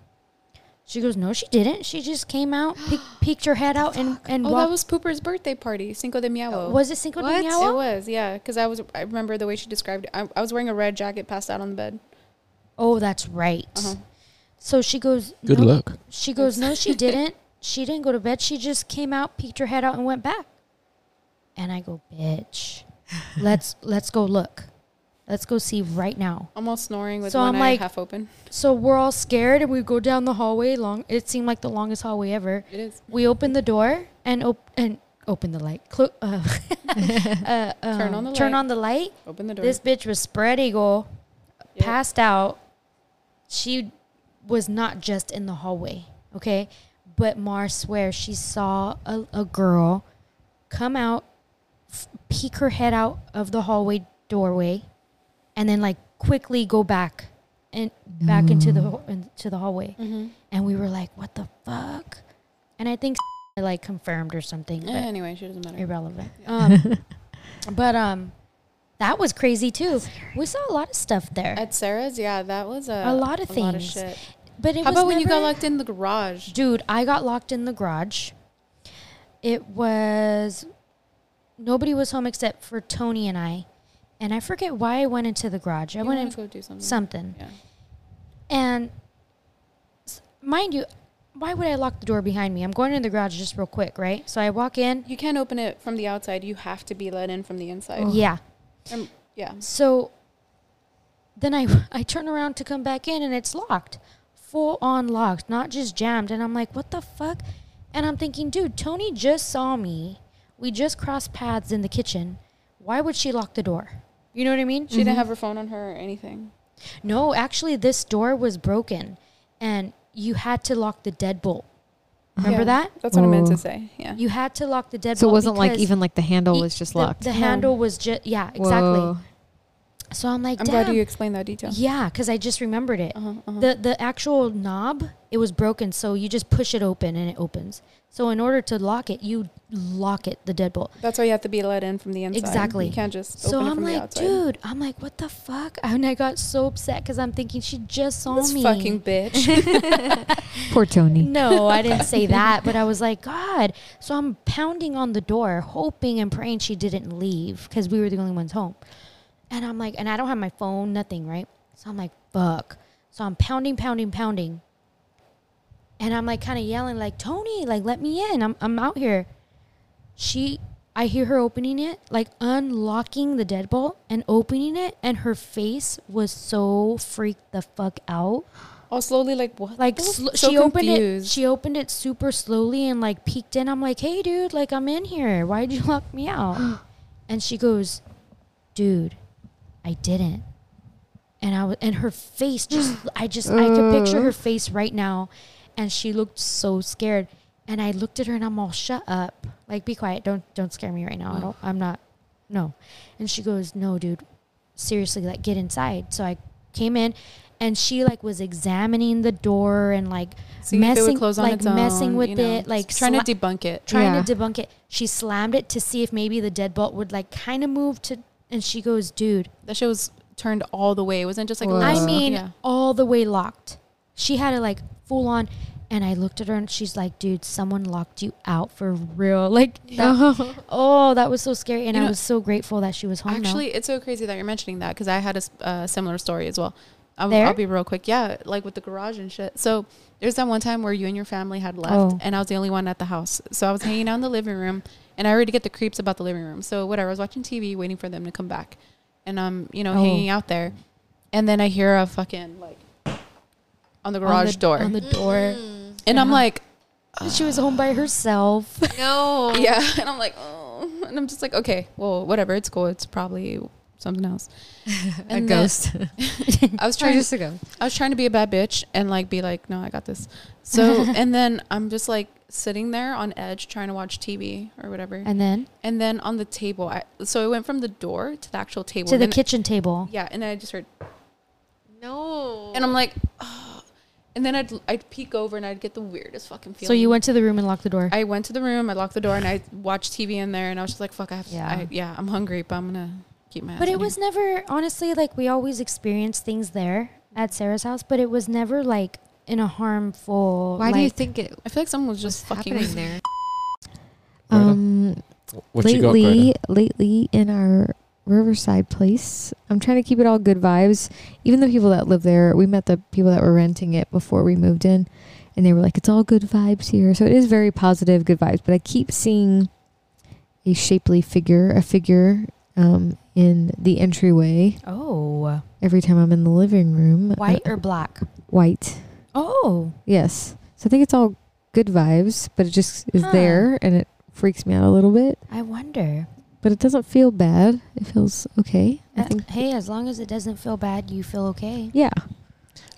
she goes no she didn't she just came out peek, peeked her head out and, and
Oh, that
walked
was Pooper's birthday party, Cinco de Mayo.
was it cinco de
What?
It
mayo
was, yeah, because I was. I remember the way she described it. I, I was wearing a red jacket, passed out on the bed.
oh that's right
Uh-huh.
so she goes
Good
no,
luck.
she goes no she didn't she didn't go to bed she just came out peeked her head out and went back and i go bitch let's let's go look let's go see right now
Almost snoring with
So
one
I'm
eye
like-
half open.
So we're all scared and we go down the hallway long it seemed like the longest hallway ever.
It is.
We open the door and op- and open the light. Clo- uh, uh, um,
Turn on the
turn
light.
on the light.
Open the door.
This bitch was spread eagle,
Yep.
passed out. She was not just in the hallway, okay? But Mar swears she saw a, a girl come out, f- peek her head out of the hallway doorway, and then like quickly go back and back into
Mm.
the into the hallway.
Mm-hmm.
And we were like, "What the fuck?" And I think like confirmed or something.
Eh,
But
anyway, she doesn't matter.
irrelevant. Um, but um, that was crazy too. We saw a lot of stuff there,
At Sarah's, yeah, that was a
A lot of things.
shit.
but it
How
was
about when you got
never-
locked in the garage?
dude? I got locked in the garage. It was nobody was home except for Tony and I, and I forget why I went into the garage. I
You
went
wanna
in
go do something.
something,
Yeah.
and s- mind you. Why would I lock the door behind me? I'm going in the garage just real quick, right? So I walk in.
You can't open it from the outside. You have to be let in from the
Oh.
inside.
Uh, Yeah.
Um, yeah.
So then I I turn around to come back in and it's locked. Full on locked, not just jammed. And I'm like, what the fuck? And I'm thinking, dude, Tony just saw me. We just crossed paths in the kitchen. Why would she lock the door? You know what I mean?
She
Mm-hmm.
didn't have her phone on her or anything.
No, actually, this door was broken and you had to lock the deadbolt. Remember
Yeah.
that?
That's what I meant
Oh.
to say. Yeah.
You had to lock the deadbolt.
so it wasn't like
because
even like the handle
e-
was just
the-
locked.
The handle was just, yeah, exactly.
Whoa.
So I'm like,
I'm
damn.
glad you explained that detail.
yeah, because I just remembered
Oh.
it.
Uh-huh, uh-huh.
The the actual knob, it was broken, so you just push it open and it opens. So in order to lock it, you lock it, the deadbolt.
That's why you have to be let in from the inside.
Exactly.
You can't just
So
open it
I'm
from the
like,
outside.
dude, I'm like, what the fuck? And I got so upset because I'm thinking she just saw
this
me.
fucking bitch.
Poor Tony.
no, I didn't say that, but I was like, God. So I'm pounding on the door, hoping and praying she didn't leave because we were the only ones home. And I'm like, and I don't have my phone, nothing, right? So I'm like, fuck. So I'm pounding, pounding, pounding. And I'm like, kind of yelling, like, Tony, like, let me in. I'm, I'm out here. She, I hear her opening it, like unlocking the deadbolt and opening it. And her face was so freaked the fuck out
All slowly, like what?
like
the-
sl-
so
she opened it
confused.
she opened it super slowly and like peeked in i'm like hey dude like i'm in here why'd you lock me out and she goes dude i didn't and i was and her face just i just i could picture
Uh.
her face right now and she looked so scared and i looked at her and i'm all shut up like be quiet don't don't scare me right now i don't i'm not no and she goes no dude seriously like get inside so i came in and she like was examining the door and like
See if it would
messing
close on
like
its own,
messing with
you know,
it like
trying
sla-
to debunk it.
trying
Yeah.
to debunk it she slammed it to see if maybe the deadbolt would like kind of move to and she goes dude
That shit was turned all the way. It wasn't just like. a
Whoa.
little-
I
Uh,
mean,
yeah.
all the way locked. She had it like full on, and I looked at her and she's like, "Dude, someone locked you out for real." Like, that- oh, that was so scary, and
You
I
know,
was so grateful that she was home. though.
Actually, it's so crazy that you're mentioning that because I had a s- uh, similar story as well. I'll,
There?
I'll be real quick. Yeah, like with the garage and shit. So there's that one time where you and your family had left,
Oh.
and I was the only one at the house. So I was hanging out in the living room, and I already get the creeps about the living room. So whatever, I was watching TV, waiting for them to come back, and I'm you know
Oh.
hanging out there, and then I hear a fucking like on the
On
garage
the-
door, Mm.
on the uh-huh. door.
and I'm like,
She was home by herself.
No.
yeah and i'm like oh and i'm just like okay well whatever it's cool it's probably something else And
A
then-
ghost.
i was
Try
trying
just a ghost.
i was trying to be a bad bitch and like be like no i got this so and then i'm just like sitting there on edge trying to watch tv or whatever and,
and then
then on the table I, so it went from the door to the actual table
to the
and then-
kitchen table.
yeah and then i just heard
No.
and i'm like oh. and then I'd, I'd peek over and i'd get the weirdest fucking feeling
So you went to the room and locked the door.
I went to the room, I locked the door, and I watched TV in there, and I was just like, "Fuck, I have to, yeah,
Yeah.
I, yeah I'm hungry, but I'm gonna keep my." ass
but
in
it was
here."
never honestly like we always experienced things there at Sarah's house, but it was never like in a harmful.
Why do you
like-
think it
I feel like someone was
was
just fucking
happening there?
Greta?
Um,
What you got,
lately,
Greta?
lately in our Riverside place, I'm trying to keep it all good vibes. Even the people that live there, we met the people that were renting it before we moved in, and they were like, "It's all good vibes here." So it is very positive, good vibes. But I keep seeing a shapely figure, a figure um, in the entryway
Oh,
every time I'm in the living room. Uh,
white or black?
white.
Oh,
Yes. So I think it's all good vibes, but it just is
Huh.
there, and it freaks me out a little bit.
I wonder.
but it doesn't feel bad. It feels okay. I
Uh,
think.
hey, as long as it doesn't feel bad, you feel okay.
Yeah.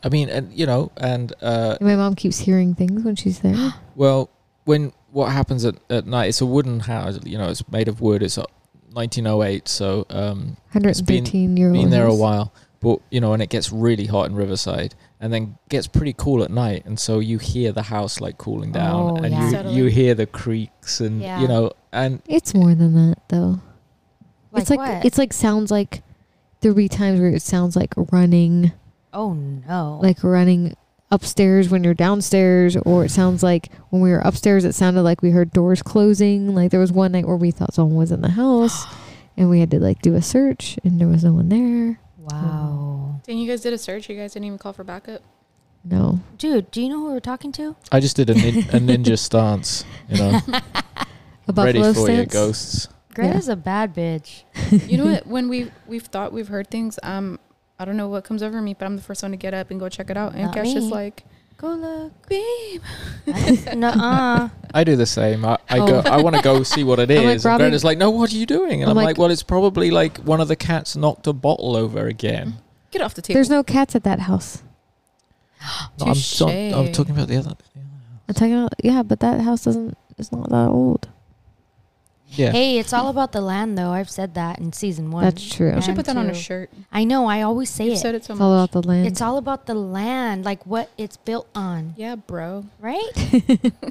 I mean, and you know, and uh,
And my mom keeps hearing things when she's there.
well, when what happens at, at night? It's a wooden house. You know, it's made of wood. It's uh, 1908, so um, It's been-
113 year old.
been there a while. But you know, and it gets really hot in Riverside, and then gets pretty cool at night, and so you hear the house like cooling down,
Oh,
and
yeah.
you,
Settling.
you hear the creaks, and
Yeah.
you know, and
It's more than that though. it's like
what?
it's like sounds like there'll be times where it sounds like running,
oh no.
like running upstairs when you're downstairs, or it sounds like when we were upstairs, it sounded like we heard doors closing. Like there was one night where we thought someone was in the house, and we had to like do a search, and there was no one there.
wow.
Then you guys did a search. You guys didn't even call for backup.
No.
Dude, do you know who we're talking to?
I just did a, nin- a ninja stance. You know,
A
ready
buffalo
for you,
stance.
ghosts.
Greta's a bad bitch.
You know what? When we we've thought we've heard things, um, I don't know what comes over me, but I'm the first one to get up and go check it out. And
Not
Cash
me.
just like,
Go look.
babe,
no, uh.
I do the same. I, I
Oh.
go. I want to go see what it is.
I'm like,
and
Robin-
Greta's like, "No, what are you doing?" And I'm,
I'm
like,
like-
"Well, it's probably like one of the cats knocked a bottle over again."
get off the table.
There's no cats at that house.
No, I'm, so- I'm
Touché.
talking about the other.
I'm talking about yeah, but that house doesn't. It's not that old.
Yeah.
Hey, it's all about the land, though. I've said that in season one.
That's true.
We should
And
put that on a
to-
shirt.
I know. I always say
You've
it.
said it so
It's all
much.
about the
Mm.
land.
It's all about the land, like what it's built on,
Yeah, bro.
right?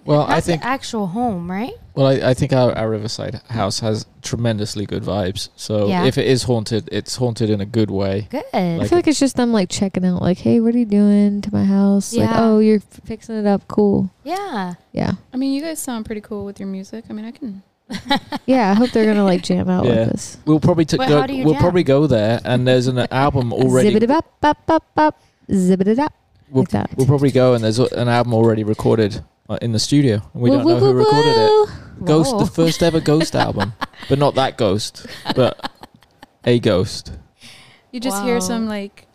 Well,
Not
I think
the actual home, right?
well, I, I think our, our Riverside house has tremendously good vibes. So
Yeah.
if it is haunted, it's haunted in a good way.
Good.
I
Like-
feel like it's just them like checking out, like, hey, what are you doing to my house? Like,
Yeah.
oh, you're f- fixing it up. Cool.
yeah.
Yeah.
I mean, you guys sound pretty cool with your music. I mean, I can.
Yeah. I hope they're going to like jam out
Yeah.
with us.
We'll probably t-
But
go,
how do you
we'll
jam?
probably go there, and there's an album
Zip
already.
it up, up, up, up. Zip it up.
We'll,
like that.
we'll probably go, and there's a- an album already recorded uh, in the studio, and we
Woo,
don't
woo,
know who
woo,
recorded it.
woo.
Ghost,
Whoa.
the first ever Ghost album, but not that Ghost, but a Ghost.
You just hear
Wow.
some like,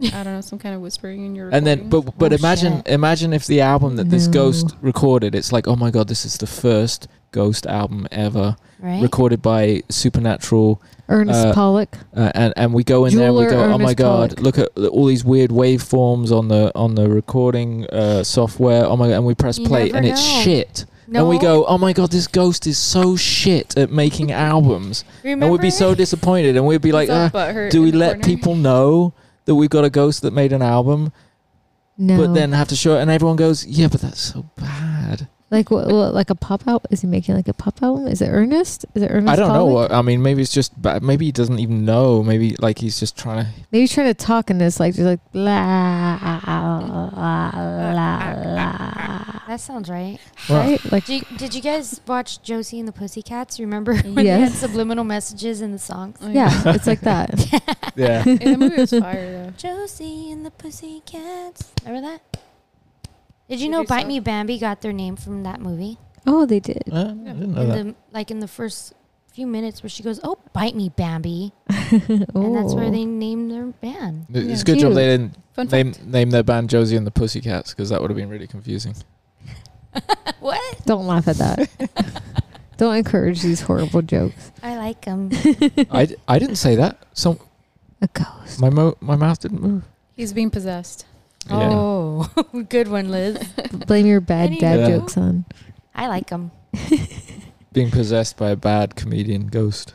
I don't know, some kind of whispering in your.
And then,
recording.
but but
Oh,
imagine
shit.
imagine if the album that this
No.
Ghost recorded, it's like, oh my god, this is the first Ghost album ever
Right.
recorded by Supernatural,
Ernest
Uh,
Pollock.
uh, and and we go in there and we
Jeweler
go, oh my
Ernest
god,
Tulloch.
look at all these weird waveforms on the on the recording uh, software. Oh my god, and we press
You
play
never
and it's
know.
shit. And we go, oh my god, this Ghost is so shit at making albums,
Remember?
and we'd be so disappointed, and we'd be like.
Is that
"Ah,
butthurt
do
in
we
the
let
corner?
people know that we've got a ghost that made an album,
No.
but then have to show it? And everyone goes, yeah, but that's so bad.
like, what, what, like a pop out? Is he making like a pop album? Is it Ernest? Is it Ernest
I don't know
Pollock?
what. I mean, maybe it's just bad. Maybe he doesn't even know. Maybe like he's just trying to.
Maybe he's trying to talk in this, like, just like, la, la, la, la.
That sounds right.
Right? Like,
Did you, did you guys watch Josie and the Pussycats? Remember when they had
Yes.
subliminal messages in the songs?
Oh,
yeah, it's like that.
Yeah.
Hey, that movie was fire though.
Josie and the Pussycats. Remember that? Did you
Did
know
you
Bite
so-
Me Bambi got their name from that movie?
Oh, they did.
Uh, I didn't know
in
that.
the like in the first few minutes where she goes, "Oh, bite me, Bambi,"
oh.
and that's where they named their band.
It's
Yeah.
a good job they didn't
Fun
name
fact.
name their band Josie and the Pussycats because that would have been really confusing.
what?
Don't laugh at that. Don't encourage these horrible jokes.
I like them.
I, d- I didn't say that. Some
A ghost.
my mo- my mouth didn't move.
He's being possessed.
Oh, good one, Liz.
Blame your bad dad
Anywho.
jokes on.
I like them.
Being possessed by a bad comedian ghost.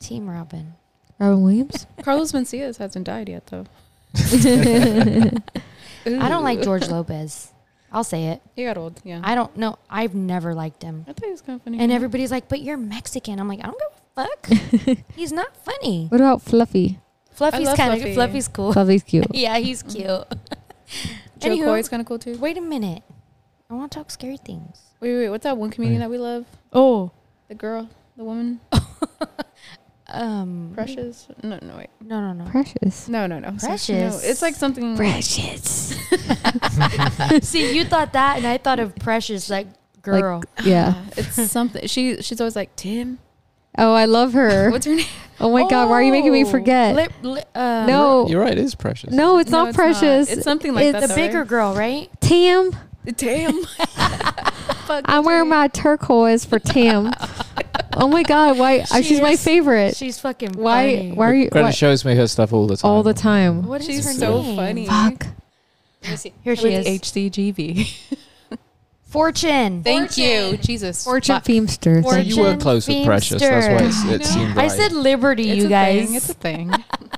Team Robin.
Robin Williams?
Carlos Mencia hasn't died yet though.
I don't like George Lopez. I'll say it.
He got old. Yeah. I,
I don't know. I've never liked him.
thought he was kind of funny.
And everybody's like, "But you're Mexican." I'm like, I don't give a fuck. he's not funny.
What about Fluffy?
Fluffy's
love
kind of
Fluffy.
Fluffy's cool.
Fluffy's cute.
yeah, he's cute.
Mm-hmm. Joe
Anywho.
Coy's kind of cool too.
Wait a minute. I want to talk scary things.
Wait, wait, what's that one comedian that we love?
Oh.
The girl, the woman,
um.
Precious. No, no, wait.
No, no, no.
Precious.
No, no, no. So-
Precious.
No, it's like something.
Precious.
See, you thought that, and I thought of Precious, like girl.
Yeah.
It's something. She she's always like Tim.
Oh, I love her.
What's her name?
Oh my God, why are you making me
Oh,
forget?
lip- li- um,
uh, no.
You're right. It is precious.
Oh. No, it's
No,
not
it's not.
precious.
It's something like
it's
the
that,
bigger girl, right?
Tam.
Tim. Fuck,
I'm wearing my turquoise for Tam. oh my God, why? uh,
She
she's my
is-
favorite.
She's fucking
why?
funny.
Why are you?
Greta
why-
shows me her stuff all the time.
all the time.
What is
She's
her
so
name?
funny.
Fuck.
Here she is.
HCGV.
Fortune.
Thank you, Jesus.
Fortune Feemster.
So you were
Fortune
close with Precious. That's why it's,
Feemster.
it seemed
I
right.
said liberty,
It's
you
a
guys.
Thing. It's a thing.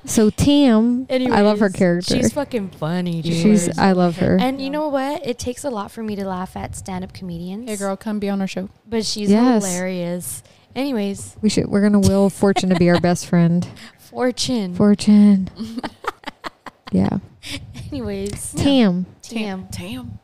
So Tam, I love her
Anyways,
character. uh,
She's
She's,
fucking funny, dude.
I love her.
and you know what? It takes a lot for me to laugh at stand-up comedians.
hey, girl, come be on our show.
But she's
Yes.
hilarious. Anyways,
we should. We're gonna will Fortune to be our best friend.
Fortune.
Fortune. yeah.
Anyways,
Tam.
Tam.
Damn.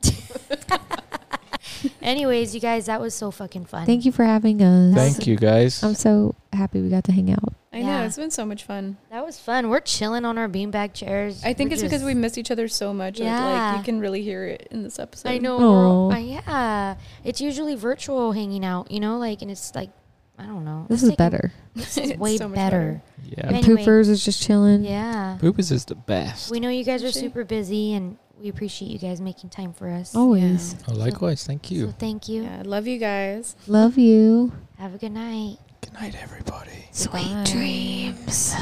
Anyways, you guys, that was so fucking fun.
Thank you for having us.
Thank you guys.
I'm so happy we got to hang out.
I
Yeah.
know it's been so much fun.
That was fun. We're chilling on our beanbag chairs.
I think
We're
it's because
just-
we miss each other so much. Yeah. Like
Yeah.
you can really hear it in this episode.
I know. we're all-
Aw.
uh, yeah, it's usually virtual hanging out. You know, like, and it's like, I don't know.
This
It's
is
like-
better.
This
It's
is way
so much
better.
yeah.
And- Anyway.
Poopers is just chilling.
Yeah.
Poopers is the best.
We know you guys are
Appreciate it.
super busy, and we appreciate you guys making time for us.
Always.
Oh, likewise. Thank
So
you.
thank you.
Yeah, I love you guys.
Love you.
Have a good night.
Good night, everybody.
Sweet dreams.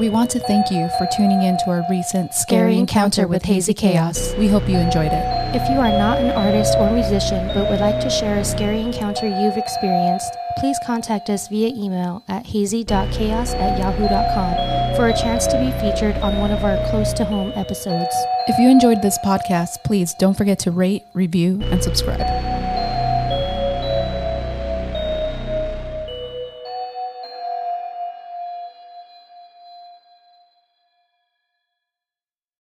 We want to thank you for tuning in to our recent
Scary encounter with Hazy Chaos.
We hope you enjoyed it.
If you are not an artist or musician but would like to share a scary encounter you've experienced, please contact us via email at hazy.chaos at yahoo.com for a chance to be featured on one of our close to home episodes.
If you enjoyed this podcast, please don't forget to rate, review, and subscribe.